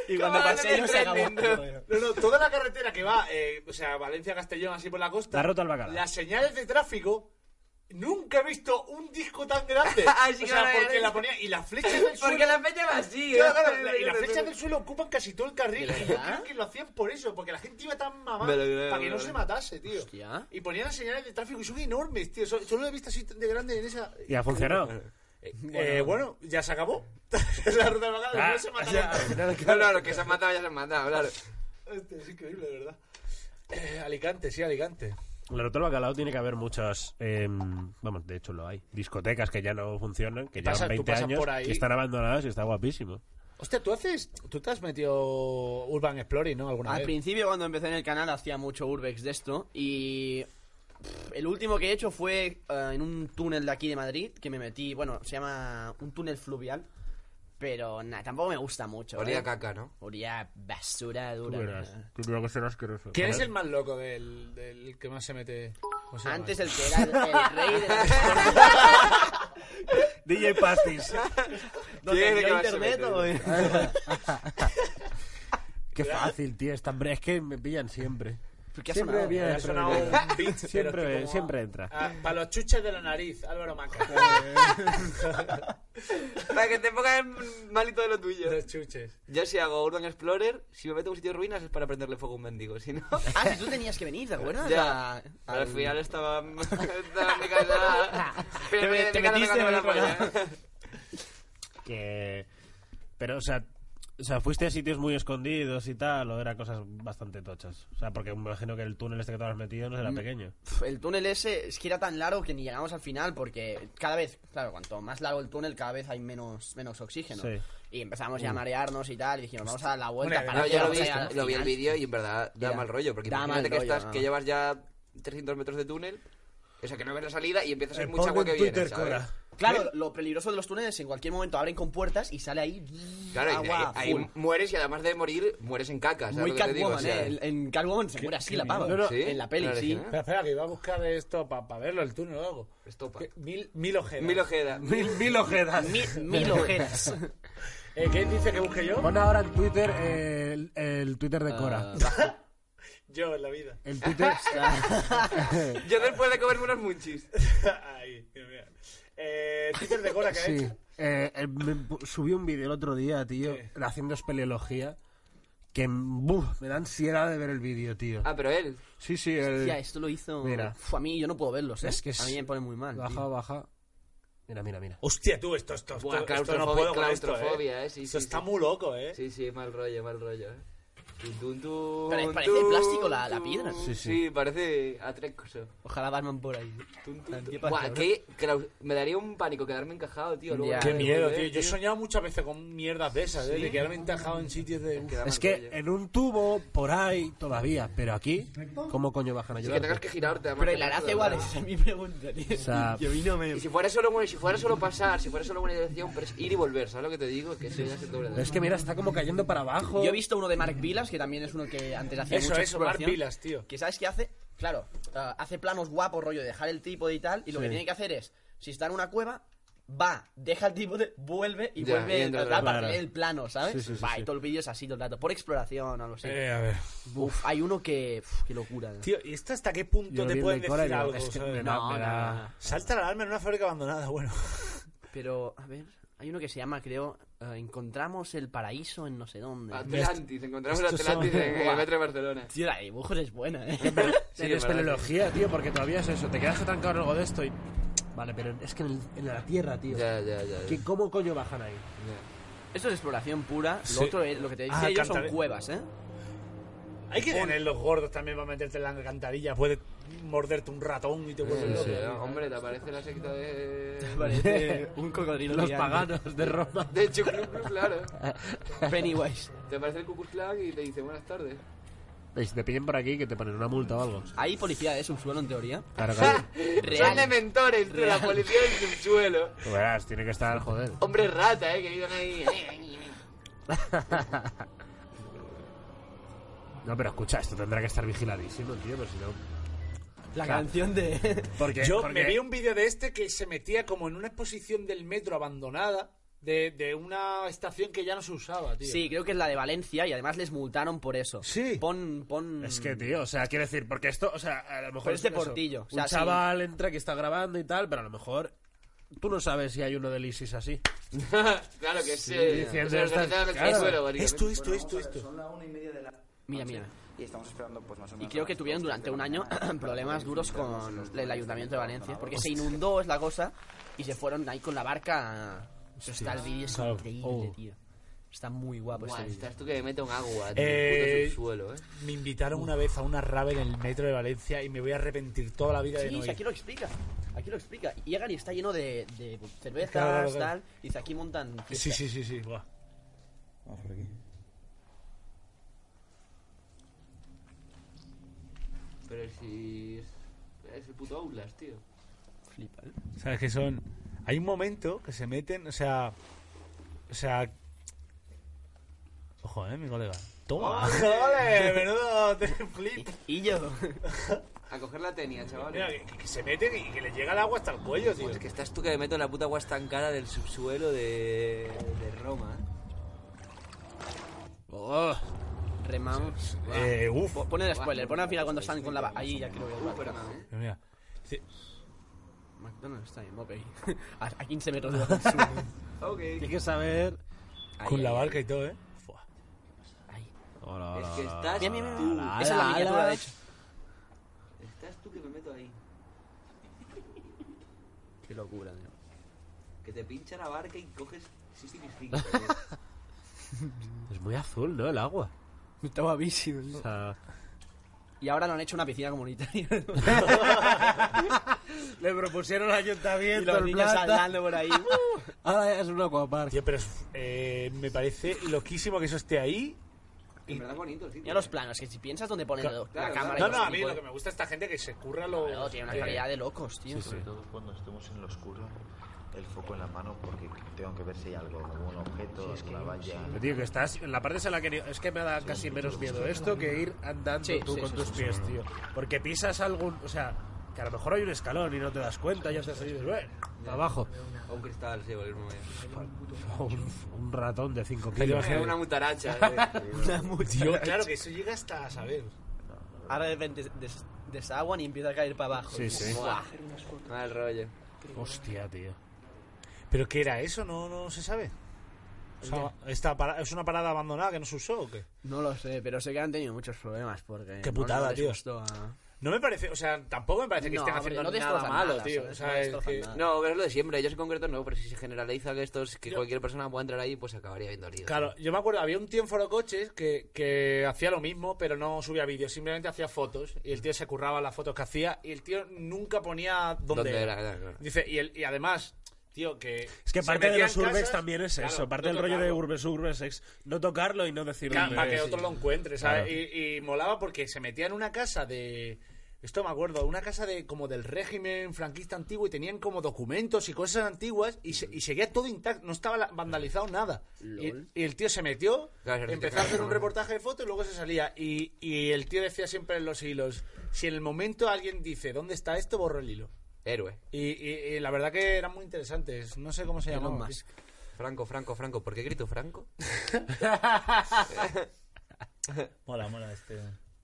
Y cuando Como pasé, yo se ganan acabó. el No, no, toda la carretera que va, eh, o sea, Valencia-Castellón, así por la costa... La ruta al bacalao. Las señales de tráfico... Nunca he visto un disco tan <laughs> grande. Así o Ah, que sea, ahora porque eres- la ponía... Y las flechas del suelo... <laughs> Porque la fecha va así, Claro, ¿eh? claro, la- y las flechas del suelo ocupan casi todo el carril. Y yo creo que lo hacían por eso, porque la gente iba tan mamada Me lo creo, para me que lo no creo. se matase, tío. Hostia. Y ponían las señales de tráfico y son enormes, tío. Solo, solo he visto así de grande en esa. Y <laughs> ha funcionado. Eh, eh, bueno, ya se acabó. <laughs> la ruta de la Ah, no se mataron. ya, No, claro, los que se han matado ya se han matado, claro. Hostia, es increíble, de verdad. Eh, Alicante, sí, Alicante. La ruta al bacalao tiene que haber muchas, eh, vamos, de hecho lo hay, discotecas que ya no funcionan, que llevan Pasa- tú 20 pasas años por ahí. y están abandonadas y está guapísimo. Hostia, tú haces. Tú te has metido Urban Exploring, ¿no? Alguna Al vez. principio, cuando empecé en el canal, hacía mucho Urbex de esto. Y. pff, El último que he hecho fue eh, en un túnel de aquí de Madrid. Que me metí. Bueno, se llama un túnel fluvial. Pero nada, tampoco me gusta mucho. Olía ¿eh? a caca, ¿no? Olía basura Tú dura. verás, tú verás que será asqueroso. ¿Quién es el más loco del, del que más se mete? ¿Cómo se llama? Antes el que era el, el rey de la <laughs> <laughs> DJ Pastis. ¿Quién es el que yo más se internet mete? o- Qué fácil, tío, es, tan bre- es que me pillan siempre. qué ha siempre sonado? viene, Ha sonado siempre un <laughs> beat, viene. pero siempre, tipo- siempre entra. Ah, para los chuches de la nariz, Álvaro <laughs> Maca. <laughs> Para que te pongas en malito de lo tuyo. <laughs> los chuches. Yo si hago Urban Explorer, si me meto a un sitio de ruinas es para prenderle fuego a un mendigo, si no... Ah, si tú tenías que venir, ¿te acuerdas? Ya, A- al final <laughs> estaba... estaba en mi casa... Te me- te metiste en el <laughs> Que... Pero, o sea, o sea, fuiste a sitios muy escondidos y tal, o era cosas bastante tochas. O sea, porque me imagino que el túnel este que te has metido no será pequeño. Pf, El túnel ese es que era tan largo que ni llegamos al final porque cada vez, claro, cuanto más largo el túnel, cada vez hay menos, menos oxígeno. Sí. Y empezamos ya a marearnos y tal, y dijimos, vamos a dar la vuelta Bueno, para No, que yo lo vamos vi, a llegar al lo vi el final. vídeo y en verdad da Ya. mal rollo, porque Da imagínate mal que, rollo, ah. estás, no. que llevas ya 300 metros de túnel, o sea, que no ves la salida y empieza a ser Eh, mucha ponte agua en que viene, Twitter, ¿sabes? Cora. Claro, lo peligroso de los túneles en cualquier momento abren con puertas y sale ahí. Claro, y agua ahí, ahí azul. mueres y además de morir, mueres en caca. ¿sabes Ah, Muy lo que te digo? O Catwoman, sea, eh. En- En Catwoman se muere así la pava. En la peli, sí. Espera, espera, que iba a buscar esto para verlo, el túnel o algo. Que- Mil, mil ojedas. Mil <laughs> ojedas. Mil, mil ojedas. <laughs> mil ojedas. Eh, ¿Qué dice que busque yo? Pon ahora en Twitter eh, el, el Twitter de Cora. Yo en la vida. <laughs> El <laughs> Twitter. Ah. Yo después de comerme unos munchis. Ahí, mira, mira. Eh, Twitter de Cora que ha sí. hecho. Eh, eh, me pu- subí un vídeo el otro día, tío, haciendo espeleología. Que buf, me da ansiedad de ver el vídeo, tío. Ah, pero él. Sí, sí, él. Hostia, esto lo hizo. Mira. Uf, a mí yo no puedo verlos, ¿eh? Es que es- A mí me pone muy mal. Baja, tío. baja. Mira, mira, mira. Hostia, tú, esto, esto, esto, Buah, esto no claustrofobia, puedo con esto, claustrofobia, eh. eh. Sí, Esto sí, está sí. muy loco, eh. Sí, sí, mal rollo, mal rollo, eh. Tun, tun, tun, Pero parece de tun, plástico la- la piedra. tun. Sí, Sí, sí. parece atrecoso. Ojalá Batman por ahí. Buah, qué claus- me daría un pánico quedarme encajado, tío. luego Qué de miedo, volver, tío. Yo he soñado muchas veces con mierdas de esas, eh, Sí. de quedarme entajado en sitios de. Es que en un tubo, por ahí, todavía. Pero aquí, ¿cómo coño bajan a Sí, que ayudar? tengas que girarte. además, Pero que el arazo todo igual, raro. esa es mi pregunta, tío. O sea, Yo vino me. Y si fuera solo bueno, si fuera solo pasar, si fuera solo una dirección, pero es ir y volver, ¿sabes lo que te digo? Que eso ya se doble. pero es que mira, está como cayendo para abajo. Yo he visto uno de Mark Vilas, que también es uno que antes hacía Eso, mucha eso, Mark exploración, Vilas, tío. Que sabes qué hace, claro, ah, hace planos guapos, rollo, de dejar el trípode y tal, y lo que Sí. tiene que hacer es, si está en una cueva, va, deja el trípode, vuelve y Ya, y vuelve entra otra otra vez vez. para tener el plano, ¿sabes? Sí, sí, sí, va, sí. y todo el vídeo es así todo el rato, por exploración o algo así. Eh, a ver. Uf, hay uno que. uf, qué locura. Tío, ¿y esto hasta qué punto Yo te vi pueden el Cora y decir digo, algo? es que ¿sabes? me da- No, me da- no, no, no. Salta la alarma en una fábrica abandonada, bueno. Pero, a ver, hay uno que se llama, creo, eh, Encontramos el paraíso en no sé dónde. Ah, Atlantis, encontramos el Estos son- Atlantis en, en el Buah. metro de Barcelona. Tío, la dibujo es buena, eh. Sí, es en <laughs> verdad, espeleología, tío, porque todavía es eso. Te quedas atrancado en algo de esto y. Vale, pero es que en, el- en la tierra, tío. Ya, ya, ya, ya. ¿Que ¿Cómo coño bajan ahí? Esto es exploración pura. Lo Sí. otro es, lo que te decía Ah, yo son Alcántara. cuevas, ¿eh? <laughs> Hay que tener los gordos también para meterte en la alcantarilla. Puede morderte un ratón y te vuelves Eh, loco. sí, Hombre, te aparece la secta de. Parece Eh, un cocodrilo Los gigante. paganos de Roma. De hecho, club, club, claro. <laughs> Pennywise. Te aparece el Ku Klux Klan y te dice buenas tardes. Y si Pues te piden por aquí que te ponen una multa o algo. Hay policía de subsuelo en teoría. Claro, claro. Pues Son de mentores, tú, la Real. policía del subsuelo. Tú verás, tiene que estar, joder. Hombre rata, eh, que viven ahí. No, pero escucha, esto tendrá que estar vigiladísimo, tío, pero si no. La Claro. canción de. Porque, Yo porque- me vi un vídeo de este que se metía como en una exposición del metro abandonada de, de una estación que ya no se usaba, tío. <laughs> Sí, creo que es la de Valencia y además les multaron por eso. Sí. Pon. pon... Es que, tío, o sea, quiero decir, porque esto, o sea, a lo mejor. Mm. Pero es este eso. portillo, o un sea, sí. chaval entra que está grabando y tal, pero a lo mejor. Tú no sabes si hay uno del ISIS así. claro que sí. Sí, diciendo Se organizaron estas- el claro. subsuelo, básicamente. Esto, esto, esto, esto. Mira, mira. Y estamos esperando, pues más o Y menos. creo que tuvieron durante <laughs> un año <clears throat> problemas duros con el ayuntamiento de Valencia. Porque se inundó, es la cosa, y se fueron ahí con la barca. Eso está el vídeo, es Claro. increíble, Oh. tío. Está muy guapo Buah, este vídeo. estás tú que me meto en agua, tío. Eh, puto subsuelo, eh. Me invitaron una vez a una rave en el metro de Valencia y me voy a arrepentir toda la vida de Sí, no sí, ir. aquí lo explica. Aquí lo explica. Y Llegan y está lleno de, de cervezas, Claro, claro, claro. tal. y Dice, aquí montan. Sí, fiestas. sí, sí, sí. buah. Vamos por aquí. Pero si. Es el puto Aulas, tío. Flipa, ¿eh? ¿Sabes que son? Hay un momento que se meten, o sea. O sea. Ojo, eh, mi colega. Toma. <laughs> ¡Ole! Menudo te- flip. Y yo. <laughs> A coger la tenia, chaval. Mira, que, que se meten y que les llega el agua hasta el cuello, tío. Es que estás tú que me meto en la puta agua estancada del subsuelo de, de Roma. ¿eh? Oh, Remamos. Eh, uf. Po- Pon el spoiler, pon al final cuando están con la. ba- Ahí ya creo que. Uh, pero no, ¿eh? Mira. Sí. McDonald's está en Mopey. <laughs> A a 15 metros de la <laughs> sur. Ok. Tienes que saber. Con Ahí, la ahí, barca y todo, eh. Fua. Hola, Es hola, que hola, estás hola, tú. hola, Esa es la hola, miniatura, de hola. hecho. Estás tú que me meto ahí. Qué locura, tío. Que te pincha la barca y coges <laughs> 65. Es muy azul, ¿no? El agua. Está guapísimo. ¿no? O sea, Y ahora lo han hecho una piscina comunitaria. <laughs> le propusieron al y ayuntamiento los el niños plata. saltando por ahí. Ahora es un acuapar. Tío, pero es- eh, me parece loquísimo que eso esté ahí. En verdad bonito el sitio. Mira los planos, que si piensas dónde ponen Claro, la claro. cámara. No, no, y los a mí tipos- lo que me gusta es esta gente que se curra lo. Claro, tiene una eh, calidad de locos, tío. Sí, sí. Todos cuando estemos en lo oscuro, el foco en la mano porque tengo que ver si hay algo, algún objeto, alguna valla. Pero, tío, que estás. en La parte esa en la que. Es que me da casi menos miedo esto que ir andando Sí, tú sí, con sí, tus sí, pies, sí. tío. Porque pisas algún. O sea, que a lo mejor hay un escalón y no te das cuenta, ya te has salido. Bueno, para abajo. <laughs> O un cristal, sí, <laughs> cualquier momento. O Un, un ratón de 5 Te kilos. imaginas una mutaracha, eh. <laughs> Una mutaracha. Tío, claro que eso llega hasta a saber. Ahora de repente des- desaguan y empieza a caer para abajo. Sí, sí. Buah. Mal rollo. Hostia, tío. ¿Pero qué era eso? No, no se sabe. O sea, esta para- ¿Es una parada abandonada que no se usó o qué? No lo sé, pero sé que han tenido muchos problemas porque... Qué no putada, les tío. gustó a- No me parece, o sea, tampoco me parece que No, estén hombre, haciendo no nada destrozan malo, nada, tío. ¿sabes? O sea, No es destrozan que- nada. No, pero es lo de siempre. Ellos en concreto no, pero si se generaliza que esto es que cualquier persona pueda entrar ahí, pues acabaría viendo herido. Claro, yo me acuerdo, había un tío en Foro Coches que, que hacía lo mismo, pero no subía vídeos, simplemente hacía fotos. Y el tío se curraba las fotos que hacía y el tío nunca ponía dónde, ¿Dónde era. era? Claro, claro. Dice, y, el- y además, tío, que. Es que se parte de metía los en urbex casas- también es Claro, eso. Parte no del rollo de tocarlo. urbex urbex es no tocarlo y no decirlo. Claro, para que otro lo encuentre, ¿sabes? Claro. Y, y molaba porque se metía en una casa de. Esto me acuerdo, una casa de como del régimen franquista antiguo y tenían como documentos y cosas antiguas y, se- y seguía todo intacto, no estaba la- vandalizado nada. Y, Lol. y el tío se metió, Claro, se empezó metió, a hacer claro, un claro. reportaje de fotos y luego se salía. Y, y el tío decía siempre en los hilos, si en el momento alguien dice, ¿dónde está esto? Borro el hilo. Héroe. Y, y- y la verdad que eran muy interesantes, no sé cómo se Elon llamaban. Musk. Franco, Franco, Franco. ¿Por qué grito <laughs> Franco? Mola, mola este.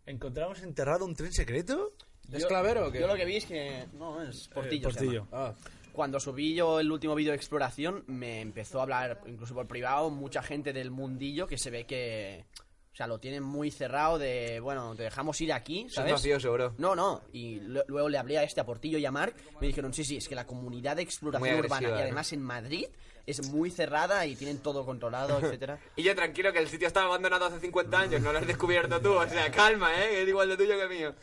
¿Encontramos enterrado un tren secreto? Yo- Yo lo que vi es que... No, es Portillo. se Eh, Portillo. Ah. llama. Cuando subí yo el último vídeo de exploración, me empezó a hablar, incluso por privado, mucha gente del mundillo que se ve que... O sea, lo tienen muy cerrado de, bueno, te dejamos ir aquí, Es un ¿sabes? mafioso, bro. No, no. Y lo- luego le hablé a este, a Portillo y a Marc. Me dijeron, sí, sí, es que la comunidad de exploración Muy urbana, agresiva, y ¿no? además en Madrid, es muy cerrada y tienen todo <laughs> controlado, etcétera. Y yo tranquilo que el sitio estaba abandonado hace 50 años, no lo has descubierto tú, o <laughs> sea, calma, ¿eh? que Es igual de tuyo que mío.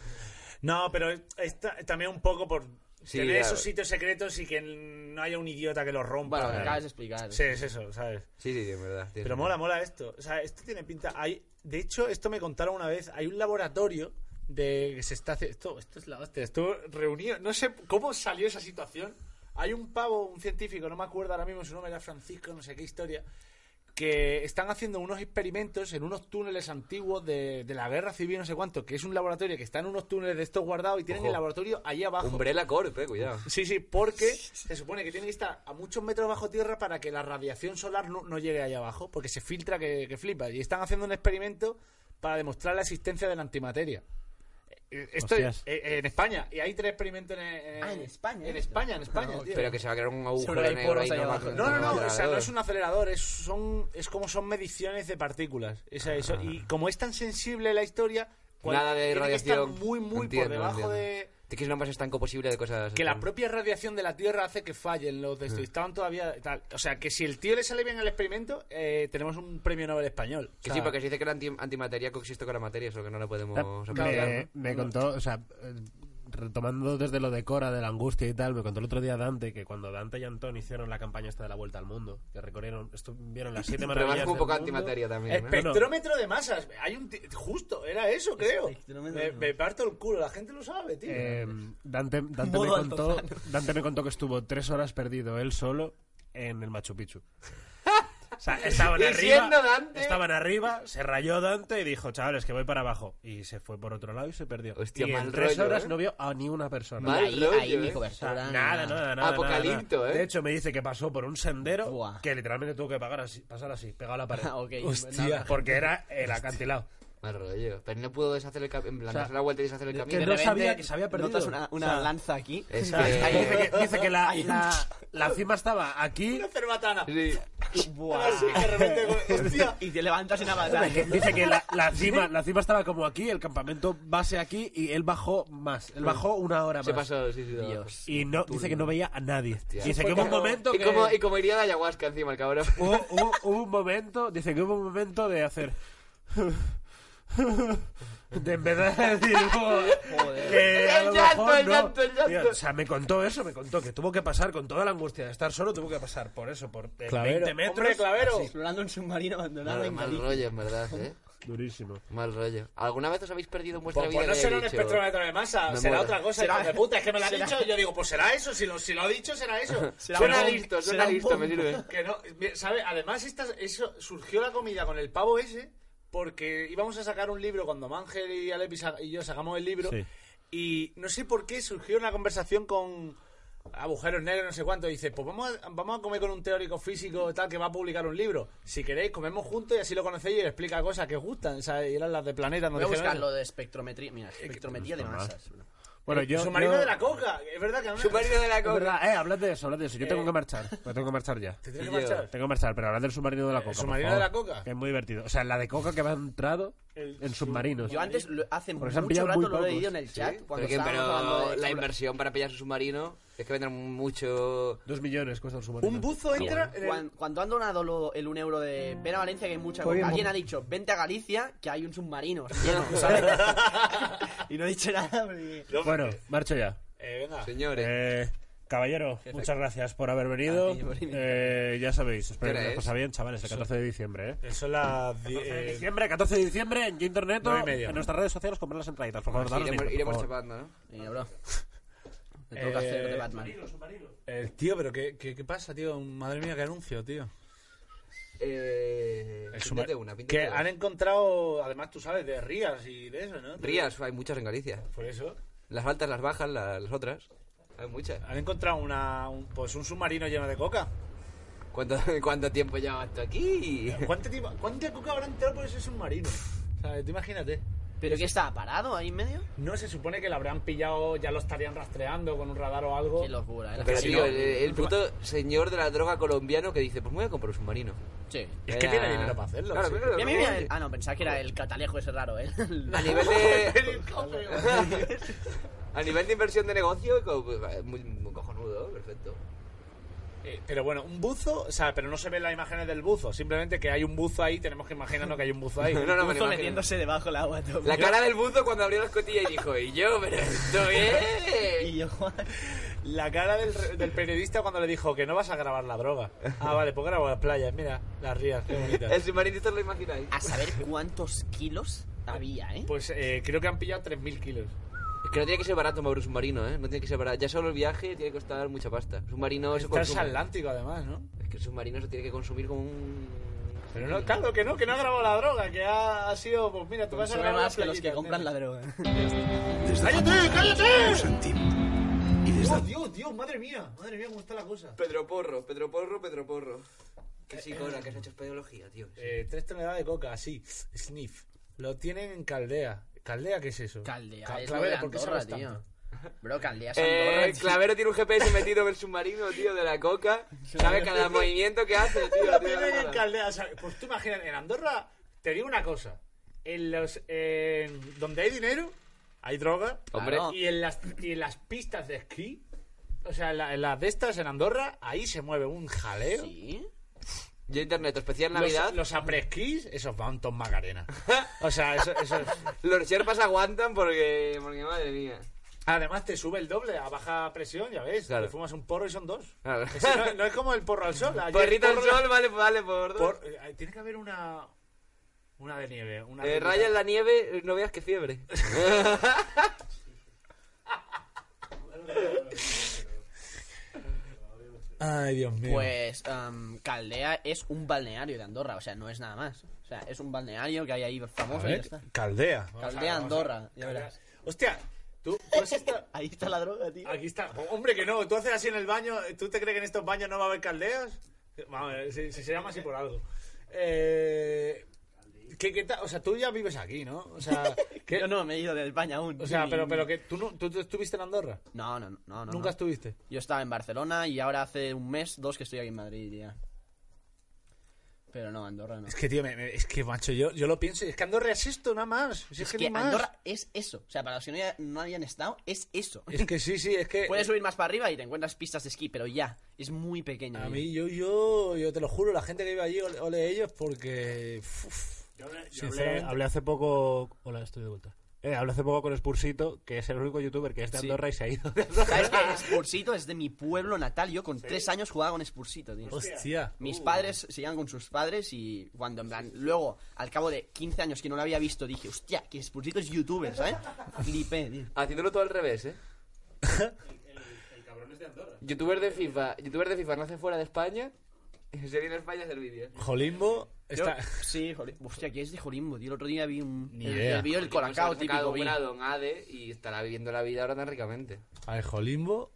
No, pero esta, también un poco por Sí, tener claro. esos sitios secretos y que no haya un idiota que los rompa. Eh, Bueno, lo que acabas de explicar. Sí, es eso, ¿sabes? Sí, sí, sí, en verdad. tienes Pero razón. mola, mola esto. O sea, esto tiene pinta. Hay, de hecho, esto me contaron una vez. Hay un laboratorio de que se está haciendo. Esto, esto es la hostia. Esto reunido. No sé cómo salió esa situación. Hay un pavo, un científico, no me acuerdo ahora mismo su nombre, era Francisco, no sé qué historia. Que están haciendo unos experimentos en unos túneles antiguos de, de la guerra civil, no sé cuánto, que es un laboratorio que está en unos túneles de estos guardados y tienen Ojo. el laboratorio allí abajo. Umbrella Corp, eh, cuidado. Sí, sí, <laughs> porque se supone que tiene que estar a muchos metros bajo tierra para que la radiación solar no, no llegue allá abajo, porque se filtra que, que flipa. Y están haciendo un experimento para demostrar la existencia de la antimateria. Eh, Esto Hostias. eh, en España, y hay tres experimentos en, en- Ah, en España, En esto. España, en España, tío. ¿eh? Pero que se va a crear un agujero Seguro hay negro poros ahí, ahí no, abajo. más- No, no, no, o sea, más no acelerador. es un acelerador, es, son, es como son mediciones de partículas. O sea, eso- y como es tan sensible la historia, cual- Nada de tiene que estar radiación. muy, muy Entiendo, por debajo entiendo. de, Es que es lo más estanco posible de cosas. que la propia radiación de la Tierra hace que fallen los de esto. Sí. Y Estaban todavía tal. O sea, que si el tío le sale bien el experimento, eh, tenemos un premio Nobel español. Que O sí, sea, porque se dice que la anti- antimateria coexiste con la materia, eso que no la podemos apreciar. Me, me contó, o sea, eh, retomando desde lo de Cora, de la angustia y tal, me contó el otro día Dante que cuando Dante y Antón hicieron la campaña esta de la vuelta al mundo, que recorrieron, estuvieron las siete Pero además maravillas. fue un del poco mundo. antimateria también, ¿eh? No, no. Espectrómetro de masas. Hay un ti- justo, era eso, creo. Espectrómetro de Me, masas. me parto el culo, la gente lo sabe, tío. Eh, Dante, Dante, me Modo contó, Altozano. Dante me contó que estuvo tres horas perdido él solo en el Machu Picchu. <laughs> O sea, estaban Y arriba, siendo Dante. estaban arriba, se rayó Dante y dijo, chavales, que voy para abajo. Y se fue por otro lado y se perdió. Hostia, y en mal tres rollo, horas ¿eh? no vio a ni una persona. Mal Ahí- rollo, ahí ni ¿eh? cobertura. cobertura, nada. nada, nada, nada. Apocalipto, nada. ¿eh? De hecho, me dice que pasó por un sendero que literalmente tuvo que pagar así, pasar así, pegado a <laughs> la Ah, pared. Ok, Hostia. nada. Porque era el acantilado. Mal rollo. Pero no pudo deshacer el camino. En plan, O sea, darse la vuelta y deshacer el que camino. no De repente- sabía que se había perdido. Notas una, una O sea, lanza aquí. Es que- Ahí dice que, dice que la, la, la cima estaba aquí. cerbatana. Sí. Buah. <laughs> y te levantas en avatar. Dice que, dice que la, la cima, la cima estaba como aquí, el campamento base aquí y él bajó más. Él bajó una hora más. Se pasó, sí, sí. de abajo. Y no, dice que no veía a nadie. Hostia. Y dice que hubo un momento Y que- como, y como iría de ayahuasca encima, el cabrón. Hubo, hubo- hubo un momento, dice que hubo un momento de hacer. <laughs> De empezar a decir. "Oh, que a El lo llanto, mejor el no". llanto, el llanto. Tío, o sea, me contó eso, me contó que tuvo que pasar con toda la angustia de estar solo, tuvo que pasar por eso, por eh, Clavero. 20 metros. Hombre, clavero. así. Explorando un submarino abandonado Mal, en mal Cali. rollo, en verdad, ¿eh? Durísimo. Mal rollo. ¿Alguna vez os habéis perdido en vuestra Pues, vida? pues no que será un hayáis dicho, espectrómetro de masa, "Me será mola"? otra cosa, Será- hijo de puta, es que me lo ha será- dicho, yo digo, pues será eso, si lo, si lo ha dicho será eso. <laughs> Será Suena un- listo, suena será un listo, bombo. me <laughs> sirve. Que no, mira, ¿sabe? Además, esta, eso, surgió la comida con el pavo ese, porque íbamos a sacar un libro cuando Mangel y Alepi sa- y yo sacamos el libro, Sí. y no sé por qué surgió una conversación con agujeros negros, no sé cuánto, y dice, pues vamos a, vamos a comer con un teórico físico tal que va a publicar un libro. Si queréis, comemos juntos y así lo conocéis y le explica cosas que os gustan, ¿sabes? Y eran las de Planeta. nos Voy a dijeron buscar eso. lo de espectrometría. Mira, Eh, espectrometría de está mal. masas. Bueno, yo. Eh, Submarino yo- de la coca, es verdad que a mí- Es verdad, eh, hablad de eso, hablad de eso. Yo tengo que marchar. Pues tengo que marchar ya. ¿Te tienes que Sí, yo. marchar? Eh, Tengo que marchar, pero hablad del submarino de la coca. por submarino favor, de la coca? Que es muy divertido. O sea, la de coca que me ha entrado en submarinos. Yo antes, lo- hace Porque se han mucho pillado rato, muy lo he pocos. leído en el chat. Cuando Pero, que- estábamos hablando pero de- la inversión para pillar un submarino es que vendrán mucho. Dos millones cuesta un submarino. Cuan- Cuando, han donado lo- el un euro de Ven a Valencia, que hay mucha Oye, coca. mo- Alguien ha dicho, vente a Galicia, que hay un <laughs> submarino. lleno", ¿sabes? y no he dicho nada. porque- Bueno, marcho ya. Eh, venga. Señores. caballero, muchas gracias por haber venido. Eh, ya sabéis, espero ¿Qué que hora la es? cosa bien, chavales, el Eso- 14 de diciembre, ¿eh? Eso es la... eh, 14 de diciembre, 14 de diciembre, en internet, Nueve y media. en nuestras redes sociales, comprar las entraditas, por favor, dadnos dinero, por favor. ¿no? Venga, bro. Me toca hacer de Batman. Eh, tío, pero ¿qué, qué, qué pasa, tío? Madre mía, qué anuncio, tío. Eh, El píntate suma- una, píntate que dos. han encontrado, además tú sabes, de Rías y de eso, ¿no? Rías, hay muchas en Galicia. Por eso. Las altas, las bajas, la- las otras. Hay muchas. Han encontrado una, un- pues un submarino lleno de coca. ¿Cuánto, <laughs> cuánto tiempo llevas tú aquí? ¿Cuánta, tiempo- cuánta coca habrá entrado por ese submarino? O sea, tú imagínate. ¿Pero qué estaba parado ahí en medio? No, se supone que la habrán pillado, ya lo estarían rastreando con un radar o algo. Qué locura, ¿eh? Pero eh, tío, el, el puto señor de la droga colombiano que dice, pues me voy a comprar un submarino. Eh, Sí. Es que tiene dinero para hacerlo. Claro, sí. claro, Mira, claro. mira, mira, el- Ah, no, pensaba que era el catalejo ese <laughs> raro, ¿eh? A nivel de... <laughs> a nivel de inversión de negocio, co- pues, muy, muy cojonudo, perfecto. Eh, pero bueno, un buzo, o sea, pero no se ven las imágenes del buzo, simplemente que hay un buzo ahí, tenemos que imaginarnos que hay un buzo ahí. No, no, me lo Buzo imagino. metiéndose debajo del agua. todo. La cara del buzo cuando abrió la escotilla y dijo, y yo, pero esto es... Y yo, <laughs> La cara del, del periodista cuando le dijo que no vas a grabar la droga. Ah, vale, pues grabo las playas, mira, las rías, qué bonitas. El submarinista os lo imagináis. A saber cuántos kilos había, ¿eh? Pues eh, creo que han pillado 3.000 kilos. Es que no tiene que ser barato mover un submarino, ¿eh? No tiene que ser barato. Ya solo el viaje tiene que costar mucha pasta. Un submarino eso Está consume. Atlántico además, ¿no? Es que el submarino se tiene que consumir como un... Pero no, claro que no, que no ha grabado la droga, que ha, ha sido, pues mira, tú vas a Consume grabar las más que los que playitas, compran nena. la droga. ¡Cállate, cállate! Y desde ¡Oh, Dios, Dios, madre mía! Madre mía, cómo está la cosa. Pedro Porro, Pedro Porro, Pedro Porro. Qué psicóloga, que has hecho pedología, tío. Eh, tres toneladas de coca, así, sniff. Lo tienen en Caldea. ¿Caldea qué es eso? Caldea, Ca- es lo de Clavera, ¿por qué Andorra, sabes tanto? tío. Bro, Caldea es Andorra. Eh, tío. Clavero tiene un GPS metido en el submarino, tío, de la coca. <laughs> Sabe cada movimiento que hace, tío. La tío, primera en no mola. Caldea, o sea, pues tú imaginas, en Andorra, te digo una cosa, en los, en donde hay dinero, hay droga, Hombre. y en las, y en las pistas de esquí, o sea, en, la- en las de estas en Andorra, ahí se mueve un jaleo. ¿Sí? Yo internet, especial Navidad. Los, los apresquís, esos van ton Macarena. O sea, eso, eso es- Los sherpas aguantan porque, porque madre mía. Además te sube el doble a baja presión, ya ves. Claro. Te fumas un porro y son dos. <laughs> Claro. Ese no, no es como el porro al <laughs> sol. ayer Porrito al porro- sol, vale, pues, vale, por dos. por- eh, tiene que haber una... Una de nieve. Una Eh, de- raya en la nieve, no veas que fiebre. Ay, Dios mío. Pues am, Caldea es un balneario de Andorra, o sea, no es nada más. O sea, es un balneario que hay ahí A famoso y ya ver, está. Caldea. Vamos a ver, Caldea vamos a ver. Andorra, ya verás. Hostia, tú... tú has esta- Ahí está la droga, tío. Aquí está. Hombre, que no. Tú haces así en el baño. ¿Tú te crees que en estos baños no va a haber caldeas? Vamos, si, si se llama así por algo. Eh... ¿Qué, qué tal? O sea, tú ya vives aquí, ¿no? O <laughs> sea, ¿qué- Yo no me he ido de España aún. o sea ni- pero, pero que tú, no, tú, tú estuviste en Andorra. No, no, no, no. no. Nunca estuviste. Yo estaba en Barcelona y ahora hace un mes, dos que estoy aquí en Madrid ya. Pero no, Andorra no. Es que, tío, me- me- es que, macho, yo, yo lo pienso. y Es que Andorra es esto, nada más. Si Es, Es que, que ni más. Andorra es eso. O sea, para los que no, haya- no habían estado, es eso. Es que sí, sí, es que... <laughs> Puedes subir más para arriba y te encuentras pistas de esquí, pero ya. Es muy pequeño. A tío. mí, yo, yo, yo te lo juro, la gente que vive allí, ole, ole ellos, porque... uf, Yo hablé- yo hablé- sinceramente, hablé hace poco... Hola, estoy de vuelta. Eh, hablé hace poco con Spursito, que es el único youtuber que es de Sí. Andorra y se ha ido de Andorra. ¿Sabes que Spursito es de mi pueblo natal? Yo con tres años jugaba con Spursito, tío. Hostia. Mis Uh. padres se llevan con sus padres y cuando en plan... Luego, al cabo de 15 años que no lo había visto, dije, hostia, que Spursito es youtuber, ¿sabes? Flipé, tío. Haciéndolo todo al revés, ¿eh? cabrón es de Andorra. Youtuber de FIFA. Youtuber de FIFA nace fuera de España. <laughs> y Se viene a España a hacer vídeos. Jolimbo está... Yo- sí, Joli- Hostia, ¿qué es de Jolimbo? tío? el otro día vi un... Ni el, idea. el vídeo del Tipo, Colacao se ha pues sacado típico. vi. un grado en ADE y estará viviendo la vida ahora tan ricamente. A ver, Jolimbo...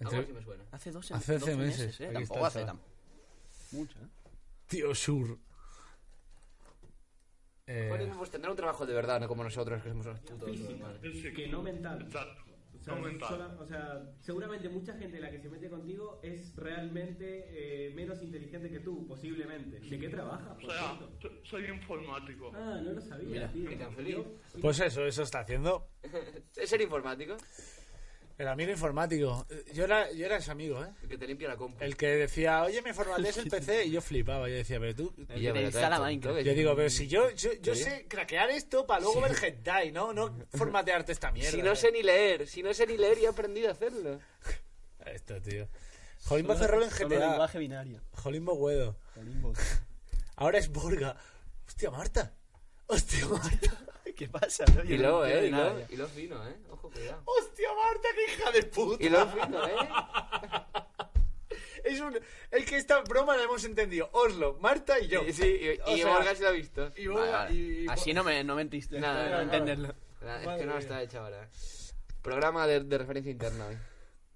Algo entre- así me suena. Hace 12, Hace 12 meses. meses, ¿eh? Aquí Tampoco está, hace está. tan... Mucho, ¿eh? Tío Sur. Eh, Bueno, pues tendrá un trabajo de verdad, no como nosotros que somos unos putos. que no mental. O sea, No mental. sola- o sea, seguramente mucha gente la que se mete contigo es realmente eh, menos inteligente que tú, posiblemente. ¿De qué trabajas? por O sea, cierto? so- soy informático. Ah, no lo sabía, Mira, tío. qué tan feliz. Pues eso, eso está haciendo ¿Es ser informático? el amigo informático. Eh, Yo era, yo era ese amigo, ¿eh? El que te limpia la compu. El que decía, oye, me formateas <laughs> el PC. Y yo flipaba. Yo decía, pero tú... que te instala Minecraft. Yo digo, pero si yo, yo, yo Sí. sé craquear esto para luego Sí. ver hentai, ¿no? No formatearte esta mierda. Si no sé ni leer, si no sé ni leer y he aprendido a hacerlo. Esto, tío. Jolimbo hace rol en Solo GTA. lenguaje binario. Jolimbo Guedo. Ahora es Borga. Hostia, Marta. Hostia, Marta. <laughs> ¿Qué pasa? Y luego, eh, y luego, y luego fino, eh. Ojo, cuidado. Hostia, Marta, qué hija de puta. Y luego fino, eh. Es, un, es que esta broma la hemos entendido. Oslo, Marta y <laughs> yo. Y, sí, y, O y sea, Borja sí lo ha visto. y Borja- Vale, vale. y- Así no me, no mentiste. Nada, no, nada, entenderlo. nada, es Madre que no mía. está hecha ahora. eh. Programa de, de referencia interna hoy.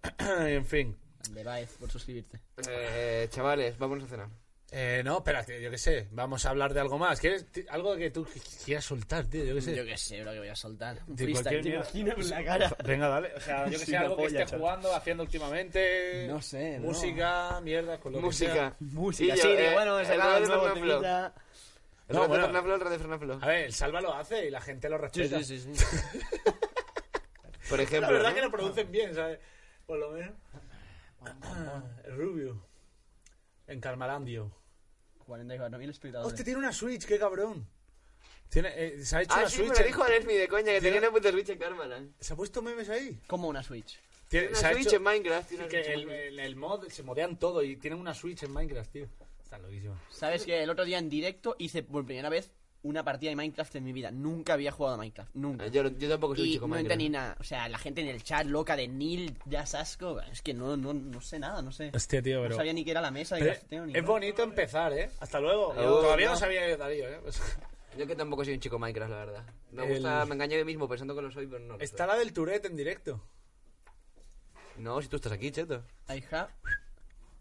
<clears throat> en fin. De Baez, por suscribirte. Eh, chavales, vámonos a cenar. Eh, no, espera, que yo qué sé. Vamos a hablar de algo más. ¿Quieres ti- algo que tú qui- quieras soltar, tío? Yo qué sé. Yo qué sé, bro, que voy a soltar. Un De freestyle, cualquier te mierda. imagino con la cara. Venga, dale. O sea, yo que Sí, sé, la algo que polla, esté chaval. jugando, haciendo últimamente. No sé, bro. Música, mierda, con lo Música. que sea. Música, Y yo, sí, digo, eh, bueno, es el el radio nuevo Fernando Flo. temita. El No, rey bueno. de Fernanfloo, el rey de Fernanfloo. A ver, el Salva lo hace y la gente lo respeta. sí, <laughs> Por ejemplo. La verdad ¿no? que lo producen bien, ¿sabes? Por lo menos. Rubio. En Calmarandio. 44.000 espectadores. Hostia, tiene una Switch, qué cabrón. Tiene, eh, se ha hecho Ah, una sí, Switch. me lo en- dijo Alesmi de coña, que Tiene- tenía una puta Switch en Karmaland. ¿Se ha puesto memes ahí? Como una Switch. Tiene una se ha Switch hecho- en Minecraft, tiene Sí, una que Switch el, en el- el mod se modean todo y tienen una Switch en Minecraft, tío. Está loquísimo. ¿Sabes que El otro día en directo hice por primera vez una partida de Minecraft en mi vida. Nunca había jugado a Minecraft. Nunca. Ah, Yo, yo tampoco soy Y chico no entendí Minecraft. nada. O sea, la gente en el chat loca de Neil, ya asco. Es que no, no, no sé nada, no sé. Hostia, tío, pero- No sabía ni que era la mesa de Pero crafteo ni es nada. bonito empezar, ¿eh? Hasta luego. Adiós. Todavía no No. sabía que Darío, ¿eh? Pues- Yo que tampoco soy un chico Minecraft, la verdad. Me El- gusta, me engañé a mí mismo pensando que lo soy, pero no. lo Está la del Tourette en directo. soy. No, si tú estás aquí, cheto. Ahí, ja.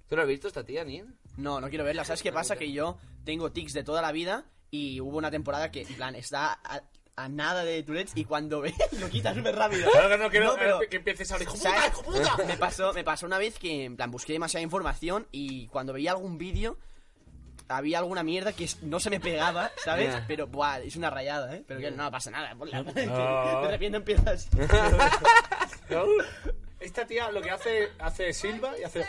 ¿Tú lo has visto esta tía, Nin? No, no quiero verla. ¿Sabes qué pasa? Que yo tengo tics de toda la vida y hubo una temporada que, en plan, está a, a nada de Tourette's y cuando ve, <laughs> lo quitas súper rápido. Claro que no quiero pero- que empieces a hablar, "Hijo puta, ¿sabes? hijo puta". Me pasó, me pasó una vez que, en plan, busqué demasiada información y cuando veía algún vídeo había alguna mierda que no se me pegaba, ¿sabes? Ya. Pero, buah, es una rayada, ¿eh? Pero que no pasa nada. por la- No. De repente empiezas... ¿No? Esta tía lo que hace, hace Silva y hace...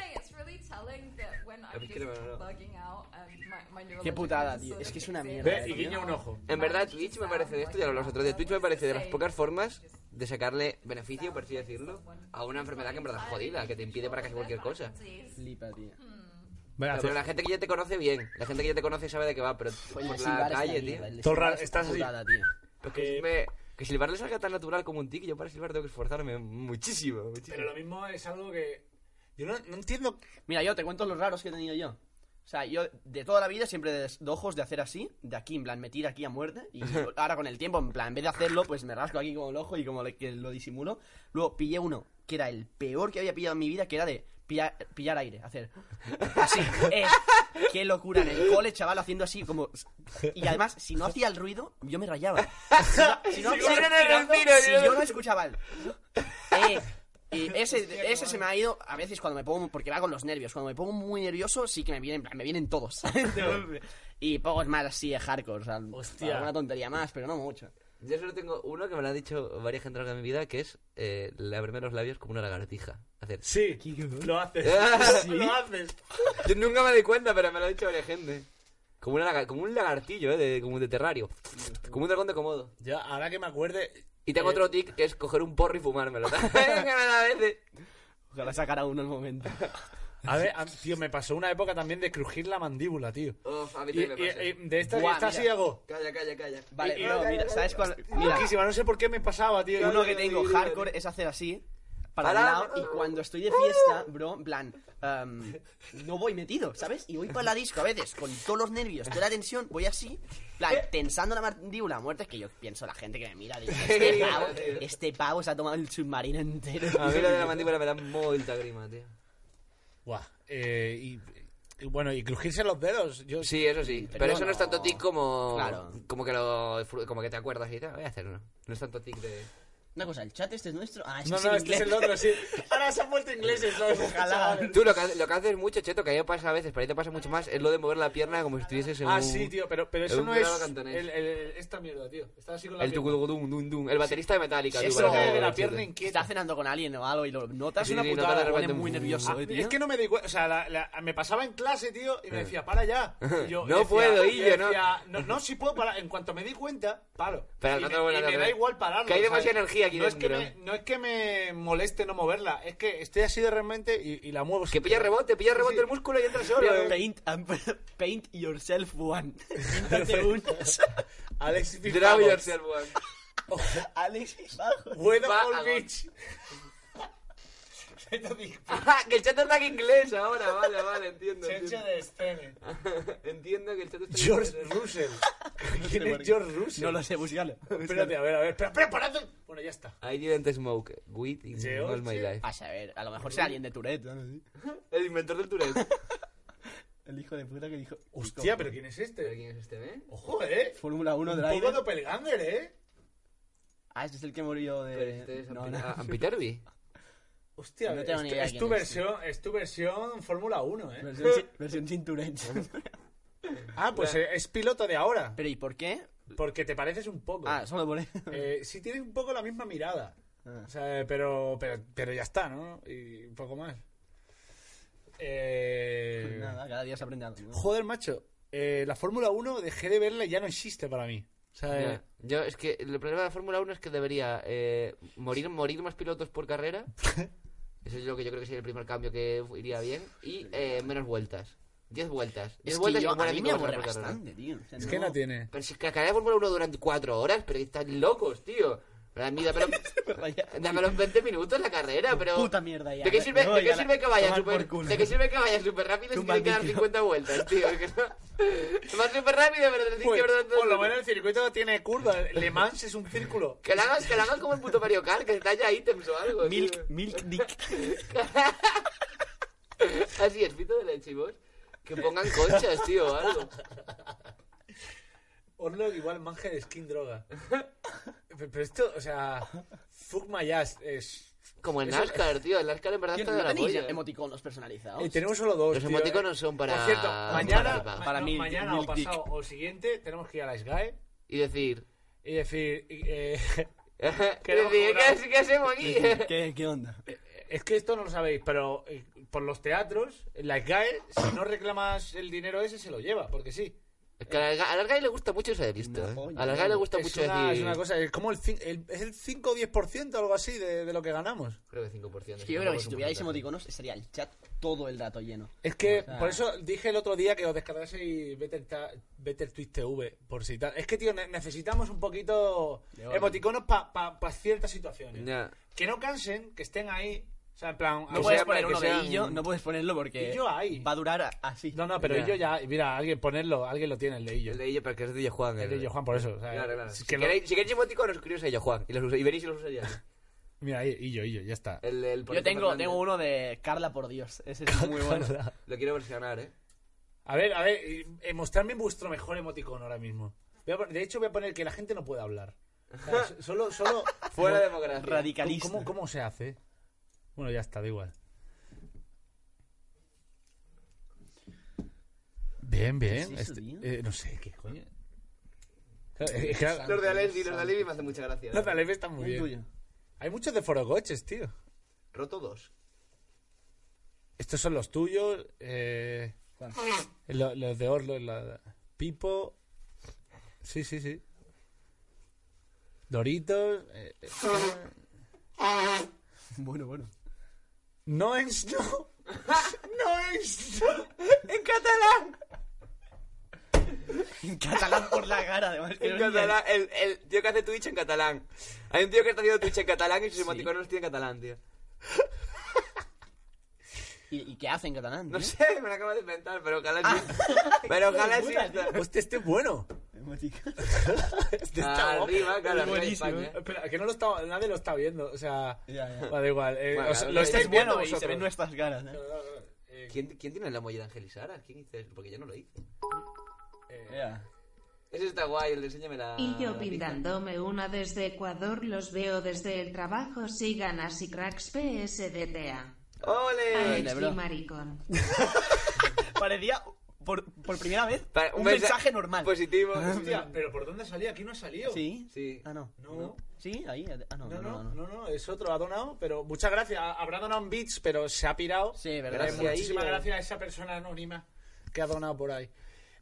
Qué putada, tío. Es que es una mierda. Ve y guiña un ojo. En verdad, Twitch me parece de esto, ya lo hablamos otro día. Twitch me parece de las pocas formas de sacarle beneficio, por así decirlo, a una enfermedad que en verdad es jodida, que te impide para casi cualquier cosa. Flipa, tío. Venga, Pero la gente que ya te conoce bien, la gente que ya te conoce sabe de qué va, pero Pues por El la silbar es calle, una tío. mierda, el Todo el silbar rato es una estás así. putada, tío. Pero que, me- que silbar le salga tan natural como un tic, yo para silbar tengo que esforzarme muchísimo, muchísimo. Pero lo mismo es algo que... Yo no, no entiendo... Mira, yo te cuento los raros que he tenido yo. O sea, yo de toda la vida siempre de de ojos de hacer así, de aquí, en plan, me tira aquí a muerte. Y ahora con el tiempo, en plan, en vez de hacerlo, pues me rasco aquí como el ojo y como le- que lo disimulo. Luego pillé uno que era el peor que había pillado en mi vida, que era de pillar, pillar aire, hacer así. Eh, qué locura, en el cole, chaval, haciendo así como... Y además, si no hacía el ruido, yo me rayaba. Si no, si no Si hacía no era el ruido, respiro, si yo no- yo no escuchaba el... Eh, y ese, ese se me ha ido a veces cuando me pongo, porque va con los nervios, cuando me pongo muy nervioso sí que me vienen, en plan, me vienen todos. ¿sabes? <laughs> De golpe. y pocos más así de hardcore, o sea, Hostia. alguna tontería más, pero no mucho. Yo solo tengo uno que me lo ha dicho varias gente a lo largo de mi vida, que es eh, lavarme los labios como una lagartija. Hacer... <laughs> Sí, lo <laughs> haces. ¿Sí? Lo haces. Yo nunca me di cuenta, pero me lo ha dicho varias gente. Como, una laga- como un lagartillo, ¿eh? de- como de terrario. Como un dragón de comodo. Ya, ahora que me acuerde... Y Y tengo otro tic que es coger un porro y fumármelo. <laughs> Ojalá sacara uno al momento. A ver, a- tío, me pasó una época también de crujir la mandíbula, tío. Uf, a mí Y- también me y- pasa. y de esta Buah, esta mira. así hago. Calla, calla, calla. Vale, Y- y- no, mira, ¿sabes cuál? Mira, Loquísima, no sé por qué me pasaba, tío. uno que tengo hardcore es hacer así, para Pará, un lado, y cuando estoy de fiesta, bro, en plan, em, no voy metido, ¿sabes? Y voy para la disco a veces, con todos los nervios, toda la tensión, voy así, en plan, tensando la mandíbula a muerte, que yo pienso, la gente que me mira, dice, este pavo, este pavo se ha tomado el submarino entero. A mí <laughs> lo de la mandíbula me da mucha grima, tío. Buah, eh, y, y bueno, y crujirse los dedos. Yo... Sí, eso sí. Pero, eso no, es tanto tic como. Claro. Como que, lo, disfr- como que te acuerdas y tal. Voy a hacer uno. No es tanto tic de. Una cosa, ¿el chat este es nuestro? Ah, No, no, este es el otro, <laughs> sí. Ahora se han vuelto ingleses, ¿sabes? Chavales. Tú lo que, lo que haces mucho, Cheto, que a mí me pasa a veces, pero a ti te pasa mucho más, es lo de mover la pierna como si estuvieses en Ah, un- sí, tío, pero, pero en eso un no programa es. cantonés. el- el- esta mierda, tío. Estaba así con la El pierna. tucudum, dum, dum. El baterista de Metallica, Eso tío, de la Cheto. pierna Está cenando con alguien o algo y lo notas Sí, una sí, putada, notas de te pone repente muy un- nervioso, Ah, eh, tío. es que no me di cuenta, o sea, la- la- me pasaba en clase, tío, y me Eh. decía, para <laughs> ya. Y yo No decía- puedo, Illo, yo no. decía, no. No, sí puedo parar. En cuanto me di cuenta, paro. Pero y no me, te lo voy a y me hacer. da igual pararlo. Que hay ¿sabes? demasiada energía aquí no es, que me, dentro. no es que me moleste no moverla, es que estoy así de repente y, y la muevo. Que pilla rebote, pilla rebote el músculo y entra solo. Paint, um, <laughs> paint yourself <laughs> one. Píntate un. Alex <laughs> Draw Pijamos. yourself, one. <laughs> Alex Pijamos. Bueno, Va, Paul a- Beach. Ajá, <laughs> que el chat está en inglés ahora, vale, vale, entiendo. Cheche entiendo. de Stene. Entiendo que el chat está en George inglés. Russell. <laughs> ¿Quién es George Russell? No lo sé, <laughs> búscalo. Espérate, a ver, a ver. Espera, espera, parad. Bueno, ya está. I didn't smoke weed in George. all my life. A saber, a lo mejor sea alguien de Tourette. ¿no? Sí. El inventor del Tourette. Este. El hijo de puta que dijo. Hostia, pero ¿quién es este? ¿Quién es este, eh? Ojo, eh. Fórmula 1 Un poco Driver. doppelganger, eh. Ah, este es el que murió de. Pero este es no, Ampi- no. a- Ampitervi. Hostia, No es, tengo tu- ni idea es quién tu es. versión, es tu versión Fórmula 1, eh. Versión, sin- versión sin Tourette. <laughs> Ah, pues eh, es piloto de ahora. Pero ¿y por qué? Porque te pareces un poco. Ah, solo por eso. Eh, sí tienes un poco la misma mirada. Ah. O sea, eh, pero, pero, pero ya está, ¿no? Y un poco más. Eh, Pues <laughs> Nada, cada día se aprende algo. ¿no? Joder, macho. eh, la Fórmula 1 dejé de verla y ya no existe para mí. O sea, eh, Ya. Yo, es que el problema de la Fórmula 1 es que debería eh, morir, morir más pilotos por <laughs> carrera. Eso es lo que yo creo que sería el primer cambio que iría bien. Y eh, menos vueltas. 10 vueltas. 10 Es que vueltas y yo, que mueran a mí cinco me personas aburre por carrera. bastante, tío. O sea, es que no tiene. Pero si es que la carrera de Fórmula 1 durante 4 horas, pero que están locos, tío. Pero a mí <laughs> dámelo, dámelo en 20 minutos la carrera, pero... Puta mierda ya. ¿De qué sirve, Me de voy qué a la- sirve que vaya tomar super, por culo. ¿De qué sirve que vaya super rápido si Tumba tiene que dar micro. 50 vueltas, tío? Que no... <laughs> Vas súper rápido, pero te tienes Pues, que ver por lo menos el circuito tiene curvas. Le Mans es un círculo. Que la hagas, que la hagas como el puto Mario Kart, que talla ítems o algo. Milk, tío. milk dick. <laughs> Así es, pito de leche, vos. Que pongan conchas, tío, o algo. Orlog igual manje de skin droga. <laughs> Pero pero esto, o sea... Fuck my ass es... Como en Eso- NASCAR, tío. El NASCAR en verdad Tío, está de ¿No la tenéis polla. emoticonos personalizados? Y Eh, tenemos solo dos, Los tío, emoticonos eh. son para- Por cierto, para- mañana, para- ma- para no, mil- mañana o mil dick. pasado o siguiente tenemos que ir a la SGAE Y decir... <laughs> y decir... y, eh, <laughs> y decir, que hemos ¿qué, cobrado. qué hacemos <laughs> aquí? ¿Qué, ¿Qué onda? Es que esto no lo sabéis, pero eh, por los teatros, la SGAE, si no reclamas el dinero ese, se lo lleva, porque sí. <laughs> Es que a la- a la Argai le gusta mucho ser listo, Una ¿eh? joya. A la Argai le gusta es mucho una, decir... Es una cosa, es como el, cin- el- es el 5 o 10% o algo así de, de lo que ganamos. Creo que 5%. Es que yo creo que si tuvierais emoticonos estaría el chat todo el rato lleno. Es que sea- por eso dije el otro día que os descargaseis Better, Ta- Better Twist TV, por si tal. Es que, tío, ne- necesitamos un poquito De orden. emoticonos para ciertas situaciones. Ya. Que no cansen, que estén ahí. O sea, en plan... No eh, puedes sea- poner que uno de sean- Illo, no puedes ponerlo porque Illo hay. va a durar a- así. No, no, pero Ya. ellos ya... Mira, alguien ponerlo, alguien lo tiene, el de ellos. El de ello, pero que es de ello Juan. El de ellos, Juan, por eso. o sea, Claro, claro. es Si que lo- queréis, si queréis emoticonos, escribíos a ello Juan. Y, los usa- y veréis si los usaríais. Mira, ahí, y yo, y yo, ya está. <laughs> El, el Yo Polito tengo, Fernández. tengo uno de Carla por Dios. Ese es muy bueno. Lo quiero versionar, ¿eh? A ver, a ver, y- eh, mostrarme vuestro mejor emoticono ahora mismo. Voy a pon- de hecho, voy a poner que la gente no puede hablar. O sea, <laughs> so- solo, solo. Fuera democracia. <laughs> Radicalista. ¿Cómo, ¿Cómo se hace? Bueno, ya está, da igual. Bien, bien. ¿Qué es eso, Este- tío? eh, no sé, ¿qué coño? Claro, eh, claro, Los de Alevi, los de Alevi me hacen mucha gracia. los de Aleph están muy Un tuyo. bien. Hay muchos de forocoches, tío. Roto dos. Estos son los tuyos. Eh, lo- los de Orlo. la- Pipo. Sí, sí, sí. Doritos. eh, eh, eh. Bueno, bueno. <laughs> No es <laughs> no. No es ¡En catalán! En catalán por la cara, <laughs> además. que En no es catalán, el, el tío que hace Twitch en catalán. Hay un tío que está haciendo Twitch en catalán y sus emoticonos los tiene en catalán, tío. ¿Y, y qué hace en catalán? No tío? sé, me lo acabo de inventar, pero ojalá sí. Pero <laughs> Hijo de ojalá sí. puta, tío. Hostia, este es bueno. <laughs> Este está guapo. Ah, Arriba, claro, arriba de Buenísimo. ¿eh? España. Espera, que no lo está, nadie lo está viendo. O <laughs> sea, <laughs> Ya, ya. vale, da igual. eh, Bueno, o sea, lo claro, lo estáis viendo estáis viendo y se vosotros. ven nuestras ganas, ¿eh? ¿Quién, ¿Quién tiene la mollera Angelisara? ¿Quién hizo eso? Porque yo no lo hice. Ese está guay, el de enséñame la. Y yo la pizza. pindándome una desde Ecuador, los veo desde el trabajo, sigan así cracks PSDTA. ¡Ole! Alex bro. y maricón. Parecía, por, por primera vez, Pa- un, un Ah, mensaje, mensa- normal. <laughs> Positivo. <laughs> Hostia, pero ¿por dónde salía? Aquí no ha salido. ¿Sí? Sí. Ah, no. No. ¿Sí? Ahí. Ah, no, No, no, no. no. no, no, es otro, ha donado, pero muchas gracias. Ha- Habrá donado en bits, pero se ha pirado. Sí, ¿verdad? Pero Sí, ahí muchísimas yo- gracias a esa persona anónima que ha donado por ahí.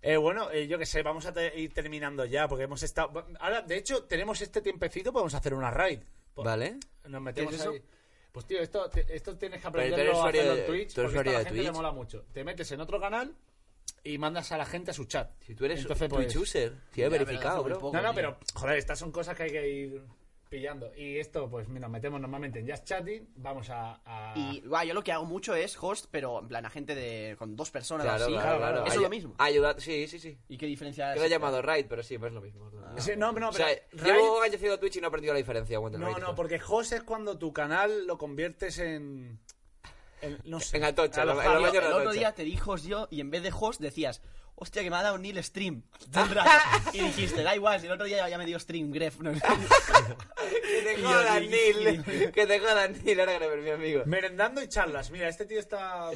Eh, bueno, eh, yo que sé, vamos a te- ir terminando ya, porque hemos estado... Ahora, de hecho, tenemos este tiempecito, podemos hacer una raid. Po- Vale. Nos metemos ¿Qué es eso? ahí. Pues tío, esto, te- esto tienes que Pero tú eres aprenderlo a usuario hacerlo en de- Twitch, tú porque eres esto a usuario la de gente le Twitch. mola mucho. Te metes en otro canal y mandas a la gente a su chat. Si tú eres Entonces, Twitch pues- user, si Ya, he pero hace verificado, muy bro. poco. no, no, tío. pero joder, estas son cosas que hay que ir pillando. Y esto, pues nos metemos normalmente en Just Chatting, vamos a... a- Y va, yo lo que hago mucho es host, pero en plan a gente de, con dos personas Claro, así. claro, claro. Eso es Ay- lo mismo. Ayuda, sí, sí, sí. ¿Y qué diferencia Que es? lo he llamado Raid, pero sí, pues es lo mismo. Sí, no, no, o sea, pero- llevo años haciendo Twitch y no he aprendido la diferencia. Wonder No, Raid, no, joder. porque host es cuando tu canal lo conviertes en... en- no sé. En Atocha, lo- Alojado. lo- Tío, mañana el la otro noche. día te di host yo y en vez de host decías, hostia, que me ha dado <laughs> Neil Stream. Todo el rato. y dijiste, da igual, si el otro día ya me dio Stream Gref. <laughs> No sé. Que te Y yo, jodan, sí, Neil. Que te jodan, Neil. Ahora que lo ver <laughs> mi amigo. Merendando y charlas. Mira, este tío está...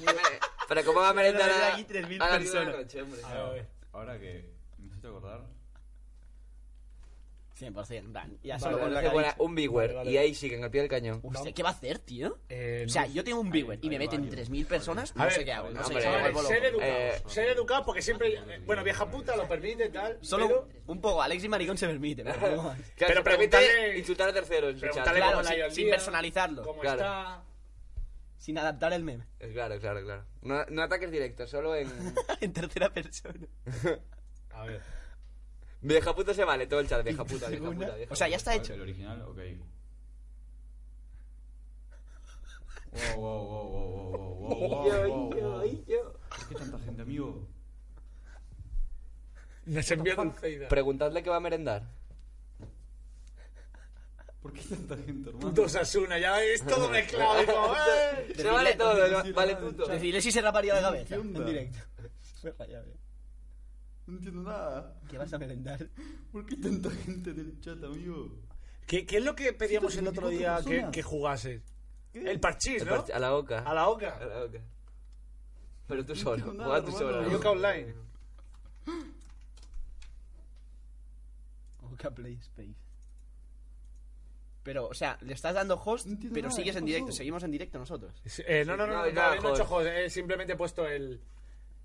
Pero cómo va a merendar Pero a, hay a las 3.000 nueve de la personas. noche, hombre. Ah, A ver. Ahora que me has hecho acordar. 100%, en plan, ya Solo solo con con lo la que ha buena, dicho. un viewer Vale, vale. y ahí siguen al pie del cañón. Hostia, ¿qué va a hacer, tío? Eh, o sea, no- yo tengo un viewer y me meten 3.000 personas, A no ver, sé qué hago. No sé hombre, qué hago, Chavales, me vuelvo ser loco. educados. Eh, ser educados porque siempre... eh, bueno, vieja puta lo permite y tal. Solo pero- un poco, Alex y Maricón se permiten. pero <laughs> poco más. Claro, Pero se permite preguntarle- insultar a terceros en su chat. preguntarle Claro, cómo le ha ido sin- el sin día, personalizarlo. Cómo Claro. está... Sin adaptar el meme. <laughs> Claro, claro, claro. No, no ataques directos, solo en... en tercera persona. A ver. Vieja puta se vale, todo el chat. Vieja puta, vieja puta, <laughs> vieja O sea, ya está ¿El hecho. original? Ok. Wow, wow, wow, wow, wow, wow, wow, wow, wow, wow. ¿Por qué tanta gente, amigo? Nos envió puta. Dulceida. Preguntadle qué va a merendar. ¿Por qué tanta gente, hermano? Puto Sasuna, ya es todo mezclado. y <laughs> como, ¡eh! Se vale todo, ¿no? vale todo. Decirle si será parido de cabeza. ¿Qué onda? En directo. <laughs> Me he rayado, eh. No entiendo nada. ¿Qué vas a merendar? <laughs> ¿Por qué tanta gente en el chat, amigo? ¿Qué, qué es lo que pedíamos el otro día 124 que, personas. que jugases? ¿Qué? El parchís, El ¿no? parche- A la oca. A la oca. A la oca. Ah, Pero tú solo, entiendo nada, juega tú hermano. solo. La oca online. Oka Play Space. Pero, o sea, le estás dando host, No entiendo pero nada, sigues ¿qué en pasó? directo. Seguimos en directo nosotros. Eh, no, no, no, No, no, y no, no nada, he hecho joder. juegos, he simplemente he puesto el.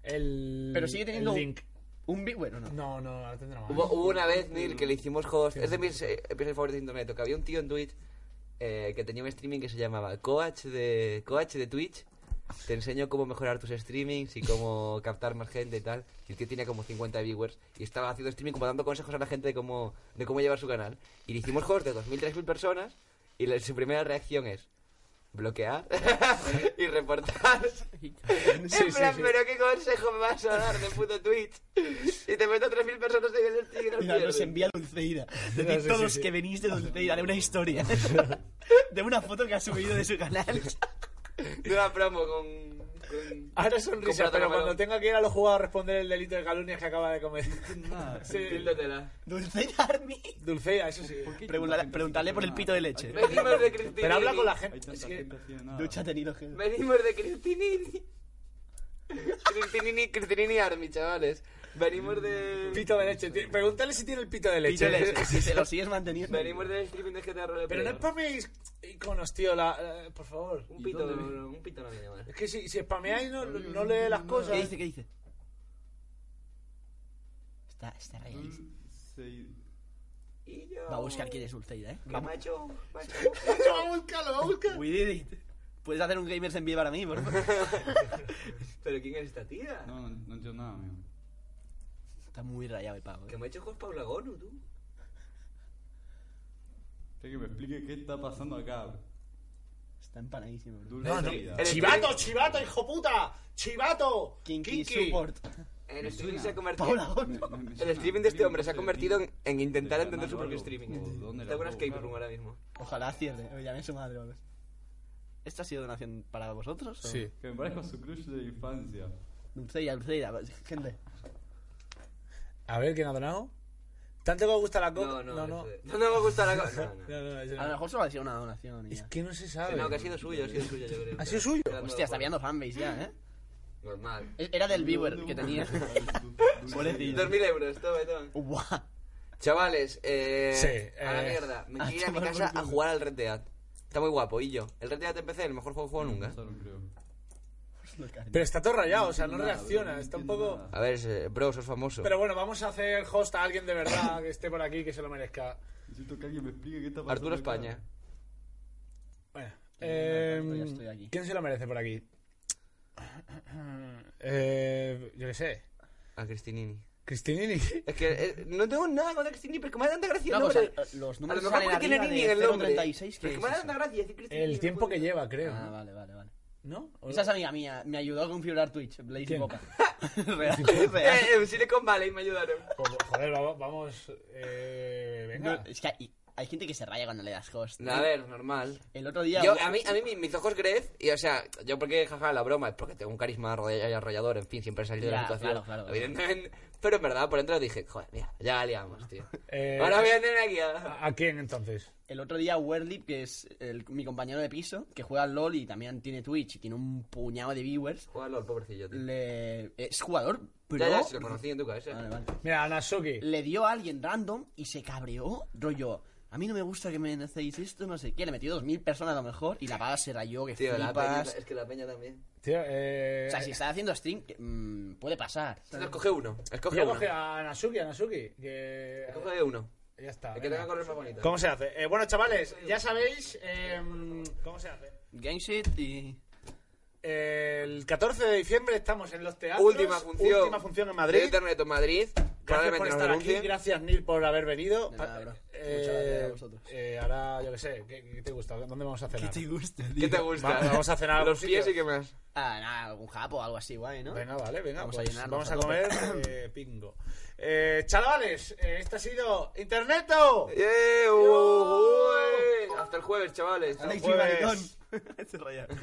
el Pero sigue teniendo el link. ¿Un viewer o no? No, no, ahora tendrá más. Hubo, hubo una vez, Neil, que le hicimos host. Es de mis eh, episodios favoritos de internet. Que había un tío en Twitch eh, que tenía un streaming que se llamaba Coach de, Coach de Twitch. Te enseño cómo mejorar tus streamings y cómo captar más gente y tal. Y el tío tenía como 50 viewers y estaba haciendo streaming como dando consejos a la gente de cómo, de cómo llevar su canal. Y le hicimos host de 2.000, 3.000 personas y la- su primera reacción es bloquear <laughs> y reportar. en Sí, sí, plan, sí. pero qué consejo me vas a dar de puto Twitch. Si te meto 3.000 personas en el streaming, no Mira, nos pierdes. envía Dulceida. <laughs> De No, sí, sí, todos sí. que venís de Dulceida, de una historia. de una foto que ha subido de <laughs> su canal. De una promo con. con- Ahora sonrisa, con pero plátano cuando melón. tenga que ir a los jugadores a responder el delito de calumnia que acaba de comer. <laughs> Nada. Sí. Píldotela. Dulceida Army. Dulceida, eso sí. ¿Por qué Preguntarle- tanta gente preguntarle haciendo por el nada? pito de leche. Hay tanta Venimos de Cristinini. Pero habla con la Hay gente. tanta Es que gente haciendo nada. Ducha tenido gel. Venimos de Cristinini. Cristinini, Cristinini Army, chavales. Venimos de. pito de leche. Ti- Pregúntale si tiene el pito de Pito leche. de leche. Si se lo sigues manteniendo. Venimos del streaming de GTA <laughs> Roleplay. Pero no spaméis iconos, tío, la- eh, por favor. Un pito, dónde no, no, un pito no viene mal. Es que si, si spameáis no, no lee las ¿Qué cosas. dice? ¿Qué dice? Está, está rayadísimo. Dulce- Va a buscar quién es Ulceida, ¿eh? ¿Qué Va- macho? <laughs> macho? Macho, va a buscarlo, va a buscar. We did it. ¿Puedes hacer un Gamers en vivo para <laughs> mí, por favor? ¿Pero quién es esta tía? No, no, no entiendo nada, amigo. Está muy rayado el pavo, Que ¿eh? me ha hecho con Paula Gonu, tú. Quiero que me explique qué está pasando acá. Está empanadísimo, bro. No, no. Chivato, chivato, hijo puta. Chivato. Kinky, Kinky. <laughs> support. El streaming se ha Paula convertido. <laughs> Gondo. El streaming de este hombre se ha convertido en, en intentar entender su propio streaming. Está buena escape room ahora mismo. Ojalá cierne. Me llamé su madre, hombre. ¿Esta ha sido donación para vosotros? o? Que me parezco a su crush de infancia. Dulceida, Dulceida, gente. A ver, ¿quién ha donado? ¿Tanto que os gusta la No, coca? no, no. ese- no, no me gusta la coca. No, no. A lo mejor solo ha sido una donación. Es que no se sabe. No, que ha sido suyo, ha sido suyo, yo creo. ¿Ha sido suyo? Hostia, está viendo fanbase ya, ¿eh? Normal. E- Era del viewer que <laughs> tenía. <laughs> 2.000 euros, toma, toma. Buah. Chavales, eh, Sí, a la eh, mierda. Me a quiero ir a mi tomar por casa a culo. jugar al Red Dead. Está muy guapo, y yo. El Red Dead empecé, el mejor juego que juego nunca. Pero está todo rayado, o sea, no reacciona. Está un poco. A ver, eh, bro, sos famoso. Pero bueno, vamos a hacer host a alguien de verdad <laughs> que esté por aquí que se lo merezca. Necesito que alguien me explique qué está pasando Arturo acá. España. Bueno, ya eh, estoy aquí. ¿quién se lo merece por aquí? <clears throat> Eh, yo qué sé. A Cristinini. Cristinini. <laughs> Es que eh, no tengo nada contra Cristinini, pero es que me da tanta gracia el No, pues, nombre. eh, los a números lo mejor salen porque tiene arriba Nini de en el nombre. 0,36, Pero es Ah, ¿qué que me es da tanta eso? gracia decir Cristinini. El tiempo que lleva, creo. Ah, ¿no? vale, vale, vale. ¿No? Pues, ¿O- Esa es amiga mía, me ayudó a configurar Twitch, Blaze ¿Quién? Boca. <laughs> Real, real. <laughs> Eh, en Silicon Valley me ayudaron. Joder, pues, joder, va- vamos. Eh, No, venga. es que hay, hay gente que se raya cuando le das host. A ver, normal. El otro día. Yo, a mí, a mí mi- mis ojos grez, y o sea, yo porque jaja la broma, es porque tengo un carisma arrolla- arrollador, en fin, siempre he salido de la Ya, situación. claro, claro, claro. Evidentemente, pero en verdad, por dentro dije, joder, mira, ya la liamos, tío. Eh, Ahora voy a tener aquí a... ¿A a quién entonces? El otro día, Werlip, que es el- mi compañero de piso, que juega al LOL y también tiene Twitch y tiene un puñado de viewers, Juega LOL, pobrecillo, tío. le... es jugador pro. Ya, ya, si lo conocí en tu cabeza. Vale, vale. Mira, Anasuki. Le dio a alguien random y se cabreó, rollo. A mí no me gusta que me hacéis esto, no sé qué. Le metió 2.000 personas a lo mejor y la paga se rayó, que Tío, la peña, flipas. es que la peña también. Tío, eh. O sea, si está haciendo stream, que, mm, puede pasar. No, escoge uno, escoge Yo uno. coge a Anasuki, Anasuki. Que... Escoge uno. Ya está. El que venga. tenga color más bonito. ¿Cómo se hace? Eh, bueno, chavales, ya sabéis. eh, ¿Cómo se hace? Game shit y. El 14 de diciembre estamos en los teatros. Última función. Última función en Madrid. De Internet en Madrid. Gracias por Probablemente nos estar aquí. denuncien. Gracias, Neil, por haber venido. De nada, bro. Eh, Muchas gracias a vosotros. eh, ahora, yo qué sé, ¿qué, qué te gusta? ¿Dónde vamos a cenar? gusta, ¿Qué te gusta? Va- vamos a cenar a algún Los pies sitio. y qué más. Ah, nada, algún japo o algo así, guay, ¿no? Venga, vale, venga. Vamos, Vamos a pues, llenarnos vamos a a tope. comer eh, pingo. Eh, chavales, eh, este ha sido Interneto. Yeah, uy. Oh. Hasta el jueves, chavales. Hasta el jueves. <laughs> se rayaron.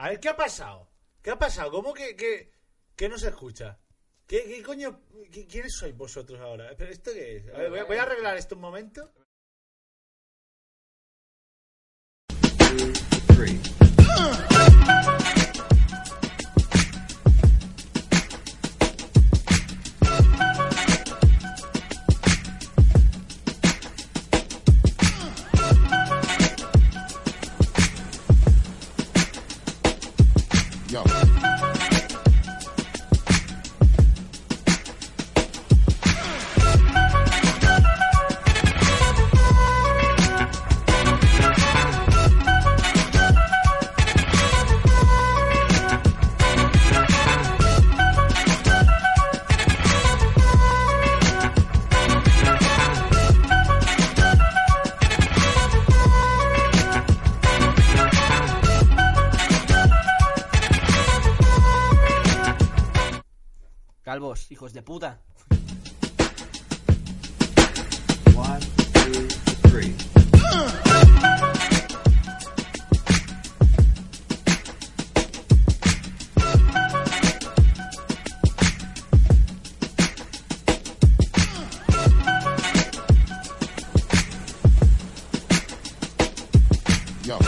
A ver, ¿qué ha pasado? ¿Qué ha pasado? ¿Cómo que, que, que no se escucha? ¿Qué, qué coño? qué- ¿Quiénes sois vosotros ahora? ¿Pero esto qué es? A ver, voy, a- voy a arreglar esto un momento. Yo. Calvos, hijos de puta. One, two, three. yo.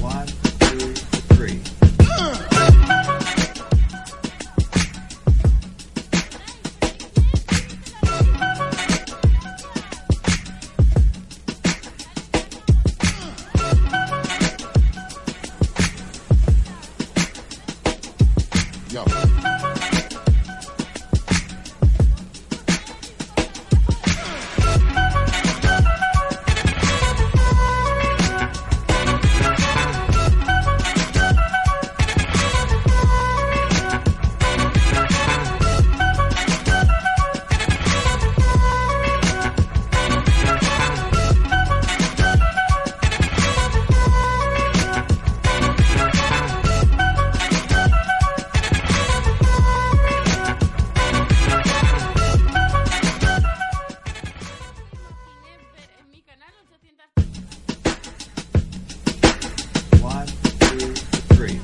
One, two, three. Yo. One, two, three.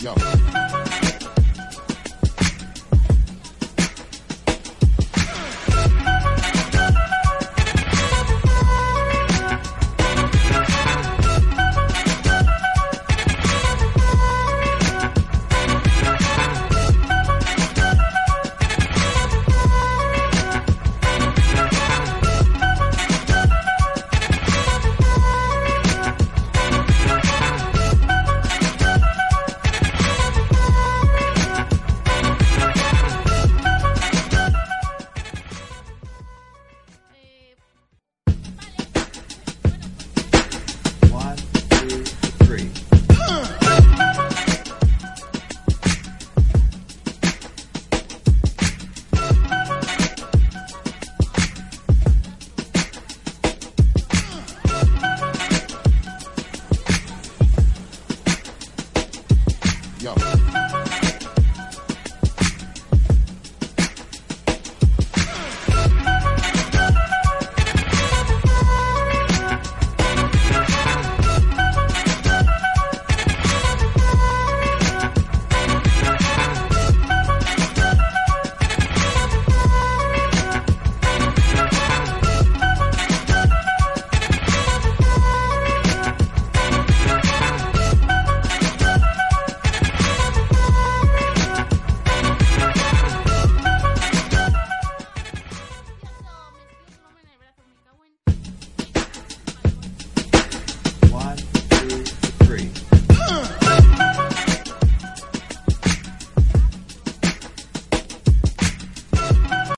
Yo. One, two, three.